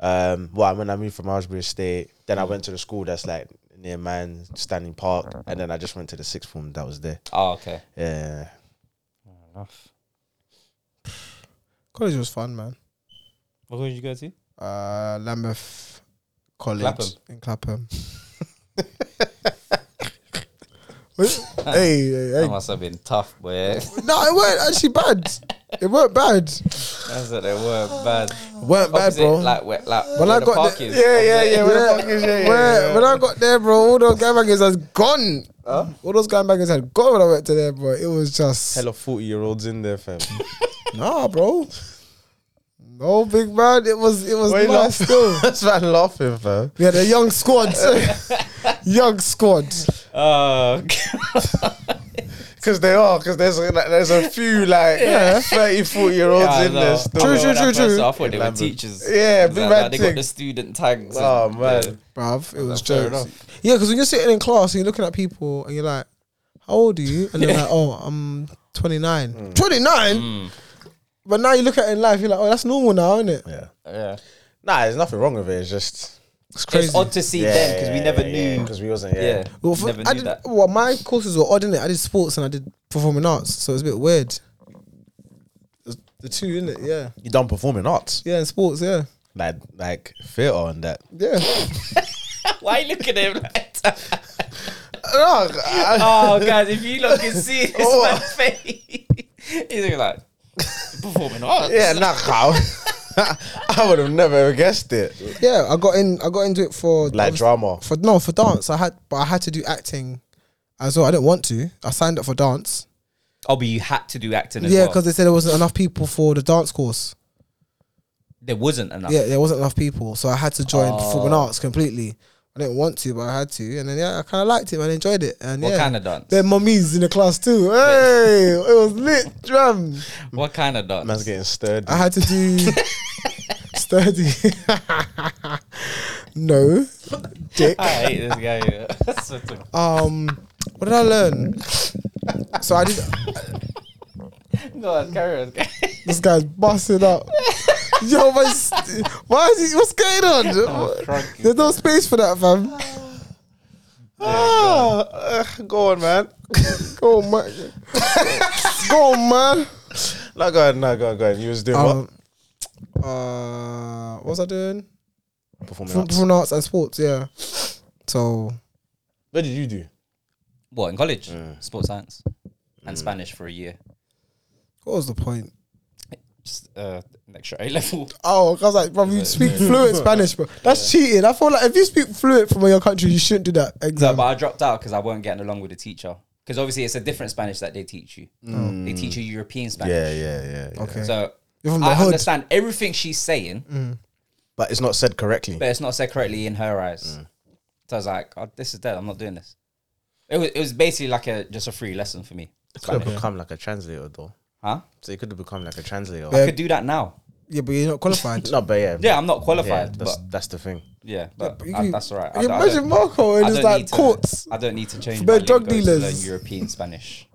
C: um, well, when I moved from Aylesbury Estate, then I went to the school that's like near mine, Stanley Park, and then I just went to the sixth form that was there.
A: Oh, okay.
C: Yeah,
A: Fair enough.
B: College was fun, man.
A: What college did you go to?
B: Uh, Lambeth College
A: Clapham.
B: in Clapham. Wait, hey, hey,
A: I
B: hey.
A: must have been tough, boy.
B: No, it weren't actually bad. It weren't bad.
A: That's what they were bad.
B: weren't bad,
A: Opposite,
B: bro.
A: Like, where, like
B: when
A: where
B: I
A: the
B: got
A: park
B: the-
A: is.
C: yeah, yeah, yeah.
B: Where-
C: Where the fuck is yeah, yeah,
B: where-
C: yeah.
B: When I got there, bro, all those gangbangers has gone. All those gangbangers had gone when I went to there, bro. It was just
C: Hell of forty year olds in there, fam.
B: nah, bro. No, big man. It was it was
C: Why not?
B: nice still.
C: That's why I'm laughing, bro.
B: We had a young squad. young squad.
A: Uh,
C: Because they are, because there's like, there's a few like 30, 40 year olds
A: yeah,
C: in there still.
B: True,
A: True,
B: true,
A: true,
B: true, true.
A: I thought they were
C: Lambert.
A: teachers.
C: Yeah, big
A: Like,
C: man
A: like, they got
C: thing.
A: the student tags.
C: Oh,
A: and-
C: man.
A: yeah.
B: Bruv, it was
C: fair
B: jokes. Yeah, because when you're sitting in class and you're looking at people and you're like, how old are you? And they're like, oh, I'm 29. 29?
A: Mm.
B: But now you look at it in life, you're like, oh, that's normal now, isn't it?
C: Yeah.
A: Yeah.
C: Nah, there's nothing wrong with it. It's just.
B: It's crazy.
A: It's odd to see them because we never knew.
C: Because we wasn't, yeah.
A: Yeah,
B: Well, for-
A: never
B: I
A: knew
B: did,
A: that.
B: well, my courses were odd, innit? I did sports and I did performing arts, so it's a bit weird. It's The two, innit? Yeah.
C: You done performing arts.
B: Yeah, and sports, yeah.
C: Like, like theatre and that.
B: Yeah.
A: Why are you looking at him like that?
C: No, I-
A: Oh, guys, if you look and see this
C: Oh.
A: man's face, he's looking like performing arts.
C: yeah, nah, how? I would have never ever guessed it.
B: yeah, I got in I got into it for
C: Like drama.
B: for no for dance. I had but I had to do acting as well. I didn't want to. I signed up for dance.
A: Oh, but you had to do acting as
B: Yeah,
A: well.
B: because they said there wasn't enough people for the dance course.
A: there wasn't enough.
B: Yeah, there wasn't enough people, so I had to join
A: Ah. Oh.
B: performing arts completely. I didn't want to, but I had to, and then yeah, I kind of liked it. man, I enjoyed it, and
A: What
B: yeah,
A: kind of dance?
B: their mummies in the class too. Hey, it was lit, drum.
A: What kind of dance?
C: Man's getting stirred.
B: I had to do sturdy. no, dick.
A: I hate this guy. yeah. That's so funny.
B: Um, what did I learn? So I did.
A: Go on, carry on.
B: This guy's busting up. Yo, my, st- why is he? What's going on?
A: Oh, crikey.
B: There's no space for that, fam.
C: Ah, uh, go on, man.
B: Go on, man. Go on, man.
C: No, go on, no, go on, go on. You was doing
B: Um, uh, what was I doing?
C: what? Performing arts.
B: Performing arts and sports. Yeah. So
C: What did you do?
A: What in college?
C: Mm.
A: Sports science and Spanish for a year.
B: what was the point?
A: Just uh, an extra A level.
B: Oh, 'cause I was like, bro, you speak fluent Spanish, bro. That's cheating. I feel like if you speak fluent from your country, you shouldn't do that
A: No,
B: exam.
A: but I dropped out because I weren't getting along with the teacher. Because obviously it's a different Spanish that they teach you. They teach you European Spanish.
C: Mm. Yeah, yeah, yeah. yeah.
B: Okay.
A: So
B: You're from the
A: I
B: hood. Mm.
A: understand everything she's saying,
C: But it's not said correctly.
A: but it's not said correctly in her eyes.
C: Mm.
A: So I was like, oh, this is dead. I'm not doing this. It was, it was basically like a just a free lesson for me.
C: Could have become like a translator though.
A: Huh?
C: So you could have become like a translator.
B: Yeah.
A: I could do that now.
B: yeah, but you're not qualified.
C: No, but yeah,
A: Yeah, I'm not
C: yeah,
A: qualified,
C: that's
A: but
C: that's the thing.
A: yeah,
B: Yeah,
A: but
B: but you
A: I-
B: can-
A: that's all right. I
B: you
A: don't- I
B: imagine
A: don't-
B: Marco and
A: I
B: it's
A: don't
B: like
A: need to-
B: courts.
A: I don't need to change
B: They're
A: my drug
B: drug
A: dealers. To learn
B: dealers.
A: European Spanish.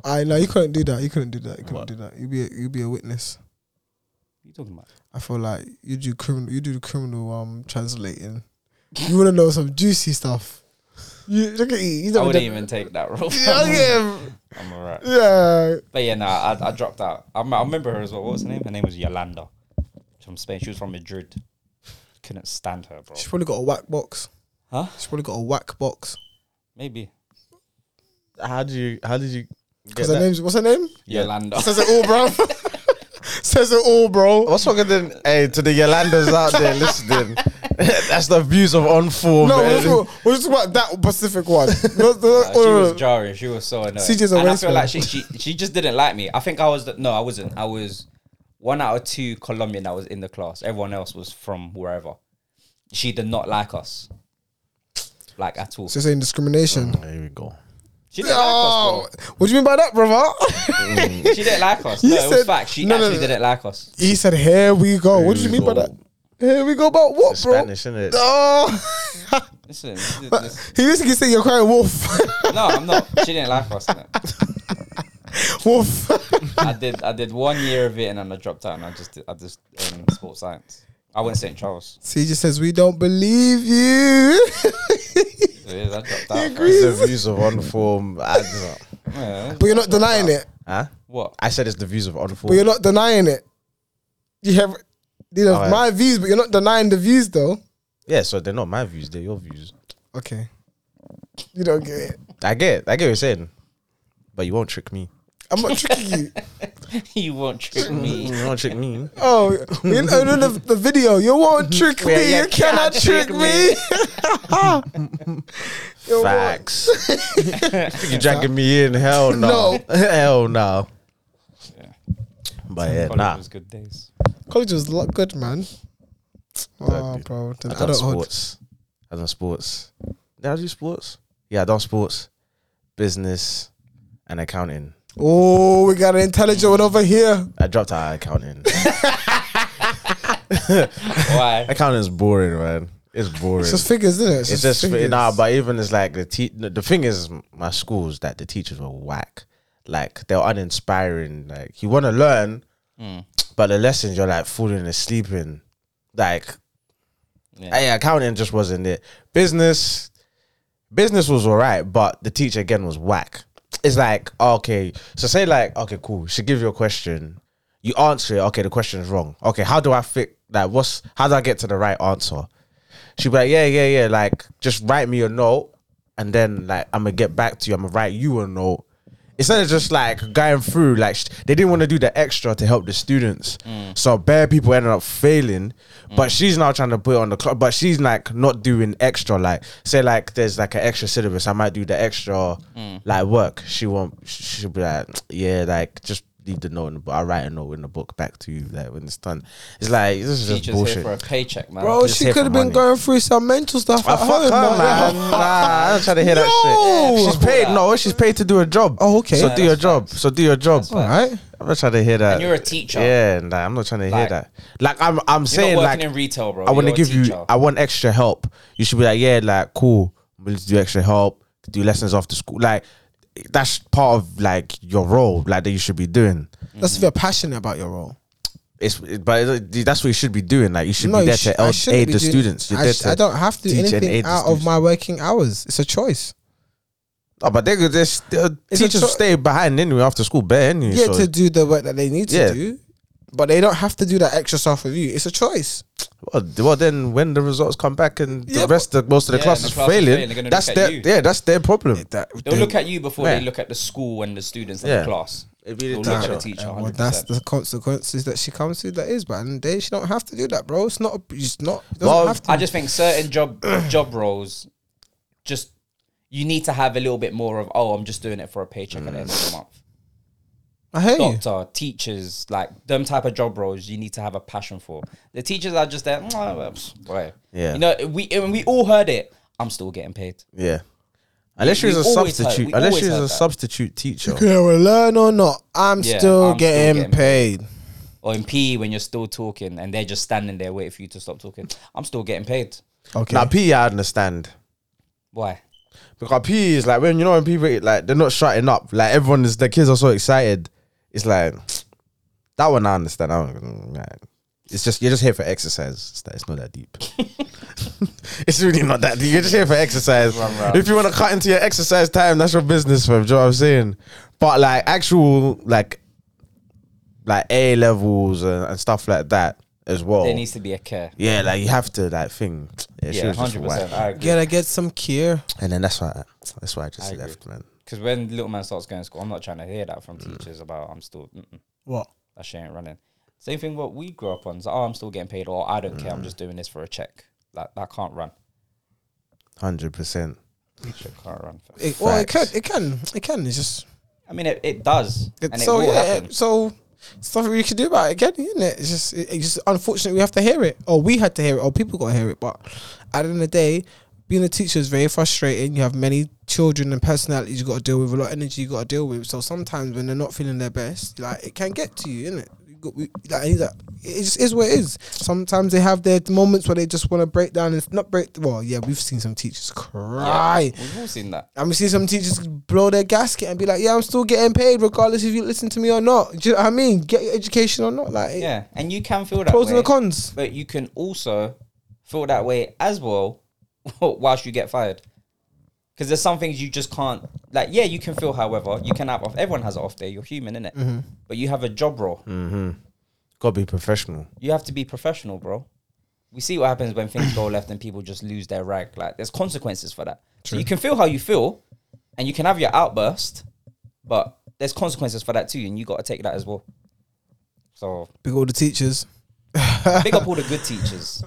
A: What
B: I know you couldn't do that. You couldn't do that. You couldn't do that. You'd be a, you'd be a witness.
A: are you talking about?
B: I feel like you do criminal. You do the criminal um translating. You want to know some juicy stuff. You look at you. He's
A: I
B: not
A: wouldn't
B: even-
A: even take that role.
B: Yeah, yeah,
A: I'm alright.
B: yeah.
A: But yeah, no, I, I dropped out. I, rem- I remember her as well. What was her name? Her name was Yolanda from Spain. She was from Madrid. Couldn't stand her, bro.
B: She's probably got a whack box.
A: Huh?
B: She's probably got a whack box.
A: Maybe
C: How do you? How did you? Get
B: Cause her name's what's her name?
A: Yolanda.
B: Says it all, bro. Says it all, bro.
C: What's wrong with the, hey, to the Yolandas out there listening? That's the views of on form.
B: No, we're
C: Oh, man.
B: just, talking- we're just talking about that Pacific one. No, no,
A: Uh,
B: no,
A: she
B: no, no.
A: was jarring. She was so annoying.
B: CJ's a
A: and I
B: waste
A: feel
B: man.
A: like she, she she just didn't like me. I think I was the, no, I wasn't. I was one out of two Colombian that was in the class. Everyone else was from wherever. She did not like us, like at all.
B: So you're saying discrimination.
C: Here we go.
A: She didn't
B: Oh,
A: like us.
B: what do you mean by that, brother?
A: Bro. She didn't like us.
B: You
A: No, it was
B: said-
A: fact. She
B: no, no,
A: actually
B: no.
A: didn't like us.
B: He said, "Here we go." what do you
C: we
B: mean by
C: go.
B: that? Here we go about what,
C: It's
B: bro?
C: Spanish, isn't it?
B: Oh,
A: Listen, this, this,
B: he basically said you're crying wolf,
A: No, I'm not. She didn't like us. innit?
B: wolf.
A: I did. I did one year of it, and then I dropped out, and I just, did, I just um, sports science. I went St Charles.
B: so he just says we don't believe you.
A: So yeah, I dropped
B: He
A: out. bro.
B: agrees.
C: It's the views of on form. I don't know.
A: Yeah.
B: but you're not denying it.
C: Huh?
A: What?
C: I said it's the views of on
B: But you're
C: form.
B: not denying it. You have these are
C: Alright.
B: my views, but you're not denying the views though.
C: Yeah, so they're not my views. They're your views.
B: Okay, you don't get it.
C: I get. I get what you're saying, but you won't trick me.
B: I'm not tricking you.
A: You won't trick
C: You
A: me.
C: won't trick me.
B: Oh, you know no, the, the video. You won't trick me.
A: Yeah, you
B: you cannot
A: can't
B: trick
A: trick
B: me. You won't.
C: Facts. you dragging me in? Hell no.
B: No.
C: Hell no.
A: Yeah.
C: But yeah,
A: College
C: nah.
A: was good days.
B: College was lo- good, man. Oh,
C: Exactly.
B: bro. Then
C: I done
B: adulthood.
C: sports. I done sports. Did I do sports? Yeah, I done sports, business, and accounting.
B: Oh, we got an intelligent one over here.
C: I dropped out of accounting.
A: Why?
C: accounting is boring, man. It's boring.
B: It's just figures, isn't it? It's,
C: it's just
B: figures.
C: nah, but even it's like the te- the thing is my schools that the teachers were whack, like they were uninspiring. Like you want to learn,
A: Mm.
C: but the lessons you're like falling asleep in. Like
A: Yeah.
C: hey, accounting just wasn't it. Business, business was alright, but the teacher again was whack. It's like okay, so say like okay, cool. She give you a question, you answer it. Okay, the question is wrong. Okay, how do I fix that? What's how do I get to the right answer? She'd be like, yeah, yeah, yeah. Like, just write me a note, and then like I'm gonna get back to you. I'm gonna write you a note. Instead of just like going through, like sh- they didn't want to do the extra to help the students,
A: Mm.
C: so bare people ended up failing. But she's now trying to put it on the clock, but she's like not doing extra. Like say like there's like an extra syllabus, I might do the extra
A: Mm.
C: like work. She won't. sh- She'll be like, yeah, like just leave the note, in the book. I write a note in the book back to you like when it's done. It's like this is just
A: Teachers here
C: bullshit.
A: for a paycheck, man.
B: Bro,
C: Just
B: she
C: here
B: could
C: for
B: have been
C: money.
B: going through some mental stuff.
C: I
B: at
C: fuck
B: home,
C: her, man. Nah, I don't try to hear that
B: Oh, No.
C: shit. She's paid. No, she's paid to do a job.
B: Oh, okay.
C: So
B: Yeah,
C: do your job. So do your job.
B: All right.
C: I'm not trying to hear that.
A: And you're a teacher.
C: Yeah, nah, I'm not trying to hear
A: Like-
C: that. Like I'm, I'm
A: You're
C: saying
A: not
C: like
A: working in retail, bro.
C: I want
A: You're
C: to
A: a
C: give you,
A: teacher.
C: I want extra help. You should be like, yeah, like cool. We'll do extra help. Do lessons after school. Like that's part of like your role. Like that you should be doing.
B: That's if you're passionate about your role.
C: It's but it- that's what you should be doing. Like you should be there
B: sh-
C: to
B: I
C: help
B: shouldn't
C: aid
B: be
C: the
B: doing-
C: students. You're
B: I,
C: there
B: sh-
C: to
B: I don't have to do
C: teach and
B: anything
C: aid the
B: out of
C: students.
B: my working hours. It's a choice.
C: Oh, but they could just uh,
B: It's a
C: teachers will
B: cho-
C: stay behind anyway after school, bare anyway.
B: Yeah,
C: so
B: to do the work that they need to
C: Yeah.
B: do, but they don't have to do that extra stuff with you. It's a choice.
C: well, th- well, then when the results come back and
B: Yeah,
C: the rest, of most of the
A: Yeah,
C: class
A: and the
C: is
A: class is
C: failing,
A: failing, they're gonna
C: that's
A: look at
C: their
A: you.
C: yeah, that's their problem.
A: They'll look at you before they
C: Yeah.
A: look at the school and the students
C: Yeah.
A: and the class.
C: It'd be
A: They'll
C: the
A: look at the
C: teacher.
A: teacher.
B: Yeah,
A: 100%.
B: well, that's the consequences that she comes to. That is, but and they she don't have to do that, bro. It's not. It's not. It doesn't
C: Well,
B: have to.
A: I just think certain job job roles, just you need to have a little bit more of. Oh, I'm just doing it for a paycheck at the end of the month.
B: I hear you.
A: Doctor, teachers, like them type of job roles, you need to have a passion for. The teachers are just there. "Mm, ah, well, pfft, whatever."
C: Yeah.
A: you know, we and we all heard it. I'm still getting paid.
C: Yeah, unless
A: We-
C: she's a
A: we always heard-
C: substitute,
A: we
C: unless
A: always
C: she's
A: heard
C: a
A: that.
C: substitute teacher.
B: Yeah, well, learn or not, I'm
A: Yeah,
B: still
A: I'm still
B: getting
A: getting
B: paid.
A: Or in PE, when you're still talking and they're just standing there waiting for you to stop talking, I'm still getting paid.
B: Okay.
C: Now PE, I understand.
A: Why?
C: Because PE is like when you know when people like they're not shutting up, like everyone is the kids are so excited. It's like that one I understand. I don't, like, it's just you're just here for exercise. It's, that, it's not that deep. it's really not that deep. You're just here for exercise.
A: Run round.
C: If you want to cut into your exercise time, that's your business, fam. Do you know what I'm saying? But like actual like like A levels and, and stuff like that as well.
A: There needs to be a care.
C: yeah, like you have to that thing. Yeah, she
A: Yeah,
C: was just
A: hundred percent.
C: whack.
A: I agree.
B: Gotta get some care.
C: And then that's why I, that's why I just
A: I agree.
C: left, man.
A: Because when little man starts going to school, I'm not trying to hear that from
C: Mm.
A: teachers about I'm still mm-mm,
B: What?
A: that shit ain't running. Same thing what we grew up on. It's like, oh, I'm still getting paid, or I don't care.
C: Mm.
A: I'm just doing this for a check. Like that can't run.
C: Hundred percent.
A: Shit can't run.
B: It, well, it can.
C: Facts.
B: It can. It can. It's just.
A: I mean, it, it does,
B: It,
A: and
B: so
A: it will
B: yeah.
A: happen.
B: So something we could do about it again, isn't it? It's just. It, it's just unfortunately we have to hear it, or we had to hear it, or people got to hear it. But at the end of the day, being a teacher is very frustrating. You have many children and personalities you got to deal with, a lot of energy you got to deal with. So sometimes when they're not feeling their best, like it can get to you, innit? You got- we- Like, it's like- it just is what it is. Sometimes they have their moments where they just want to break down and not break. Well, yeah, we've seen some teachers cry.
A: We've all seen that.
B: And we see some teachers blow their gasket and be like, "Yeah, I'm still getting paid, regardless if you listen to me or not." Do you know what I mean? Get your education or not, like
A: Yeah, and you can feel that
B: pros and
A: way,
B: the cons.
A: but you can also feel that way as well whilst you get fired. Because there's some things you just can't. Like, yeah, you can feel. However, you can have off. Everyone has an off day. You're human, innit?
B: Mm-hmm.
A: But you have a job role.
C: Gotta be professional.
A: You have to be professional, bro. We see what happens when things go left and people just lose their rag. Like, there's consequences for that. So you can feel how you feel, and you can have your outburst, but there's consequences for that too, and you got to take that as well. So
B: Big all the teachers.
A: big up all the good teachers.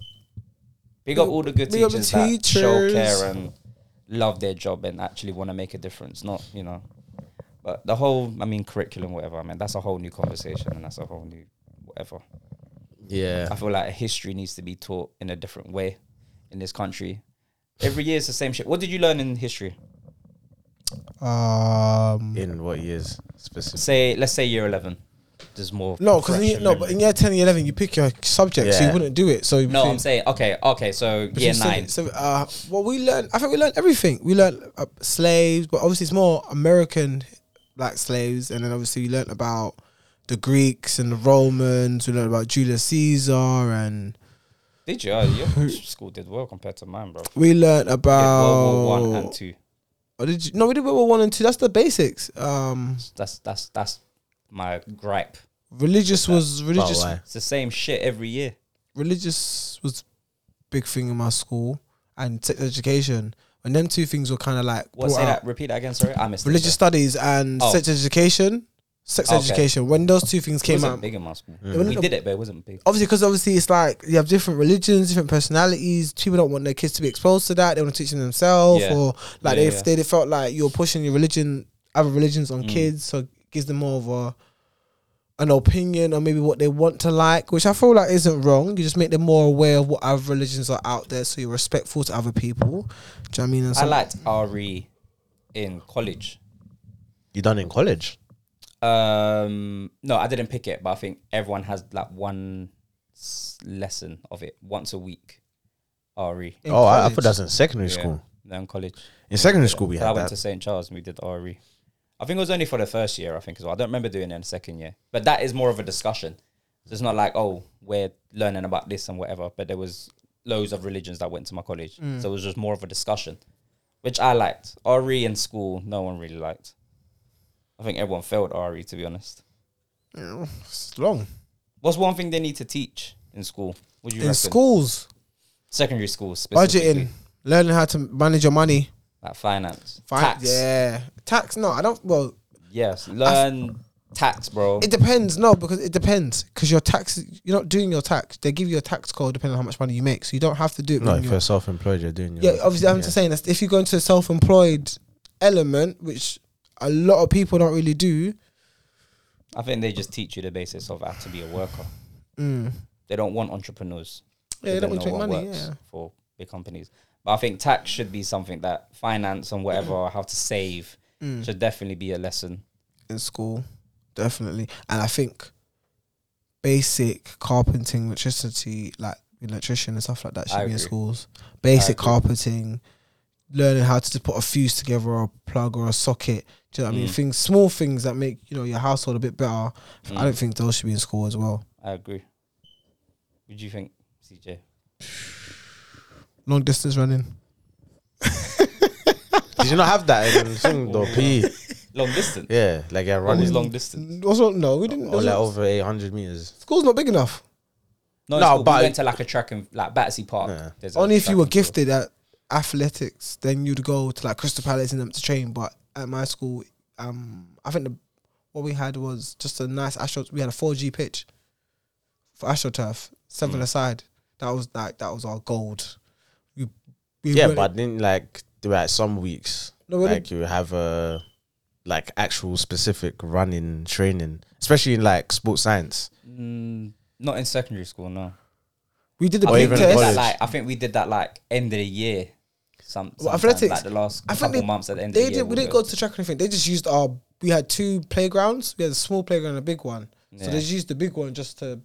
A: Big up all the good
B: Big up the
A: teachers, that show
B: teachers.
A: care and love their job and actually want to make a difference. Not you know, But the whole, I mean, curriculum, whatever. I mean, that's a whole new conversation, and that's a whole new whatever.
C: Yeah.
A: I feel like history needs to be taught in a different way in this country. Every year it's the same shit. What did you learn in history?
B: Um,
C: In what years specifically?
A: Say, let's say year eleven. There's more.
B: no, because
A: correction
B: no,
A: memory.
B: but in year 10, year 11, you pick your subject, so you
C: Yeah.
B: wouldn't do it. So
A: no, I'm saying okay, okay. So
B: But
A: year
B: you said-
A: nine.
B: So, uh, well, we learned. I think we learned everything. We learned uh, slaves, but obviously it's more American black slaves, and then obviously we learned about the Greeks and the Romans. We learned about Julius Caesar, and
A: Did you? Oh, Your school did well compared to mine, bro.
B: we learned about
A: World War One and Two.
B: Oh, did you, no, we did World War One and Two. That's the basics. Um,
A: That's that's that's my gripe.
B: religious was
C: About
B: religious.
C: why?
A: It's the same shit every year.
B: religious was big thing in my school, and sex education. And them two things were kind of like
A: What?
B: brought
A: Say
B: out.
A: that. Repeat that again. Sorry, I missed. it,
B: uh, religious
A: sorry.
B: studies and
A: Oh.
B: sex education. Sex
A: Okay.
B: education. When those two things
A: It
B: came
A: wasn't
B: out,
A: big in my school.
B: wasn't
A: We
B: a-
A: did it, but it wasn't big.
B: obviously, because obviously it's like you have different religions, different personalities. People don't want their kids to be exposed to that. They want to teach them themselves,
A: Yeah.
B: or like
A: Yeah,
B: they,
A: yeah. Mm.
B: they they felt like you're pushing your religion, other religions on kids, so it gives them more of a an opinion or maybe what they want to like, which I feel like isn't wrong. You just make them more aware of what other religions are out there, so you're respectful to other people. Do you know what I mean? And
A: I
B: so-
A: liked RE in college.
C: You done in college?
A: Um, no, I didn't pick it, but I think everyone has like one s- lesson of it once a week. RE.
B: in
C: oh, I, I
B: college.
C: thought that's in secondary school.
A: Then college.
C: In secondary school, we
A: So I
C: had
A: went to
C: that.
A: St. Charles and we did RE. I think it was only for the first year, I think, as well. I don't remember doing it in the second year. But that is more of a discussion. So it's not like, oh, we're learning about this and whatever. But there was loads of religions that went to my college. So it was just more of a discussion, which I liked. RE in school, no one really liked. I think everyone failed RE, to be honest.
B: Yeah, it's long
A: What's one thing they need to teach in school? What do you
B: in
A: reckon?
B: schools.
A: Secondary school, specifically.
B: budgeting, learning how to manage your money,
A: Like finance.
B: Fin-
A: tax.
B: Yeah, tax. No, I don't. Well,
A: Yes. Learn tax, bro.
B: it depends. No, because it depends. Because your tax, you're not doing your tax. They give you a tax code depending on how much money you make, so you don't have to do it.
C: No,
B: when
C: if
B: you're-
C: you're self-employed, you're doing. Your
B: yeah, obviously, I'm just saying that if you go into the self-employed element, which a lot of people don't really do.
A: I think they just teach you the basis of how to be a worker.
B: Mm.
A: They don't want entrepreneurs.
B: Yeah, they don't want to
A: know
B: make
A: what
B: money.
A: works
B: Yeah.
A: For big companies. But I think tax should be something that finance and whatever, how to save,
B: Mm.
A: should definitely be a lesson.
B: in school, definitely. And I think basic carpenting, electricity, like electrician and stuff like that should
A: I
B: be in
A: agree.
B: schools. Basic
A: agree.
B: carpeting, learning how to just put a fuse together or a plug or a socket. Do you know what I mean?
A: Mm.
B: Things, small things that make you know your household a bit better. I
A: Mm.
B: don't think those should be in school as well.
A: I agree. What do you think, CJ?
B: Long distance running.
C: Did you not have that in thing though? PE.
A: Long distance.
C: Yeah, like you're
A: What
C: running
A: is long distance?
B: Also, no,
A: Oh,
B: we didn't.
C: or
B: there's
C: like
B: not-
C: over 800 meters.
B: school's not big enough.
A: No, no
C: No,
A: but
C: but-
A: we went to like a track and like Battersea Park.
C: Yeah.
A: There's a
B: Only if
A: track
B: you were
A: and field.
B: gifted at athletics, then you'd go to like Crystal Palace and them to train. But at my school, um, I think the, what we had was just a nice astro. We had a four G pitch for astroturf, seven
C: Mm.
B: aside. That was like that was our gold. We, we
C: Yeah,
B: went-
C: but then like throughout some weeks,
B: No, we
C: like you have a like actual specific running training, especially in like sports science.
A: Mm, not in secondary school, no.
B: we did the
A: I
C: Or
A: think
B: big
A: we did
C: even
B: test.
A: that,
C: college.
A: like I think we did that like end of the year. Some
B: Well,
A: sometime,
B: athletics,
A: like the last
B: I think
A: couple
B: they-
A: months at the end
B: They
A: of the year.
B: did. We didn't go to track or anything. They just used our. We had two playgrounds. We had a small playground and a big one. So they
A: Yeah.
B: just used the big one just to.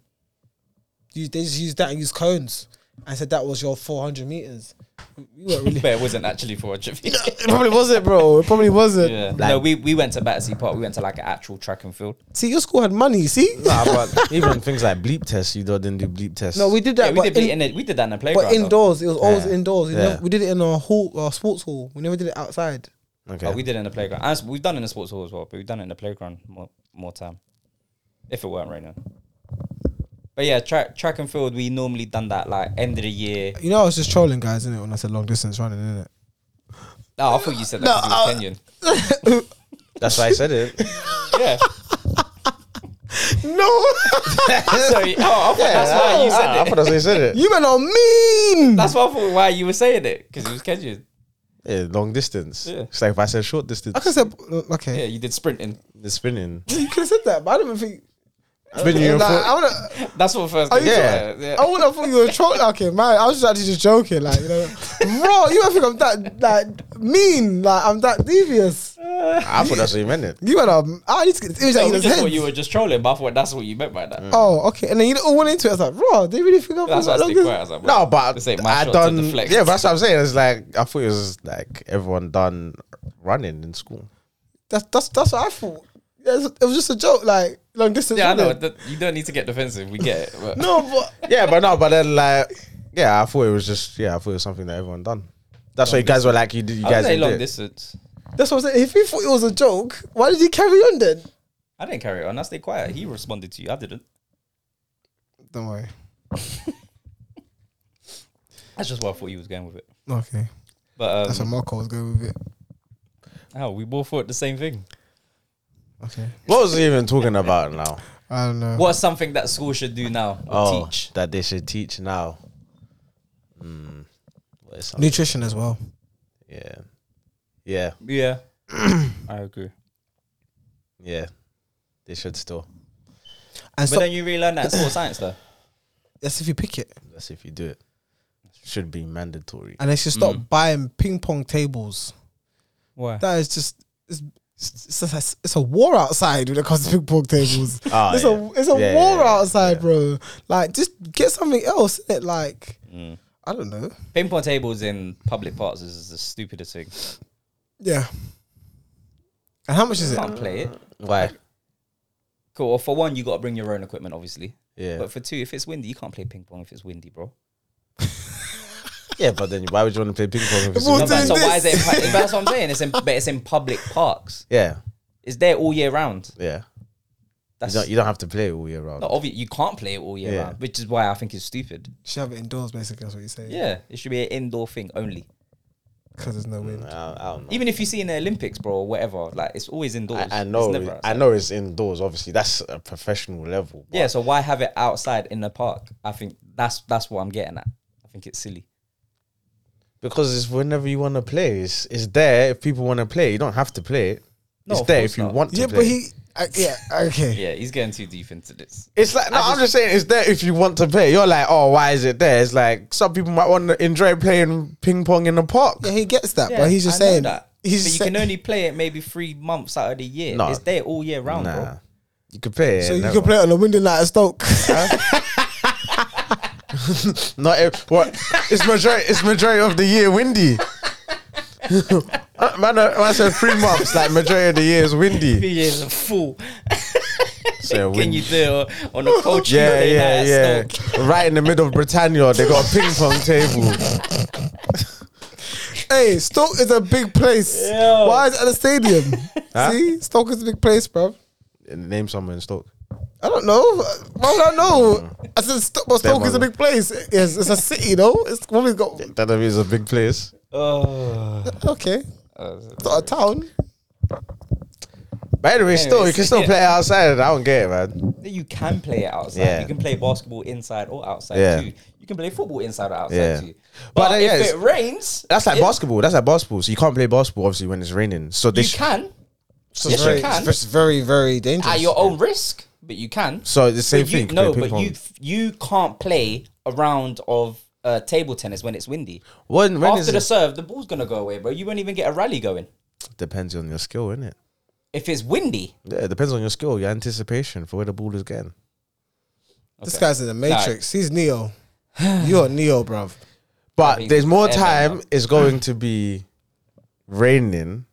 B: Use, they just used that and used cones. I said that was your 400 meters. We weren't really.
A: but it wasn't actually for a trip.
B: it probably wasn't, bro. It probably wasn't.
A: yeah. no, we, we went to Battersea Park. We went to like an actual track and field.
B: See, your school had money. See,
C: Nah, but even things like bleep tests, you don't didn't do bleep tests.
B: no, we did
A: Yeah,
B: that,
A: we
B: but,
A: did, in,
B: in,
A: it, we did that in the playground.
B: but
A: though.
B: indoors. It was always
C: Yeah.
B: indoors. We,
C: Yeah.
B: never, we did it in our hall, our sports hall. We never did it outside.
C: okay.
A: Oh, we did it in the playground. And we've done it in the sports hall as well, but we've done it in the playground more, more time. If it weren't raining. But yeah, track track and field, we normally done that like end of the year.
B: You know, I was just trolling guys, innit? When I said long distance running, innit?
A: Oh, I thought you said that because you were Kenyan.
C: That's why I said it.
A: Yeah.
B: No,
A: Sorry. Oh, I thought that's why you said
C: Ah, I,
A: it.
C: I thought that's why you said it.
B: you men are mean.
A: That's why I thought why you were saying it because it was Kenyan.
C: Yeah, long distance.
A: Yeah.
C: It's like if I said short distance,
B: I could have said uh,
A: Yeah,
B: okay.
A: you did sprinting.
C: it's spinning.
B: You could have said that, but I don't even think.
C: Spinning your
B: Like,
C: foot.
B: I would
A: That's what first.
B: Are you
A: Oh, yeah, yeah.
B: I would have thought you were trolling. Okay, man, I was just actually just joking, like you know, bro. You don't think I'm that that mean? Like I'm that devious?
C: I thought that's what you meant. It.
B: You went up. I need to get this image
A: So
B: out
A: we
B: of his
A: just thought
B: head.
A: you were just trolling, but I thought that's what you meant by that.
B: Oh, okay. And then you all went into it. I was like, bro, they really think I'm
A: That's why I
B: that
A: stay
B: long
A: quiet. I was like,
C: No,
A: this
C: but
A: ain't my
C: I
A: shot to
C: done.
A: deflect.
C: Yeah, but that's what I'm saying. It's like I thought it was like everyone done running in school.
B: That's that's that's what I thought. Yeah, it's- It was just a joke, like long distance.
A: yeah, I know.
B: running.
A: That, you don't need to get defensive. We get it. But
C: No, but yeah, but no, but then like yeah, I thought it was just yeah, I thought it was something that everyone done. That's why you guys were like you did. You
A: I would
C: guys
A: say
C: did
A: long
C: it.
A: distance.
B: That's what I'm saying. If he thought it was a joke, why did he carry on then?
A: I didn't carry it on. I stayed quiet. He responded to you. I didn't.
B: Don't worry.
A: That's just where I thought he was going with it.
B: Okay,
A: But
B: that's
A: um,
B: what Marco was going with it.
A: how we both thought the same thing.
B: Okay,
C: What was he even talking about now?
B: I don't know.
A: What's something that school should do now? Or
C: Oh,
A: Teach.
C: that they should teach now. Mm. What is something?
B: Nutrition as well.
C: Yeah, yeah,
A: Yeah, I agree.
C: yeah. They should still.
A: But
B: And so
A: then you relearn that in school science though.
B: that's if you pick it,
C: That's if you do it. Should be mandatory.
B: and they should stop
C: Mm.
B: buying ping pong tables.
A: Why?
B: That is just. It's, it's, it's, it's a war outside when it comes to ping pong tables.
C: Ah,
B: it's
C: yeah.
B: a it's a
C: Yeah,
B: war
C: yeah, yeah,
B: outside,
C: yeah.
B: bro. Like just get something else. It like
A: Mm.
B: I don't know.
A: Ping pong tables in public parks is the stupidest thing.
B: Yeah. And how much is
A: You
B: it?
A: can't play it.
C: Why?
A: Cool. Well, for one, you got to bring your own equipment, obviously.
C: Yeah,
A: But for two, if it's windy, you can't play ping pong if it's windy, bro.
C: yeah. But then why would you want to play ping pong? If it's
B: Well,
A: No,
C: a-
A: but
B: doing
A: so why is
B: this.
A: it? In, pu- that's what I'm saying. It's in, but it's in public parks.
C: yeah,
A: It's there all year round.
C: yeah. You
A: That's
C: don't, you don't have to play all year round.
A: not obvious. You can't play it all year
C: Yeah.
A: round, which is why I think it's stupid.
B: Should have it indoors, basically. That's what you're saying.
A: Yeah, it should be an indoor thing only.
B: Because there's no wind.
C: I, I don't know.
A: Even if you see in the Olympics, bro, or whatever, like it's always indoors.
C: I, I
A: It's
C: know,
A: never
C: it- I
A: outside.
C: know it's indoors. Obviously, that's a professional level. but
A: Yeah, so why have it outside in the park? I think that's that's what I'm getting at. I think it's silly.
C: because it's whenever you want to play. It's, it's there if people want to play. You don't have to play it.
A: No,
C: it's
A: of
C: there
A: course
C: if you
A: not.
C: want to
B: Yeah,
C: play.
B: but he. I, yeah. Okay.
A: Yeah, he's getting too deep into this.
C: It's like no, I'm just saying it's there if you want to play. You're like, oh, why is it there? It's like some people might want to enjoy playing ping pong in the park.
B: Yeah, he gets that,
A: Yeah,
B: but he's just
A: I know
B: saying
A: that.
B: He's
A: but
B: just
A: you
B: saying,
A: can only play it maybe three months out of the year.
C: No.
A: It's there all year round,
C: nah,
A: bro.
C: you could play. it
B: so you
C: in
B: can
C: that
B: play it on a windy night at Stoke.
C: one. Not ev- what it's majority. It's majority of the year windy. Uh, man, uh, man said three months. Like majority of the year is windy.
A: PJ is a fool.
C: So
A: Can
C: windy.
A: you do it on a cold
C: Yeah,
A: Tuesday night at
C: yeah, yeah.
A: Stoke?
C: Right in the middle of Britannia, they got a ping pong table.
B: hey, Stoke is a big place.
A: Yo.
B: Why is it at the stadium? See, Stoke is a big place, bro.
C: Name someone in Stoke.
B: I don't know. Why would I know? I said, Stoke, but Stoke is a
C: Mother.
B: big place. Yes, it's a city, though. It's probably got
C: That is a big place.
A: Oh.
B: okay. It's not a town.
C: But anyway, still, you
A: Anyways,
C: can still
A: yeah.
C: play outside. I don't get it, man.
A: You can play it outside.
C: Yeah.
A: You can play basketball inside or outside
C: Yeah.
A: too. You can play football inside or outside
C: Yeah.
A: too. But,
C: But then, yeah,
A: if
C: it's-
A: it rains,
C: That's like
A: it-
C: basketball. That's like basketball. So you can't play basketball obviously when it's raining. So
A: You
C: this.
A: can
B: So
A: Yes, you
B: very,
A: can.
B: It's very, very dangerous.
A: at your own risk, but you can.
C: So it's the same
A: But you-
C: thing. you
A: no,
C: play
A: but
C: ping
A: you
C: pong.
A: you can't play a round of uh, table tennis when it's windy.
C: When when is
A: After the
C: it?
A: serve, the ball's gonna go away, bro. You won't even get a rally going.
C: Depends on your skill, innit?
A: If it's windy,
C: Yeah, it depends on your skill, your anticipation for where the ball is getting.
B: This guy's in the Matrix. He's Neo. You're Neo, bruv.
C: But
A: mean,
C: there's more
A: yeah,
C: time
A: man.
C: it's going to be raining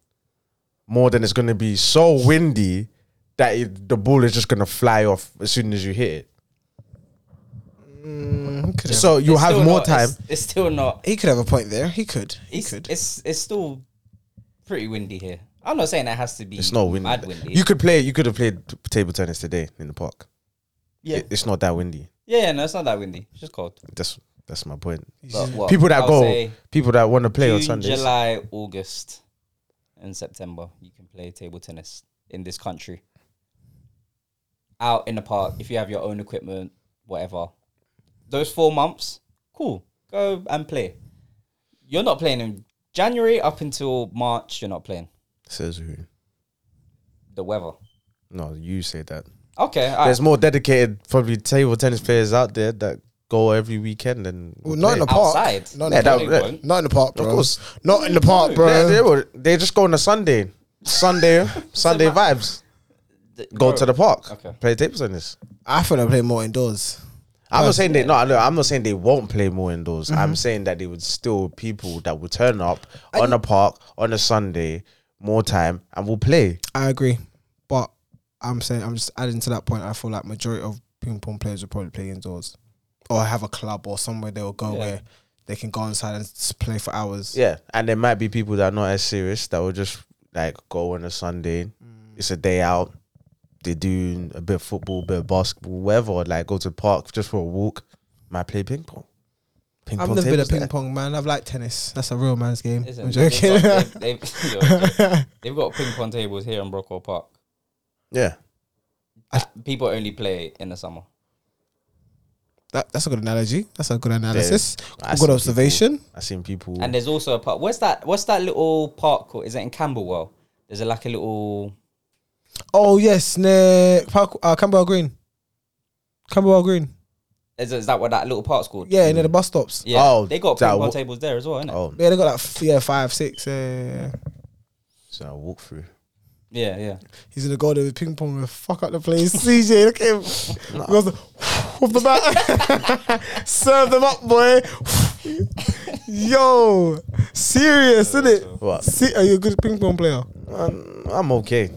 C: more than it's going to be so windy that it, the ball is just going to fly off as soon as you hit it.
B: Mm, He could, have,
C: So you
A: it's
C: have
A: still
C: more
A: not-
C: time.
A: It's, it's still not.
B: he could have a point there. He could. He
A: It's,
B: could.
A: it's it's still pretty windy here. I'm not saying it has to be.
C: It's not windy.
A: Mad windy.
C: You could play. You could have played t- table tennis today in the park.
A: yeah.
C: It- it's not that windy.
A: yeah, yeah, no, it's not that windy. It's just cold.
C: That's that's my point.
A: But what,
C: people that
A: I'll
C: go,
A: say
C: people that want to play on
A: June,
C: Sundays.
A: July, August, and September, you can play table tennis in this country. Out in the park, if you have your own equipment, whatever. Those four months, cool. Go and play. You're not playing in January up until March, you're not playing.
C: Says who?
A: The weather.
C: No, you say that.
A: Okay. all right.
C: There's more dedicated, probably table tennis players out there that go every weekend and
B: Well, not in the
C: play.
B: park.
A: Outside.
B: Not in
A: Yeah,
B: the
A: that-
B: park.
A: they won't.
B: Not in the park, bro.
C: course.
B: Not in the park, bro.
C: Yeah, they were. They just go on a Sunday, Sunday, Sunday vibes.
A: The-
C: Go
A: bro,
C: to the park,
A: Okay.
C: play table tennis.
B: I think I play more indoors.
C: I'm not saying they no, no, I'm not saying they won't play more indoors.
A: Mm-hmm.
C: I'm saying that they would still people that will turn up on a park on a Sunday more time and will play.
B: I agree, but I'm saying I'm just adding to that point. I feel like majority of ping pong players will probably play indoors, or have a club or somewhere they'll go
A: Yeah.
B: where they can go inside and s- play for hours.
C: Yeah, and there might be people that are not as serious that will just like go on a Sunday.
B: Mm.
C: It's a day out. They do a bit of football, bit of basketball, whatever. Like go to the park just for a walk. Might play ping pong. Ping
B: I've never been a
C: tables there.
B: ping pong man. I've liked tennis. That's a real man's game.
A: Listen,
B: I'm
A: they've
B: joking.
A: got- they've- they've- you're joking. They've got ping pong tables here in Brockwell Park.
C: Yeah.
A: People only play in the summer.
B: that, that's a good analogy. That's a good analysis.
C: I see
B: good
C: people-
B: observation.
C: I seen people.
A: And there's also a park. What's that? What's that little park called? Is it in Camberwell? There's a, like a little.
B: Oh yes, near Park, uh, Camberwell Green. Camberwell Green.
A: Is, is that what that little park's called?
B: Yeah, near the bus stops.
A: Yeah.
C: Oh,
A: they got
C: that
A: ping pong
C: wa-
A: tables there as well, innit?
C: oh,
B: Yeah, they got like f- yeah five, six. Yeah,
C: so I walk through.
A: Yeah, yeah.
B: he's gonna go there with ping pong and fuck up the place. CJ, look at him. Goes off the bat, serve them up, boy. Yo, serious, isn't it?
C: What?
B: See, are you a good ping pong player?
C: I'm, Um, I'm okay.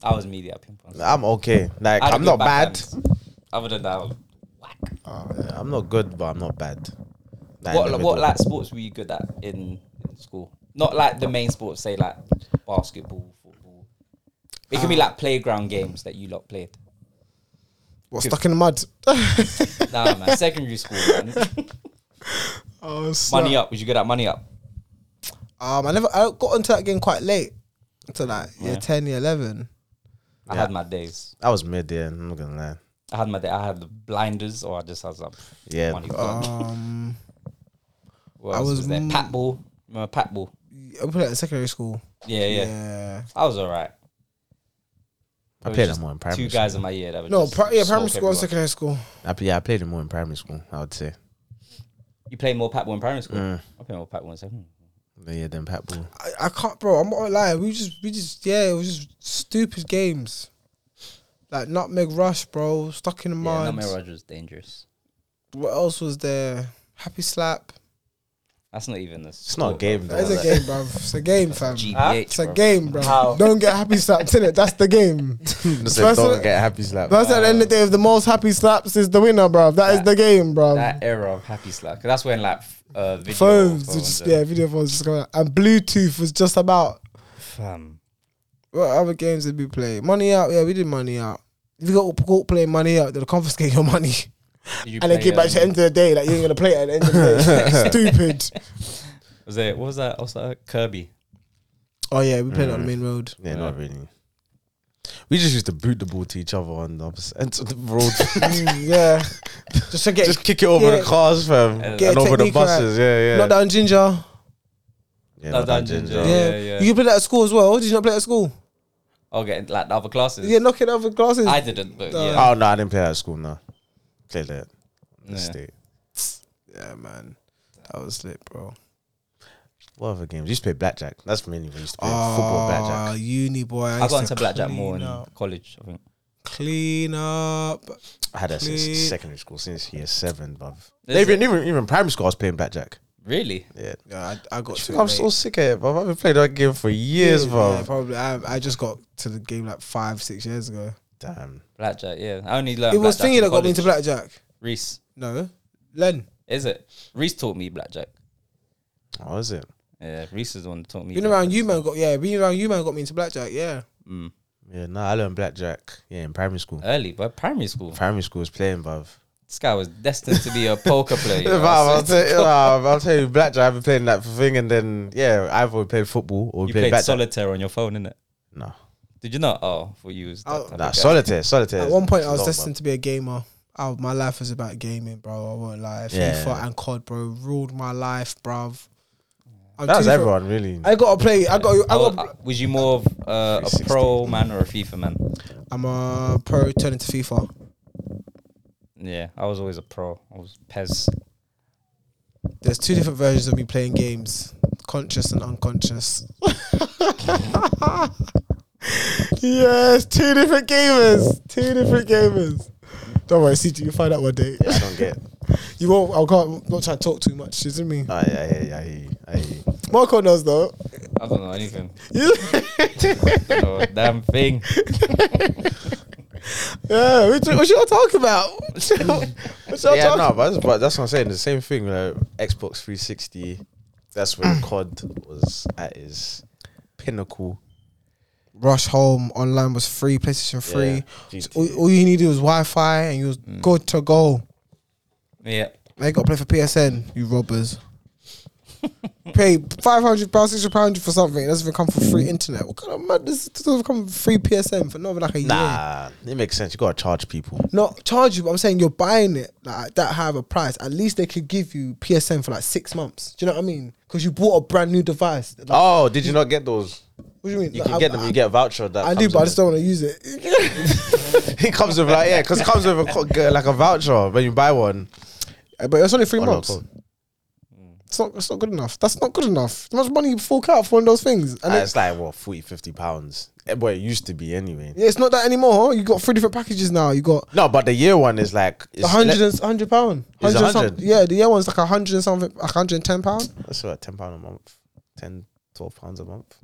A: I was media at ping pong.
C: I'm okay. Like
A: I had a
C: I'm
A: good
C: not bad.
A: backhand. Other than that, I was whack.
C: I'm not good, but I'm not bad. Like, in the
A: what
C: middle.
A: what like sports were you good at in, in school? Not like the main sports, say like basketball, football. It could be
C: Ah.
A: like playground games that you lot played.
B: What stuck in the mud?
A: Nah, man. Secondary school, man.
B: oh, snap.
A: money up. Was you good at money up?
B: Um, I never. I got into that game quite late, into like year ten, year eleven.
A: I
C: Yeah.
A: had my days.
C: I was mid there. I'm not gonna lie.
A: I had my day. I had the blinders, or I just had some
C: Yeah.
A: money. gone.
B: Um,
A: What
B: I
A: else
B: was
A: was there?
B: m-
A: Pat ball. Remember pat ball?
B: I played it in secondary school.
A: Yeah, yeah.
B: yeah.
A: I was alright. It
C: I
A: was
C: played
A: just
C: it more in primary.
A: Two
C: school.
A: guys in my year that were
B: No,
A: just
B: pri- yeah,
A: smoke
B: primary school and
A: everyone.
B: secondary school.
C: I, p- yeah, I played it more in primary school. I would say.
A: You played more pat ball in primary school. I played more pat ball in secondary.
C: Yeah, then Pat Ball.
B: I, I can't, bro. I'm not gonna lie. We just, we just, yeah, it was just stupid games. Like Nutmeg Rush, bro. Stuck in the
A: Yeah,
B: mud.
A: Nightmare Roger was dangerous.
B: what else was there? Happy Slap.
A: That's not even this.
C: It's not a game though.
A: Uh,
B: It's a game, bro. It's a game, fam.
A: GBH,
B: It's a
A: bruv.
B: game, bro.
A: How?
B: Don't get happy slaps in it. That's the game.
C: so don't get happy slap.
B: That's at the end of the day. If the most happy slaps is the winner, bro. that is
A: That-
B: the game, bro.
A: That era of happy slack. That's when like f- uh, video
B: phones,
A: phones
B: were just,
A: and-
B: yeah, video phones just coming out. And Bluetooth was just about
A: Fam.
B: what other games did we play? Money out, yeah, we did money out. If you got caught playing money out, they'll confiscate your money
A: Did you
B: and then
A: play,
B: get back to the
A: um,
B: end of the day like you ain't gonna play it at the end of the day. Stupid.
A: Was it? What was that? What's that? Kirby.
B: Oh yeah, we played it on the
A: Mm.
B: main road.
C: Yeah, not really. We just used to boot the ball to each other on the opposite ends of the road.
B: Mm, yeah, just to get
C: just kick it over
B: Yeah.
C: the cars, fam,
A: Get
C: and
B: a
C: over the
B: technique right.
C: buses. Yeah, yeah.
B: knock down ginger.
A: Not
C: yeah, not
A: down
C: that ginger.
A: ginger.
B: yeah.
A: Oh, yeah, yeah.
B: you can play that at school as well. Did you not play at school?
A: Okay, Oh, like the other classes.
B: Yeah, knocking over glasses.
A: I didn't, but
B: No.
A: yeah.
C: Oh no, I didn't play that at school. No, played that at the
A: Yeah.
C: state.
B: yeah, man, that was lit, bro.
C: What other games? You used to play blackjack. That's mainly what we used to play.
B: Oh,
C: Football blackjack.
B: uni boy.
A: I
B: I, used
A: got
B: to
A: into blackjack more in
B: clean up-
A: college. I think.
B: Clean up.
C: I had that since
B: Please.
C: secondary school, since year seven, bruv.
A: Is
C: Even, even even primary school, I was playing blackjack.
A: Really?
C: Yeah,
B: Yeah, I, I got to. it
C: I'm
B: late.
C: so sick of it, bruv. I've been playing that game for years,
B: Yeah,
C: bruv.
B: yeah, probably. I, I just got to the game like five, six years ago.
C: Damn.
A: Blackjack. Yeah, I only learned.
B: it was
A: blackjack
B: thingy
A: in
B: that got me
A: college.
B: into blackjack.
A: Reese.
B: No, Len.
A: Is it? Reese taught me blackjack.
C: How is it?
A: Yeah, Reese is the one that taught me.
B: Being around you, man, got yeah. Being around you, man, got me into blackjack. Yeah,
A: Mm.
C: Yeah, no, I learned blackjack. Yeah, in primary school.
A: Early, but primary school.
C: Primary school was playing, bruv.
A: This guy was destined to be a poker player. you
C: Yeah,
A: know,
C: bruv, I'll, tell you, bruv, I'll tell you, blackjack. I've been playing that thing, and then yeah, I've always played football or
A: You
C: played
A: played
C: blackjack.
A: solitaire on your phone, innit?
C: no,
A: Did you not? Oh, for you was that
B: Oh,
A: type of
C: nah,
A: guy.
C: solitaire, solitaire.
B: at one point I was
C: Long,
B: destined to be a gamer. Oh, my life was about gaming, bro. I won't lie.
C: Yeah.
B: FIFA and COD, bro, ruled my life, bruv. I'm
C: That's
B: too fro-
C: everyone, really.
B: I gotta play. I got. I
A: Or,
B: got.
A: uh, was you more of uh, a pro man or a FIFA man?
B: I'm a pro turning to FIFA.
A: Yeah, I was always a pro. I was Pez.
B: There's two different versions of me playing games: conscious and unconscious. yes, two different gamers. Two different gamers. Don't worry, CG. You find out one day.
C: I don't get.
B: You won't. I can't. Not try to talk too much. Isn't me.
C: I, I, I, I, I.
B: Marco knows though.
A: I don't know anything.
B: You-
A: I don't know a damn thing.
B: yeah. What, you- what y'all talk about? What y'all, what y'all
C: yeah,
B: talk
C: no, but that's, but that's what I'm saying. The same thing, like Xbox 360. That's when COD was at its pinnacle.
B: Rush home online was free. PlayStation free.
C: Yeah.
B: So all, all you needed was Wi-Fi, and you was
C: Mm.
B: good to go.
A: Yeah.
B: Now you got to play for PSN, you robbers. Pay five hundred pounds, six hundred pounds for something. It doesn't even come for free internet. What kind of madness? It doesn't come for free PSN for not even like a year.
C: Nah, it makes sense. You gotta charge people.
B: Not charge you, but I'm saying you're buying it like that high of a price. At least they could give you PSN for like six months. Do you know what I mean? Because you bought a brand new device. Like,
C: Oh, did you not get those?
B: what do you mean?
C: You
B: Like,
C: can
B: I-
C: get them.
B: I,
C: you get a voucher. That
B: I do,
C: comes
B: but I
C: with
B: just don't want to use it.
C: it. it comes with like yeah, because it comes with a, co- like a voucher when you buy one.
B: Uh, but it's only three
C: Oh, no,
B: months.
C: cool.
B: It's not. It's not good enough. That's not good enough. How much money you fork out for one of those things? And
C: Ah,
B: it-
C: it's like what 40, 50 pounds. Eh, What it used to be anyway.
B: yeah, it's not that anymore. You got three different packages now. You got
C: No, but the year one is like it's
B: the hundred and hundred pound.
C: Is it
B: Hundred and some-
C: 100?
B: Yeah, the year one's like a hundred and something, like hundred and ten pound.
C: le- That's about ten pound a month, 10, 12 pounds a month.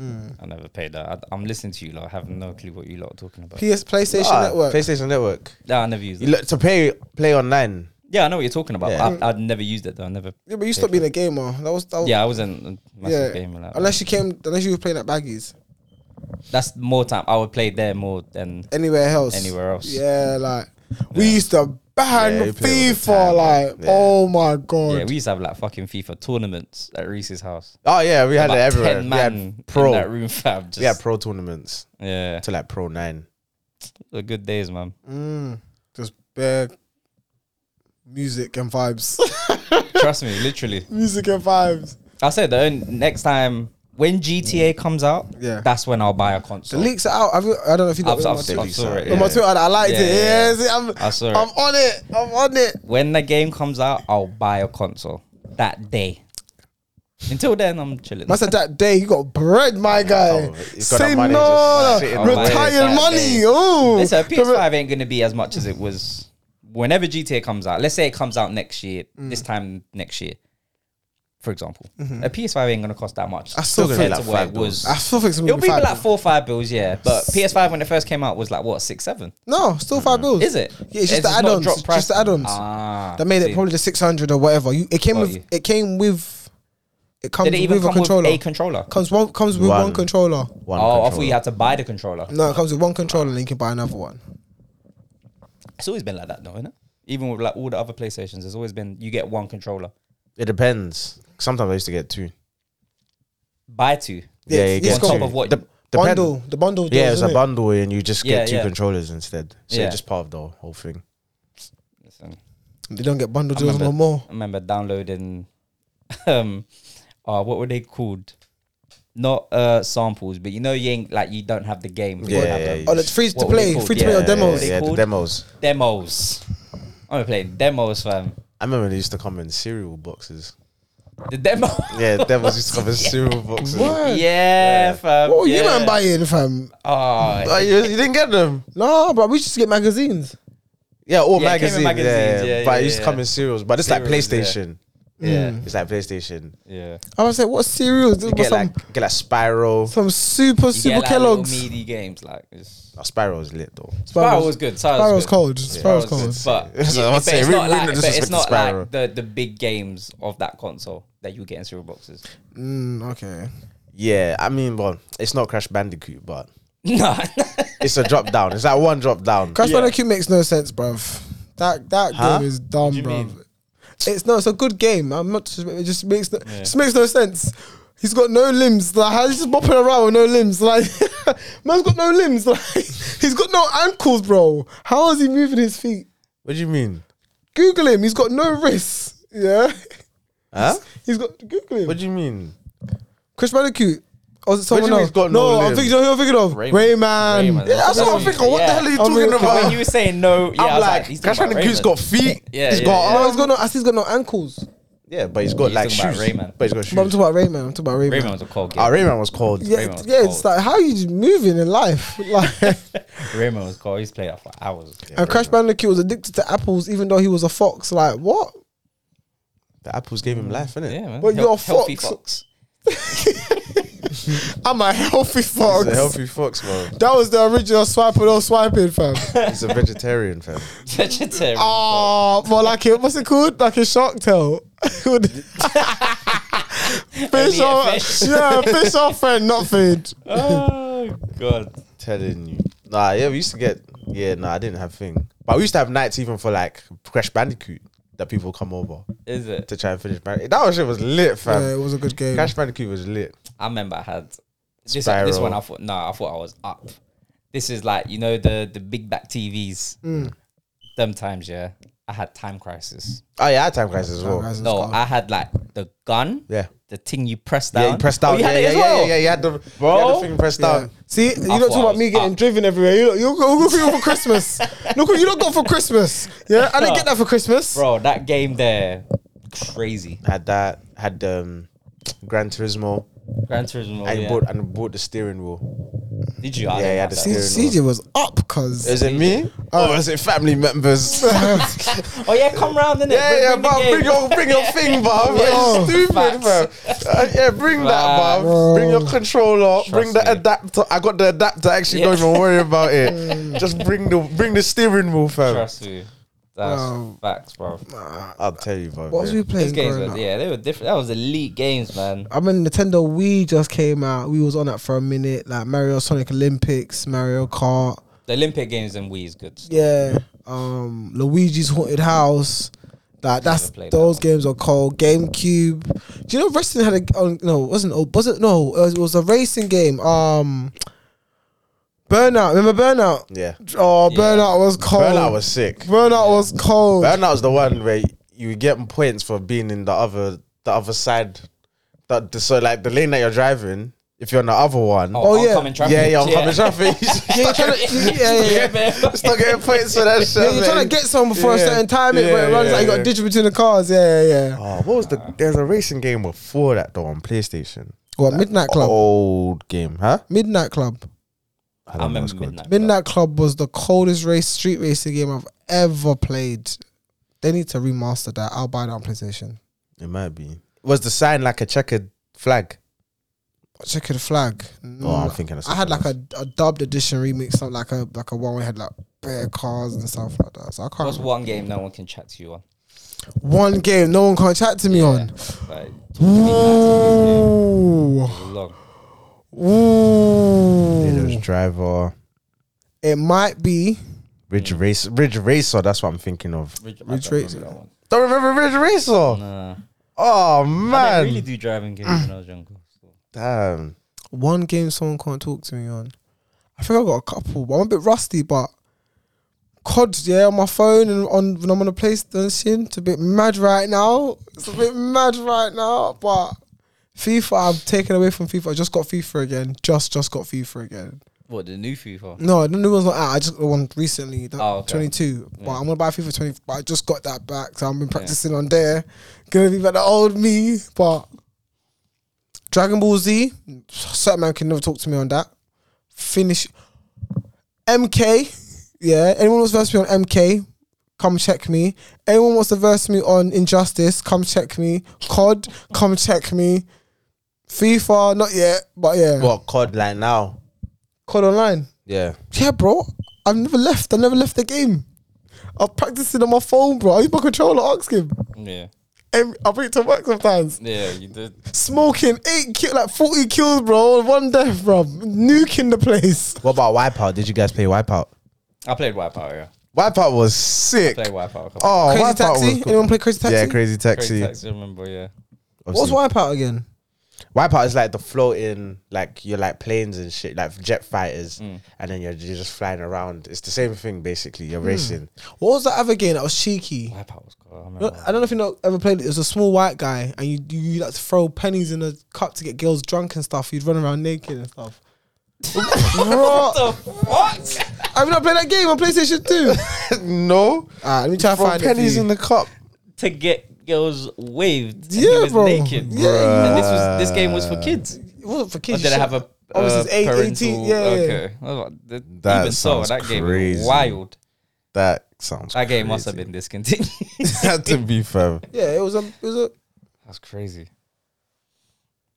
A: I never paid that. I, I'm listening to you lot. I have no clue what you lot are talking about.
B: PS PlayStation
C: Ah,
B: Network.
C: PlayStation Network.
A: No, I never used
C: You
A: it.
C: look, to pay play online.
A: Yeah, I know what you're talking about.
C: Yeah.
A: I, I'd never used it though. I never.
B: yeah, but you stopped being a gamer. That was that. Was,
A: Yeah, I wasn't a massive
B: Yeah.
A: gamer. Like,
B: Unless you came, unless you were playing at Baggies
A: That's more time. I would play there more than
B: anywhere else.
A: Anywhere else.
B: Yeah, like we used to ban
C: Yeah, you play all the
B: FIFA.
C: time,
B: like,
C: yeah.
B: oh my god.
A: Yeah, we used to have like fucking FIFA tournaments at Reese's house.
C: Oh yeah, we had
A: About
C: it everywhere.
A: ten
C: we
A: man
C: had
A: in that
C: pro.
A: room fab. Just,
C: We had pro tournaments
A: yeah,
C: to like pro nine.
A: the good days, man.
B: Mm, just bare music and vibes.
A: Trust me, literally.
B: music and vibes.
A: I said the only- next time when
C: Mm.
A: GTA comes out,
B: Yeah.
A: that's when I'll buy a
B: The
A: console.
B: leaks are out. I've, I don't know if you got
A: I've,
B: it
A: I've,
B: on my
A: I've,
B: Twitter.
C: Twitter.
A: saw it.
B: On my
A: yeah.
B: Twitter, I liked
A: Yeah,
B: it.
A: yeah,
B: Yeah,
A: yeah.
B: see, I'm,
A: I saw it.
B: I'm on it. I'm on it.
A: When the game comes out, I'll buy a console that day. Until then, I'm chilling.
B: Must have that day you got bread, my guy.
C: Oh, he's got that
B: Say no,
C: money
B: no.
C: just sitting
A: on my
B: retired
A: head.
B: money. Oh,
A: Listen, PS5 ain't gonna be as much as it was whenever GTA comes out. Let's say it comes out next year,
B: Mm.
A: this time next year, for example. A PS5 ain't gonna cost that much.
B: Mm-hmm. I still
A: compared
B: think
A: to
C: like
A: what
C: five
A: it was.
B: I still think it's
A: It'll
B: gonna
A: be
B: be five.
A: like four or five bills, yeah. But PS5 when it first came out was like what six, seven?
B: no, still five bills.
A: Uh-huh. Is it?
B: Yeah, it's just the
A: not
B: add-ons.
A: drop
B: Just
A: price.
B: the add-ons.
A: Ah,
B: That made
A: see.
B: it probably the six hundred or whatever. You, it came
A: Got
B: with.
A: you.
B: It came with. It comes
A: Did it even
B: with a
A: come
B: controller.
A: with a controller?
B: comes one comes with one,
C: One.
B: controller.
C: One
A: Oh, I thought
C: controller.
A: you had to buy the controller.
B: No, it comes with one controller, and you can buy another one.
A: It's always been like that, though, isn't it? Even with like all the other PlayStations, there's always been you get one controller,
C: It depends. Sometimes I used to get two.
A: buy two.
B: Yeah,
C: Yeah, you
B: it's got-
C: get two.
A: On top of what-
C: Dep- depend-
B: Bundle the bundle.
C: Yeah,
B: deals,
C: it's
B: innit?
C: a bundle, and you just
A: Yeah,
C: get two
A: yeah.
C: controllers instead. So
A: Yeah.
C: it's just part of the whole thing.
A: Listen.
B: They don't get bundle
A: I
B: deals no
A: remember-
B: more.
A: I remember downloading, um, uh, what were they called? Not uh samples, but you know you ain't like you don't have the game. you
C: Yeah,
A: don't have
C: yeah,
A: the
C: yeah.
B: Oh, it's free to
A: What were they
B: play,
A: called?
B: free to play or
A: Yeah,
B: demos.
A: they
C: Yeah, the
A: called?
C: demos.
A: demos. I'm playing demos, fam.
C: I remember they used to come in cereal boxes.
A: The demo.
C: Yeah, demos used to come in cereal boxes.
B: What?
A: yeah, fam.
B: What were
A: yeah.
B: Oh, you man buying, fam?
A: Oh,
C: Oh, you, you didn't get them.
B: No, but we just get magazines.
C: Yeah,
A: Yeah,
C: or
A: it came
C: magazines.
A: in magazines,
C: Yeah,
A: yeah,
C: but
A: yeah,
C: it used to
A: yeah.
C: come in cereals. But it's like
A: Cereals, yeah.
C: PlayStation.
A: yeah,
C: It's like PlayStation.
A: yeah.
B: I was like, what cereals? This
C: You
B: was
C: get
B: some,
C: like get like Spiral.
B: some super
A: You
B: super
A: get, like,
B: Kellogg's.
A: little meaty games like this.
C: Oh, Spiral is lit though.
A: Spiral was good. Spiral
B: Spiral's
A: was good.
B: cold. Spiral's cold.
A: But,
C: That's what I
A: yeah, but
C: was saying.
A: it's
C: We-
A: not
C: we
A: like,
C: didn't
A: but it's
C: disrespect
A: not
C: the Spyro.
A: like the, the big games of that console that you get in cereal boxes.
B: Mm, okay.
C: Yeah, I mean, well, it's not Crash Bandicoot, but
A: No,
C: it's a drop down. It's like one drop down.
B: Crash
A: Yeah.
B: Bandicoot makes no sense, bruv. That that
C: Huh?
B: game is dumb,
A: you
B: bruv.
A: mean?
B: It's no, it's a good game. I'm not. It just makes no,
A: Yeah.
B: just makes no sense. He's got no limbs. Like how's he just bopping around with no limbs? Like man's got no limbs. Like he's got no ankles, bro. How is he moving his feet?
C: What do you mean?
B: Google him. He's got no wrists. Yeah.
C: Huh?
B: He's got Google him.
C: What do you mean?
B: Chris Bandicoot. Or is it someone
C: do you mean
B: else?
C: he's got
B: no,
C: no
B: I'm
C: name?
B: thinking, you know who I'm thinking of
A: Rayman.
B: Rayman.
A: Rayman.
C: Yeah, that's what I'm
A: Yeah.
C: thinking. What the hell are you
B: I'm
C: talking
B: looking-
C: about?
A: When you were saying no, yeah, I
C: I'm
A: was
C: like,
A: like, he's
C: Crash
A: talking about
C: Bandicoot's
A: Rayman.
C: got feet.
A: Yeah,
C: he's
A: yeah,
C: got
A: yeah.
B: Oh,
C: arms.
B: he's got no. I see he's got no ankles.
C: Yeah, but he's got
A: He's
C: like
A: talking about
C: shoes.
A: Rayman.
C: But he's got shoes.
B: But I'm talking about Rayman. I'm talking about Rayman.
A: Rayman was a cold kid.
C: Ah, Rayman was cold.
B: Yeah,
A: Rayman was
B: yeah. It's
A: cold.
B: like how are you moving in life? Like,
A: Rayman was cold. He's played that for hours.
B: and Crash Bandicoot was addicted to apples, even though he was a fox. Like what?
C: The apples gave him life, innit?
A: Yeah, man.
B: But you're a
A: healthy
B: fox.
A: fox.
B: I'm a healthy
C: He's
B: fox.
C: a healthy fox, bro.
B: that was the original swipe or no swiping, fam.
C: He's a vegetarian, fam.
A: Vegetarian.
B: Oh, more like it. What's it called? Like a shark tail. fish
A: yeah,
B: or
A: fish.
B: yeah, fish or friend, not food.
C: Ah.
A: oh god.
C: Telling you. Nah, yeah, we used to get. Yeah, nah, I didn't have thing. But we used to have nights even for like Crash Bandicoot that people come over
A: Is it?
C: to try and finish. Band- that was shit was lit, fam.
B: it was a good game.
C: Crash Bandicoot was lit.
A: I remember I had this, this
C: Spiral.
A: one. I thought no, I thought I was up. This is like you know the the big back TVs.
C: Mm.
A: Them times, yeah. I had time crisis.
C: Oh yeah, I had time crisis as well.
A: No, I had like the gun.
C: Yeah.
A: The thing you press down.
C: Yeah, you pressed
A: Oh,
C: down.
A: you had
C: yeah,
A: it
C: yeah,
A: as
C: yeah,
A: well.
C: yeah, yeah, You had the, you had
A: Bro.
C: the thing pressed
B: Yeah.
C: down.
B: See, you
A: I
B: don't talk
A: thought I
B: about me
A: was
B: getting
A: up.
B: driven everywhere. You look, you look, you look for Christmas. Look, what you look got for Christmas. Yeah, I didn't get that for Christmas.
A: Bro, that game there, crazy.
C: Had that. Had um, Gran Turismo.
A: Gran Turismo.
C: And
A: yeah.
C: bought and bought the steering wheel.
A: Did you? I
C: Yeah,
A: didn't
C: yeah,
A: have
C: the
A: that.
B: See, CJ was up, cause uh,
C: Is it me? Or Oh, is it family members?
A: Oh yeah, come round in it.
C: Yeah, yeah,
A: the
C: bro.
A: game.
C: Bring your, bring your thing, bro.
B: Yeah.
C: It's stupid,
A: Facts.
C: bro. Uh, yeah, bring that,
B: Facts.
C: bro. Bring your controller. bring the
A: me.
C: adapter. I got the adapter. Actually,
A: Yeah.
C: don't even worry about it. Just bring the bring the steering wheel, fam.
A: Trust you. That's
B: Wow.
A: facts, bro.
C: I'll tell you, bro.
B: what was we
A: Those
B: playing
A: games,
B: growing
A: were,
B: up?
A: yeah, they were different. That was elite games, man.
B: I mean, Nintendo Wii just came out. We was on that for a minute. Like Mario Sonic Olympics, Mario Kart.
A: The Olympic games and Wii is good.
B: Yeah. Um, Luigi's Haunted House. Like that's
A: Never played that
B: those
A: one.
B: games are called GameCube. Do you know wrestling had a oh, no? It wasn't oh, was it no? It was, it was a racing game. Um, Burnout. Remember Burnout?
C: Yeah.
B: Oh,
A: Yeah.
B: Burnout was cold.
C: Burnout was sick.
B: Burnout was cold.
C: Burnout was the one where you were getting points for being in the other the other side. That so like the lane that you're driving. If you're on the other one,
B: Oh, yeah.
A: oncoming traffic.
C: yeah, yeah, I'm coming traffic.
B: yeah, you're trying to, yeah, yeah, yeah.
C: Stop getting points for that shit.
B: Yeah, you're trying
C: man.
B: to get some before a
C: Yeah.
B: certain time, it, but it
C: Yeah,
B: runs
C: yeah,
B: like you got
C: yeah.
B: a ditch between the cars. Yeah, yeah, yeah.
C: Oh, what was the? There's a racing game before that though on PlayStation.
B: What Midnight Club?
C: Oh. Old game, huh?
B: Midnight Club.
C: I
A: I
C: don't know what it's
A: remember
C: called.
A: midnight. Midnight.
B: Midnight Club was the coldest race street racing game I've ever played. They need to remaster that. I'll buy that on PlayStation.
C: It might be. Was the sign like a checkered flag?
B: Checkered flag. No,
C: Oh, I'm thinking. Of
B: Mm. I had like a, a dubbed edition remix, something like a like a one where it had like bare cars and stuff like that. So I can't.
A: What's one game no one can chat to you on?
B: One game no one can chat to me on.
A: Like,
B: Ooh,
A: long.
B: ooh.
C: Windows Driver,
B: It might be.
C: Ridge Racer, Ridge Racer. That's what I'm thinking of.
A: Ridge, I
B: Ridge
A: don't remember
B: Racer.
A: that one.
C: Don't remember Ridge Racer.
A: Nah.
C: Oh
A: I
C: man,
A: didn't really do driving games when I was younger. so.
C: damn.
B: one game someone can't talk to me on. I think I got a couple, but I'm a bit rusty. But COD, yeah, on my phone and on when I'm on the PlayStation, it's a bit mad right now. It's a bit mad right now. But FIFA, I've taken away from FIFA. I just got FIFA again. Just, just got FIFA again.
A: What the new FIFA?
B: No, the new one's not out. I just got the one recently, the
A: Oh, okay.
B: 22. But I'm gonna buy FIFA 20. But I just got that back, so I've been practicing on there. Gonna be like the old me, but Dragon Ball Z, certain man can never talk to me on that. Finish MK, yeah. Anyone wants to verse me on MK, come check me. Anyone wants to verse me on Injustice, come check me. COD, come check me. FIFA, not yet, but yeah.
C: What COD like now?
B: COD online.
C: Yeah.
B: Yeah, bro. I've never left. I never left the game. I'm practicing on my phone, bro. I use my controller. Ask him.
A: Yeah.
B: Every- I bring it to work sometimes.
A: Yeah, you did.
B: Smoking eight kill, like forty kills, bro. One death, bro. Nuking the place.
C: What about Wipeout? Did you guys play Wipeout?
A: I played Wipeout, yeah.
C: Wipeout was sick.
A: Played Wipeout. Oh,
C: Oh,
B: crazy
C: Wipeout
B: taxi.
C: was cool.
B: Anyone play crazy taxi?
C: Yeah, Crazy Taxi.
A: Crazy Taxi, I remember, yeah.
B: What's
C: Obviously.
B: wipeout again?
C: Wipeout is like the floating, like you're like planes and shit, like jet fighters,
B: Mm.
C: and then you're, you're just flying around. It's the same thing basically. You're racing.
B: What was that other game that was cheeky?
A: Wipeout was cool. I
B: No,
A: remember.
B: I don't know if you know ever played it. It was a small white guy, and you you, you like to throw pennies in a cup to get girls drunk and stuff. You'd run around naked and stuff. Bro,
A: What?
B: have you not played that game on PlayStation Two?
C: no,
B: Alright, Ah, let me try to
C: Throw
B: find
C: pennies
B: it.
C: in the cup.
A: to get girls waved. and
B: Yeah,
A: he was
B: bro.
A: naked.
B: Yeah.
A: And this was this game was for kids.
B: it wasn't for
A: Or
B: kids.
A: Oh, did it have a
B: Obviously,
A: uh,
B: it's eight-
A: parental?
B: 18, yeah, yeah.
A: okay. Well, the-
C: That
A: even so,
C: sounds
A: that game was
C: crazy.
A: wild.
C: That sounds.
A: That game must have
C: crazy.
A: been discontinued.
C: Had to be fair.
B: Yeah, it was a it was a
A: That's crazy.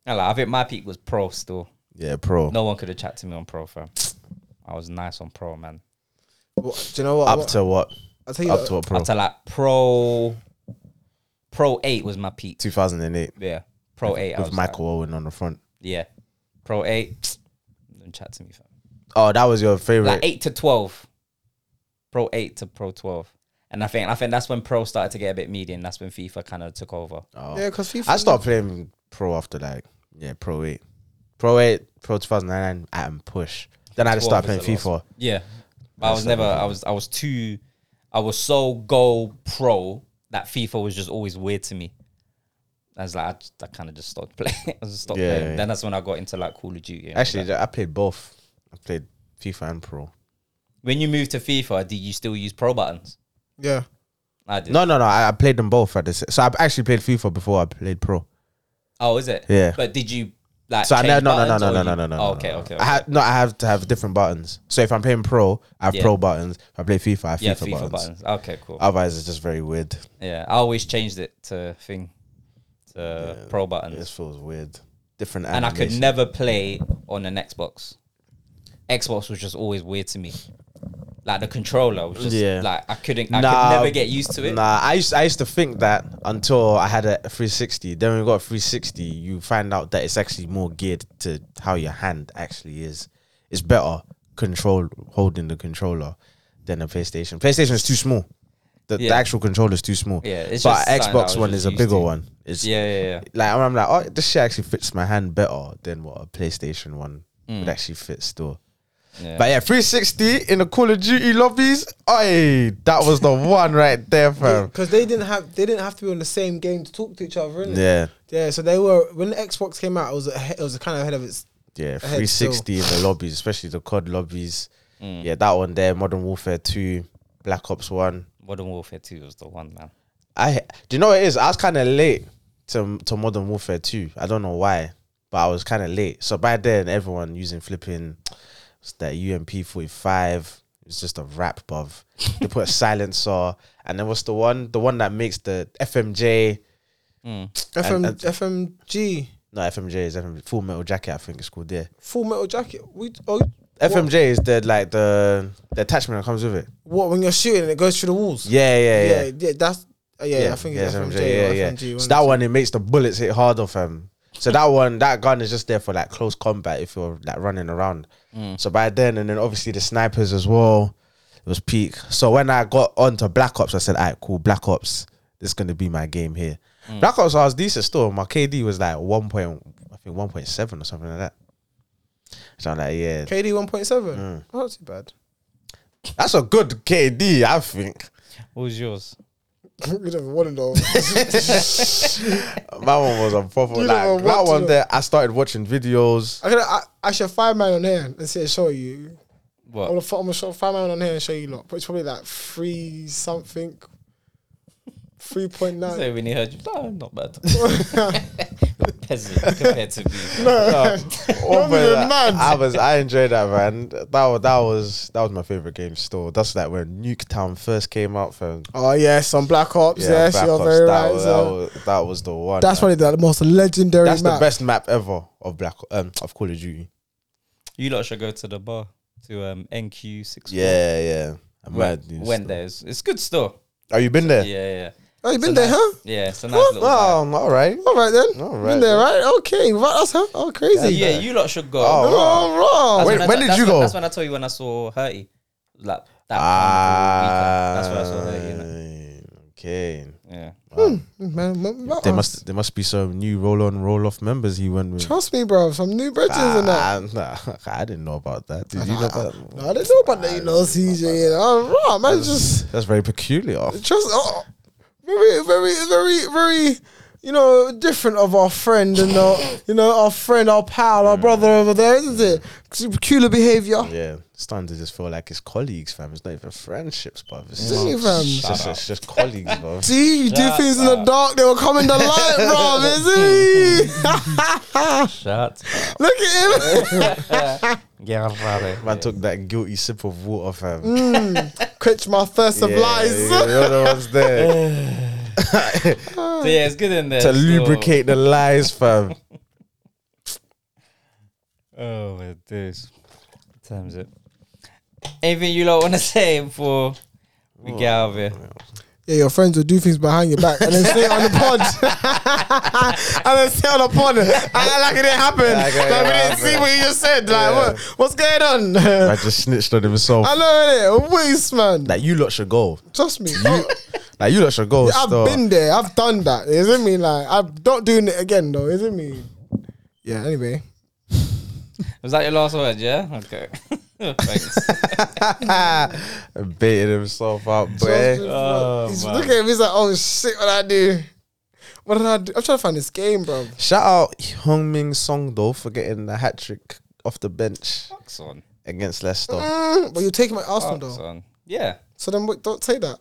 A: Nah, like, I think my peak was pro still.
C: Yeah, pro.
A: No one could have chatted to me on pro, fam. I was nice on pro, man.
B: What, do you know what?
C: Up to what?
B: I'll tell you
C: Up
B: what-
C: to what? Pro.
A: Up to like pro, pro eight was my peak.
C: 2008
A: Yeah, pro eight. I
C: with
A: was like,
C: Michael Owen on the front.
A: yeah, pro eight. Don't chat to me, fam.
C: Oh, that was your favorite.
A: like eight to twelve, pro eight to pro twelve, and I think I think that's when pro started to get a bit median. That's when FIFA kind of took over.
C: Oh.
B: Yeah, because FIFA.
C: I stopped playing pro after like yeah, pro eight, pro eight, pro two thousand nine, and push. Then I just started
A: 12
C: playing
A: is the
C: FIFA.
A: Yeah, but I was never. I was I was too. I was so go pro that FIFA was just always weird to me. I was like, I, just- I kind of just stopped playing. I just stopped
C: Yeah,
A: playing.
C: yeah.
A: Then that's when I got into like Call of Duty. and all
C: Actually,
A: that.
C: I played both. I played FIFA and pro.
A: when you moved to FIFA, did you still use pro buttons?
B: Yeah.
A: I did.
C: No, no, no. I, I played them both at the sa- So I actually played FIFA before I played pro.
A: Oh, is it?
C: Yeah.
A: But did you like?
C: So I know,
A: change
C: no, no, no,
A: buttons
C: no,
A: or
C: no,
A: you-
C: no, no, no.
A: Oh, okay,
C: no, no.
A: okay.
C: I
A: okay.
C: had, no, I have to have different buttons. So if I'm playing pro, I have
A: Yeah.
C: pro buttons. If I play FIFA, I have
A: yeah,
C: FIFA, buttons. Uh,
A: Okay, cool.
C: Otherwise, it's just very weird.
A: Yeah, I always changed it to thing, to pro
C: It
A: buttons,
C: just feels weird. Different.
A: and I could
C: animation.
A: never play on an Xbox. Xbox was just always weird to me. Like the controller was just
C: Yeah.
A: like I couldn't, I
C: Nah,
A: could never get used to it.
C: Nah, I used I used to think that until I had a 360. Then when we got a 360, you find out that it's actually more geared to how your hand actually is. It's better control holding the controller than a PlayStation. PlayStation is too small. The,
A: Yeah.
C: the actual controller is too small.
A: Yeah, it's
C: but
A: just something that I was
C: Xbox one
A: just
C: is a
A: used
C: bigger
A: to.
C: one. It's
A: Yeah, yeah, yeah.
C: like I'm, I'm like, oh, this shit actually fits my hand better than what a PlayStation one would actually fit still.
A: Mm. Yeah.
C: But yeah, 360 in the Call of Duty lobbies. Hey, that was the one right there, fam.
B: Because they didn't have they didn't have to be on the same game to talk to each other. Innit?
C: Yeah,
B: Yeah. So they were when the Xbox came out, it was ahe- it was kind of ahead of its.
C: yeah,
B: still.
C: 360 in the lobbies, especially the COD lobbies. Yeah, that one there, Modern Warfare 2, Black Ops 1.
A: Modern Warfare Two was the one, man.
C: I do you know what it is? I was kind of late to to Modern Warfare 2. I don't know why, but I was kind of late. So by then, everyone using flipping it's that UMP 45. It's just a rap, bruv. they put a silencer, and then what's the one? The one that makes the FMJ.
B: FM,
C: and-
B: FMG
C: No, FMJ is FMJ. Full Metal Jacket, I think it's called. Yeah,
B: Full Metal Jacket. We oh
C: FMJ is the like the the attachment that comes with it.
B: what when you're shooting and it goes through the walls.
C: Yeah, yeah, yeah.
B: Yeah. Yeah. that's. uh, yeah, I think it's FMJ. or FMG.
C: So that one it makes the bullets hit harder, fam. So that one, that gun is just there for like close combat if you're like running around. So by then, and then obviously the snipers as well. It was peak. So when I got onto Black Ops, I said, "Alright, cool, Black Ops. This is gonna be my game here." Black Ops, I was decent still. My KD was like one point, I think one point seven or something like that. So I'm like, yeah,
B: KD 1.7.
C: Mm.
B: Not Oh, too bad.
C: that's a good KD, I think.
A: What was yours?
B: we never won it all.
C: My one was a proper
B: You never
C: like that
B: want to
C: one
B: know.
C: there. I started watching videos.
B: I, could, I, I should find mine on here and see it show you. I'm
A: What?
B: gonna, fi- I'm gonna show, find mine on here and show you lot. But it's probably like three something, three point nine.
A: So when he heard you, no, not bad. Peasant compared to me.
C: Oh,
B: Don't be
C: man,
B: a man.
C: I was I enjoyed that man. That was that was that was my favorite game still. That's like when Nuketown first came out. From
B: Oh yes, on Black Ops.
C: yeah,
B: yes,
C: Black
B: you're
C: Ops,
B: very
C: that,
B: right.
C: was, that,
B: sir.
C: was, that was the one.
B: That's
C: man.
B: probably the most legendary
C: That's
B: map.
C: the best map ever of Black um of Call of Duty.
A: You lot should go to the bar to um NQ six.
C: Yeah, yeah. I
A: Went,
C: might do
A: went
C: still.
A: there. It's, it's good store.
C: Oh, you been
A: Yeah,
C: there?
A: yeah.
B: Oh, you
A: So
B: been there,
A: nice-
B: huh?
A: Yeah, it's a nice
C: Oh,
A: little. vibe.
C: all right.
B: All right then.
C: All
B: been
C: right
B: there,
C: then.
B: right? Okay, right. That's huh? Oh,
A: So,
B: crazy.
A: yeah, you lot should go.
C: Oh,
B: Oh,
A: That's
B: wrong.
C: Wait,
A: I
C: when
A: to-
C: did
A: that's
C: you go?
A: That's when I told you when I saw Hurty. Like that.
C: Ah,
A: carnival weekend. That's when I saw Hurty. innit?
C: okay.
A: Yeah.
B: Hmm. Man, man, man,
C: There must there must be some new roll on roll off members he went with.
B: trust me, bro. Some new bridges and that.
C: Ah, nah, I didn't know about that. Did you know that?
B: No, I didn't know about that. You know, CJ. And I'm raw, man. Just
C: That's very peculiar.
B: trust. Oh, very, very, very, very. You know, different of our friend and our, you know, our friend, our pal, our brother over there, isn't it? It's Peculiar behavior.
C: Yeah, starting to just feel like it's colleagues, fam. It's not even friendships, bruv. It's
B: Really,
C: just,
B: fam?
C: it's just, it's just colleagues, bruv.
B: See, you do
A: Shut
B: things in the
A: up.
B: dark, they will come in the light, bro. Is
A: Shut.
B: Look at him.
A: Get out of there.
C: Man took that guilty sip of water, fam.
B: Mm, Quench my thirst of
C: Yeah,
B: lies.
C: yeah, you're the ones there
A: So yeah, it's good in there.
C: to
A: so-
C: lubricate the lies, fam.
A: Oh my days. What time is it? Anything you lot want to say before we get out of here?
C: Oh,
B: Yeah, your friends will do things behind your back and then say it on the pod. and then say it on the pod. I like it didn't happen.
C: Like it
B: Like, we didn't
C: happened.
B: see what you just said. Like,
C: Yeah.
B: what, what's going on?
C: I just snitched on himself.
B: I know it. Waste, man.
C: Like you lot should go.
B: Trust me. don't-
C: Like you lot should go.
B: I've
C: still.
B: been there. I've done that. Isn't me? Like, I'm not doing it again, though. Isn't me? Yeah, anyway.
A: Was that your last word? Yeah. Okay. Thanks.
C: baiting himself out,
B: Trust me,
C: boy.
A: Oh,
B: bro. he's
A: man.
B: looking at me. He's like, "Oh shit, what I do? What did I do? I'm trying to find this game, bro.
C: Shout out Hong Ming Song though for getting the hat trick off the bench
A: Fuck's on.
C: against Leicester.
B: Mm, but you're taking my Arsenal
A: Fuck's
B: though.
A: on. Yeah,
B: So then, what- don't say that.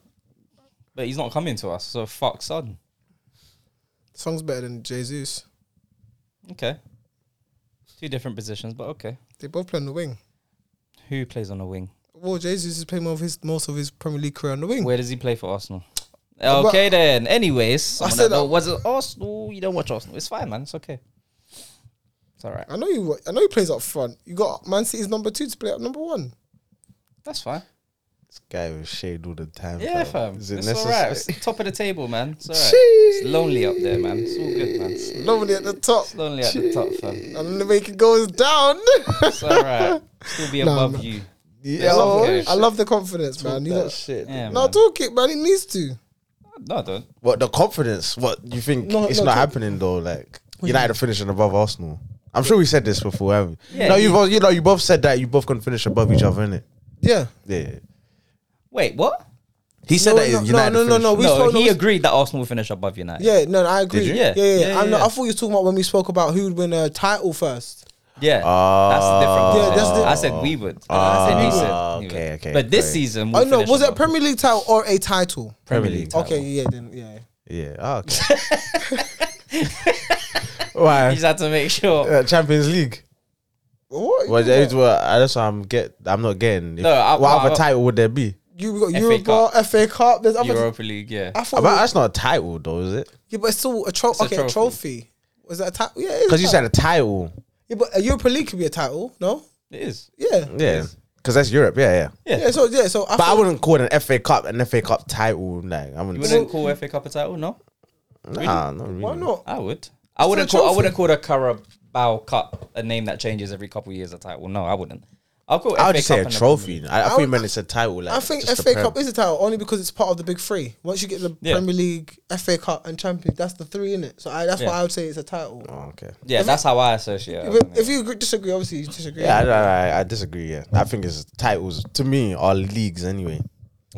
A: but he's not coming to us. So fuck son.
B: Song's better than Jesus.
A: Okay. Two different positions, but okay.
B: They both play on the wing.
A: Who plays on the wing?
B: Well, Jesus is playing more of his most of his Premier League career on the wing.
A: Where does he play for Arsenal?
B: Uh, but-
A: Okay then. Anyways, someone
B: said
A: that
B: that-
A: was it Arsenal. You don't watch Arsenal. It's fine, man. It's okay. It's all right.
B: I know you. I know he plays up front. You got Man City's number two to play up number one.
A: That's fine.
C: This guy was shade all the time.
A: Yeah, fam.
C: Is
A: It's
C: it
A: all
C: necessary?
A: right. It's top of the table, man. It's all right. It's lonely up there, man. It's all good, man. It's
B: Nobody at the top,
A: lonely at the top, fam.
B: and the way it goes down.
A: It's all right. Still be
B: Nah,
A: above
B: man.
A: you.
C: Yeah,
A: It's all
C: oh,
A: good.
B: I love the confidence, man. He's
C: that
B: not,
C: shit.
A: Yeah,
B: no,
A: man.
B: talk it, man. He needs to.
A: No, I don't.
C: What the confidence? What you think?
B: No,
C: it's
B: no,
C: not
B: talk-
C: happening though. Like United are finishing above Arsenal. I'm sure we said this before. Haven't we?
A: Yeah,
C: no, you
A: yeah.
C: both. You know, you both said that you both can finish above each other, innit?
B: Yeah.
C: Yeah. yeah.
A: Wait, what?
C: He said
B: No,
C: that
B: no,
C: United.
B: no, no, no,
C: finish-
B: no, we-
A: no,
B: spoke-
A: he
B: we-
A: agreed that Arsenal will finish above United.
B: Yeah, no, I agree.
C: you?
B: Yeah, yeah, yeah.
A: Yeah, yeah,
B: I, know-
A: yeah.
B: I thought you were talking about when we spoke about who would win a title first.
A: Yeah, that's the
C: Ah.
A: different.
B: Yeah,
A: position.
B: that's the-
A: I said we would.
C: Ah,
A: I said he said.
C: okay,
A: he would.
C: okay,
A: But this
C: great.
A: season,
B: Oh
A: we'll
B: no,
A: finish
B: was it
A: above.
B: Premier League title or a title?
A: Premier
C: League.
A: League? title.
B: Okay, yeah, then yeah.
C: Yeah. ah, okay. Why?
A: You just had to make sure.
C: ah. Uh, Champions League.
B: What?
C: Well,
B: You
C: that's
B: got-
C: what I- that's what I'm get. I'm not getting. If-
A: No, I-
C: what
A: I-
C: other title would there be?
B: you got
A: FA
B: Europa, FA Cup. There's other.
A: Europa League, yeah.
B: I
C: But
B: thought.
C: that's not a title though, is it?
B: yeah, but it's still a, tro-
A: a
B: okay, a
A: trophy.
B: trophy. Was that a title? Yeah, it is a
C: Because you
B: title.
C: said a title.
B: Yeah, but a Europa League could be a title. No.
A: It is.
B: Yeah.
C: Yeah. Because that's Europe. Yeah, yeah.
B: Yeah. So yeah. So I
C: But I
B: thought,
C: wouldn't call it an FA Cup an FA Cup title. Like I
A: You
C: wouldn't.
A: wouldn't call FA Cup a title, no?
C: Nah, not really.
B: why not?
A: I would. I wouldn't
B: a
A: call. I
B: trophy.
A: wouldn't call the Carabao Cup a name that changes every couple of years a title. No, I wouldn't. I'll call.
C: I
A: FA
C: would just say
A: Cup
C: a
A: and the Premier
C: trophy.
A: League.
C: I, I,
B: I
C: think
B: would-
C: man, it's a title. Like,
B: I think
C: just a
B: FA
C: prem.
B: Cup is a title only because it's part of the big three. Once you get the
A: Yeah.
B: Premier League, FA Cup, and Champions, that's the three in it. So I, that's
A: Yeah.
B: why I would say it's a title.
C: Oh, okay.
A: Yeah, that's how I associate. it.
B: If, if you agree- disagree, obviously you disagree.
C: Yeah, I, I, I disagree. Yeah, I think it's titles to me are leagues anyway.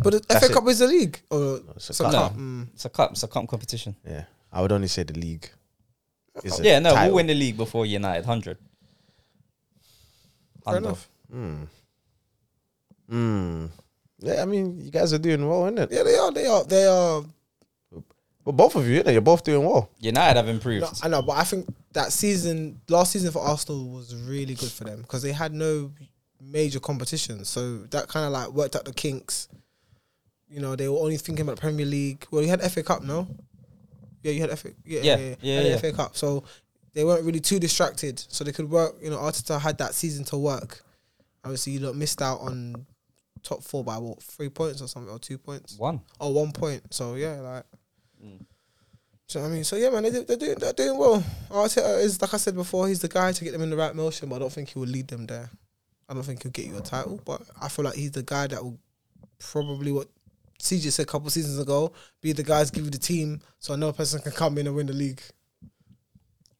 B: But the
C: That's
B: FA Cup is a league. Or
C: it's a
B: it's a
C: cup.
B: cup.
A: No.
B: Mm.
A: It's a cup. It's a cup competition.
C: Yeah, I would only say the league. Is a
A: Yeah, no,
C: title.
A: we'll win the league before United. Hundred.
B: Fair enough.
C: Mm. Yeah, I mean, you guys are doing well, isn't it?
B: Yeah, they are. They are. They are.
C: But both of you, innit? you're both doing well.
A: United have improved.
B: No, I know, but I think that season, last season for Arsenal was really good for them because they had no major competition. So that kind of like worked out the kinks. You know, they were only thinking about Premier League. Well, you had FA Cup, no? Yeah, you had FA. Yeah,
A: Yeah,
B: yeah, yeah.
A: yeah,
B: had the
A: yeah.
B: FA Cup. So they weren't really too distracted, so they could work. You know, Arteta had that season to work. Obviously, you lot missed out on top four by what three points or something or two points
A: One.
B: or one point. So yeah, like. Do you know what I mean? So yeah, man, they do, they're doing they're doing well. Arteta is like I said before, he's the guy to get them in the right motion, but I don't think he will lead them there. I don't think he'll get you a title, but I feel like he's the guy that will probably what CJ said a couple seasons ago, be the guys give you the team so another person can come in and win the league.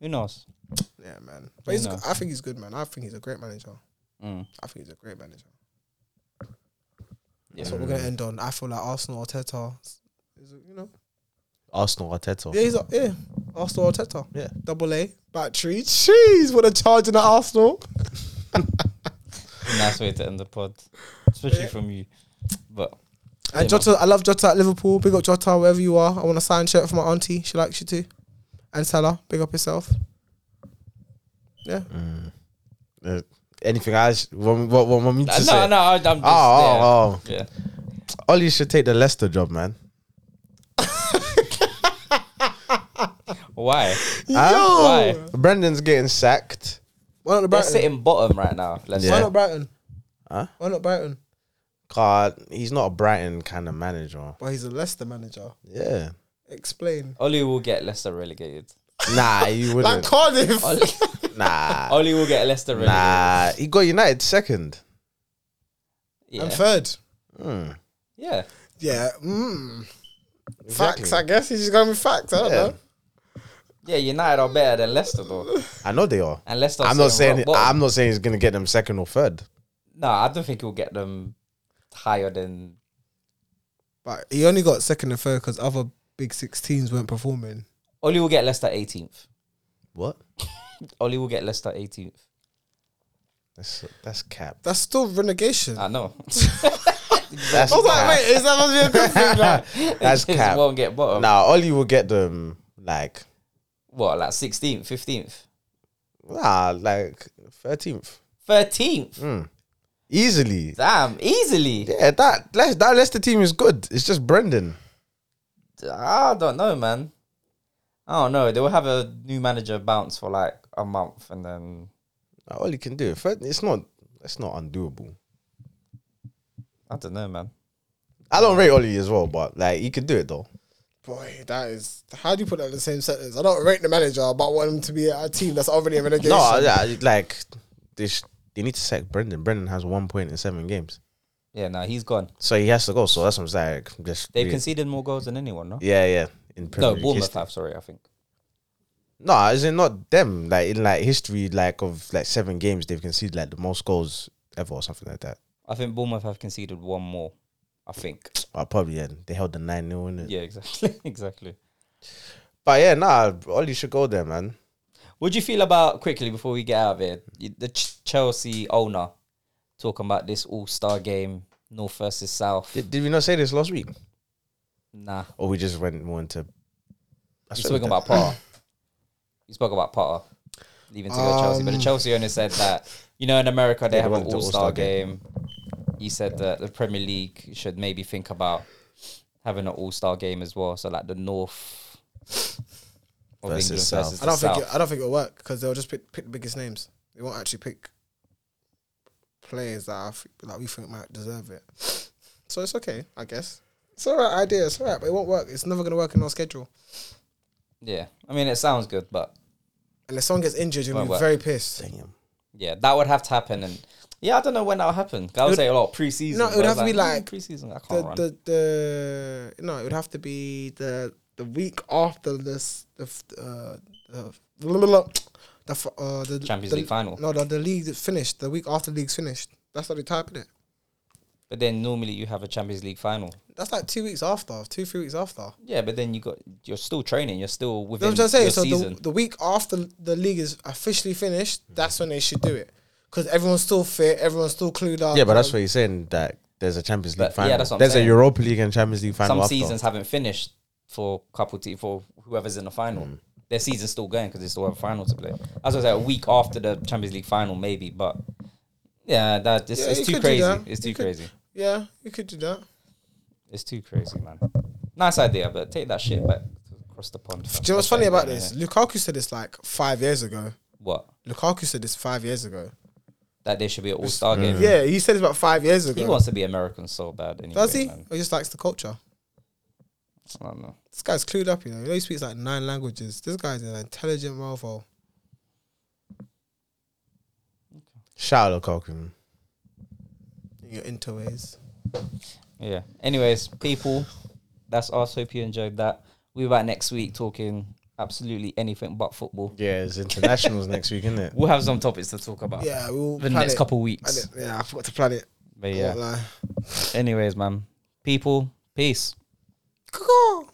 A: Who knows?
B: Yeah, man. But he's,
A: No.
B: I think he's good, man. I think he's a great manager.
A: Mm.
B: I think he's a great manager.
A: Yeah.
B: That's what we're gonna end on. I feel like Arsenal Arteta, is it, you know.
C: Arsenal Arteta.
B: Yeah, he's a, yeah. Arsenal Arteta.
C: Yeah.
B: Double A battery. Jeez, what a charge in the Arsenal.
A: nice way to end the pod, especially from you. But
B: And
A: Yeah, man.
B: Jota, I love Jota at Liverpool. Big up Jota wherever you are. I want a signed shirt for my auntie. She likes you too. And Salah, big up yourself. Yeah.
C: Mm. Uh, anything else? What, what, what, want me to
A: Uh,
C: say?
A: no, no, I- I'm just,
C: Oh, oh,
A: yeah. yeah.
C: oh. Ollie should take the Leicester job, man.
A: Why?
C: Huh?
A: Why?
B: Oh,
C: Brendan's getting sacked.
B: Why not the
A: They're
B: Brighton?
A: sitting bottom right now. Let's
B: Why
C: Yeah.
B: not Brighton?
C: Huh?
B: Why not Brighton?
C: God, he's not a Brighton kind of manager.
B: Well, he's a Leicester manager.
C: Yeah.
B: Explain.
A: Oli will get Leicester relegated.
C: Nah, he
B: Like
C: wouldn't.
B: Cardiff.
C: Oh,
A: Oli,
B: Oh,
C: Nah.
A: Oli will get Leicester relegated.
C: Nah. He got United second.
A: Yeah.
B: And third.
C: Hmm.
A: yeah.
B: Yeah. Mm.
C: Exactly.
B: Facts, I guess. He's just going with facts. I don't
C: Yeah.
B: know.
A: Yeah, United are better than Leicester though.
C: I know they are.
A: And Leicester.
C: I'm not saying I'm not saying he's gonna get them second or third.
A: No, I don't think he'll get them higher than.
B: But he only got second and third because other big six teams weren't performing.
A: Oli will get Leicester 18th.
C: What?
A: Oli will get Leicester 18th.
C: That's that's cap.
B: That's still relegation.
A: I know.
C: That's
B: I was like,
C: cap.
B: wait, is that supposed to be a good thing? Like,
C: That's
A: Just
C: cap.
A: won't get bottom.
C: Now Ollie will get them like
A: What, like 16th, 15th,
C: nah like thirteenth
A: 13th?
C: easily.
A: Damn, easily.
C: Mm. Yeah, that Les- that Leicester team is good. It's just Brendan.
A: I don't know, man. I don't know. They will have a new manager bounce for like a month, and then
C: Like, Ollie can do it. Thir- It's not. It's not undoable.
A: I don't know, man.
C: I don't rate Ollie as well, but like he can do it though.
B: Boy, that is. How do you put that in the same sentence? I don't rate the manager, but I want him to be at a team that's already in relegation.
C: No, I- I- like they sh- they need to sack Brendan. Brendan has one point in seven games,
A: Yeah, no, he's gone.
C: so he has to go. So that's what I'm like just
A: They've
C: re-
A: conceded more goals than anyone, no?
C: yeah, yeah. In Premier
A: No,
C: League
A: Bournemouth
C: history.
A: have. Sorry, I think.
C: No, is it not them? Like in like history, like of like seven games, they've conceded like the most goals ever or something like that.
A: I think Bournemouth have conceded one more. I think.
C: Well, probably yeah. They held the nine 0 in it.
A: Yeah, exactly, exactly.
C: But yeah, nah, Ollie should go there, man.
A: What do you feel about quickly before we get out of here? y- The Ch- Chelsea owner talking about this All Star game, North versus South.
C: Did, did we not say this last week?
A: nah,
C: Or we just went more into. I
A: you
C: swear
A: spoke
C: we
A: about Potter. you spoke about Potter leaving to go to Chelsea, but the
B: Um,
A: Chelsea owner said that you know in America they
C: Yeah, they
A: have an
C: wanted the
A: All
C: All-Star
A: Star game. He said that the Premier League should maybe think about having an All Star game as well. So like the North of
C: Versus
A: England
C: South.
A: versus
B: I
A: the
B: don't think.
A: South.
B: It, I don't think it'll work because they'll just pick, pick the biggest names. They won't actually pick players that I think, that we think might deserve it. So it's okay, I guess. It's all right idea. It's all right, but it won't work. It's never gonna work in our schedule.
A: yeah, I mean it sounds good, but
B: Unless someone gets injured, you'll
A: Won't
B: be
A: work.
B: very pissed.
C: Damn.
A: Yeah, that would have to happen, and yeah, I don't know when that'll happen. I would say a lot preseason.
B: No, it would
A: but
B: have to
A: it's
B: be like
A: mm, preseason. I can't
B: the,
A: run.
B: the the no, it would have to be the the week after this the f- uh, the blah, blah, blah, the f- uh, the
A: Champions
B: the-
A: League final.
B: No, the, the league is finished. The week after the league's finished. That's how they type it.
A: but then normally you have a Champions League final.
B: That's like two weeks after, two three weeks after.
A: Yeah, but then you got you're still training. You're still
B: That's
A: within
B: what I'm saying.
A: your
B: So
A: season.
B: the, the week after the league is officially finished,
C: Mm.
B: that's when they should do it because everyone's still fit, everyone's still clued up. Um,
C: Yeah, but that's what he's saying that there's a Champions League
A: But, yeah,
C: final.
A: that's what I'm
C: there's
A: saying.
C: a Europa League and Champions League final.
A: Some
C: after.
A: seasons haven't finished for couple te- for whoever's in the final.
C: Mm.
A: Their season's still going because they still have a final to play. As I say, a week after the Champions League final, maybe. But yeah, that it's,
B: Yeah,
A: it's
B: you
A: too
B: could do
A: crazy.
B: that.
A: It's
B: You
A: too
B: could-
A: crazy.
B: Yeah, you could do that.
A: It's too crazy, man. Nice idea, but take that shit back across the pond. fam.
B: Do you know what's
A: Stop
B: funny
A: that
B: about
A: down
B: this?
A: here.
B: Lukaku said this like five years ago.
A: What?
B: Lukaku said this five years ago.
A: that there should be an all
C: Mm.
A: star game.
B: Yeah, he said this about five years ago.
A: He wants to be American so bad. Anyway,
B: Does he?
A: man.
B: Or just likes the culture?
A: I don't know.
B: This guy's clued up, you know. You know he speaks like nine languages. This guy's an intelligent mofo.
C: Shout out Lukaku. man.
B: in Your interways.
A: Yeah. Anyways, people, that's us. Hope you enjoyed that. We'll be back next week talking absolutely anything but football.
C: Yeah, it's internationals next week, isn't it?
A: We'll have some topics to talk about
B: Yeah, we'll
A: for the
B: plan
A: next
B: it.
A: couple
B: I
A: weeks.
B: didn't- yeah, I forgot to plan it.
A: But
B: Yeah.
A: yeah. Anyways, man. People, peace.
B: Cool.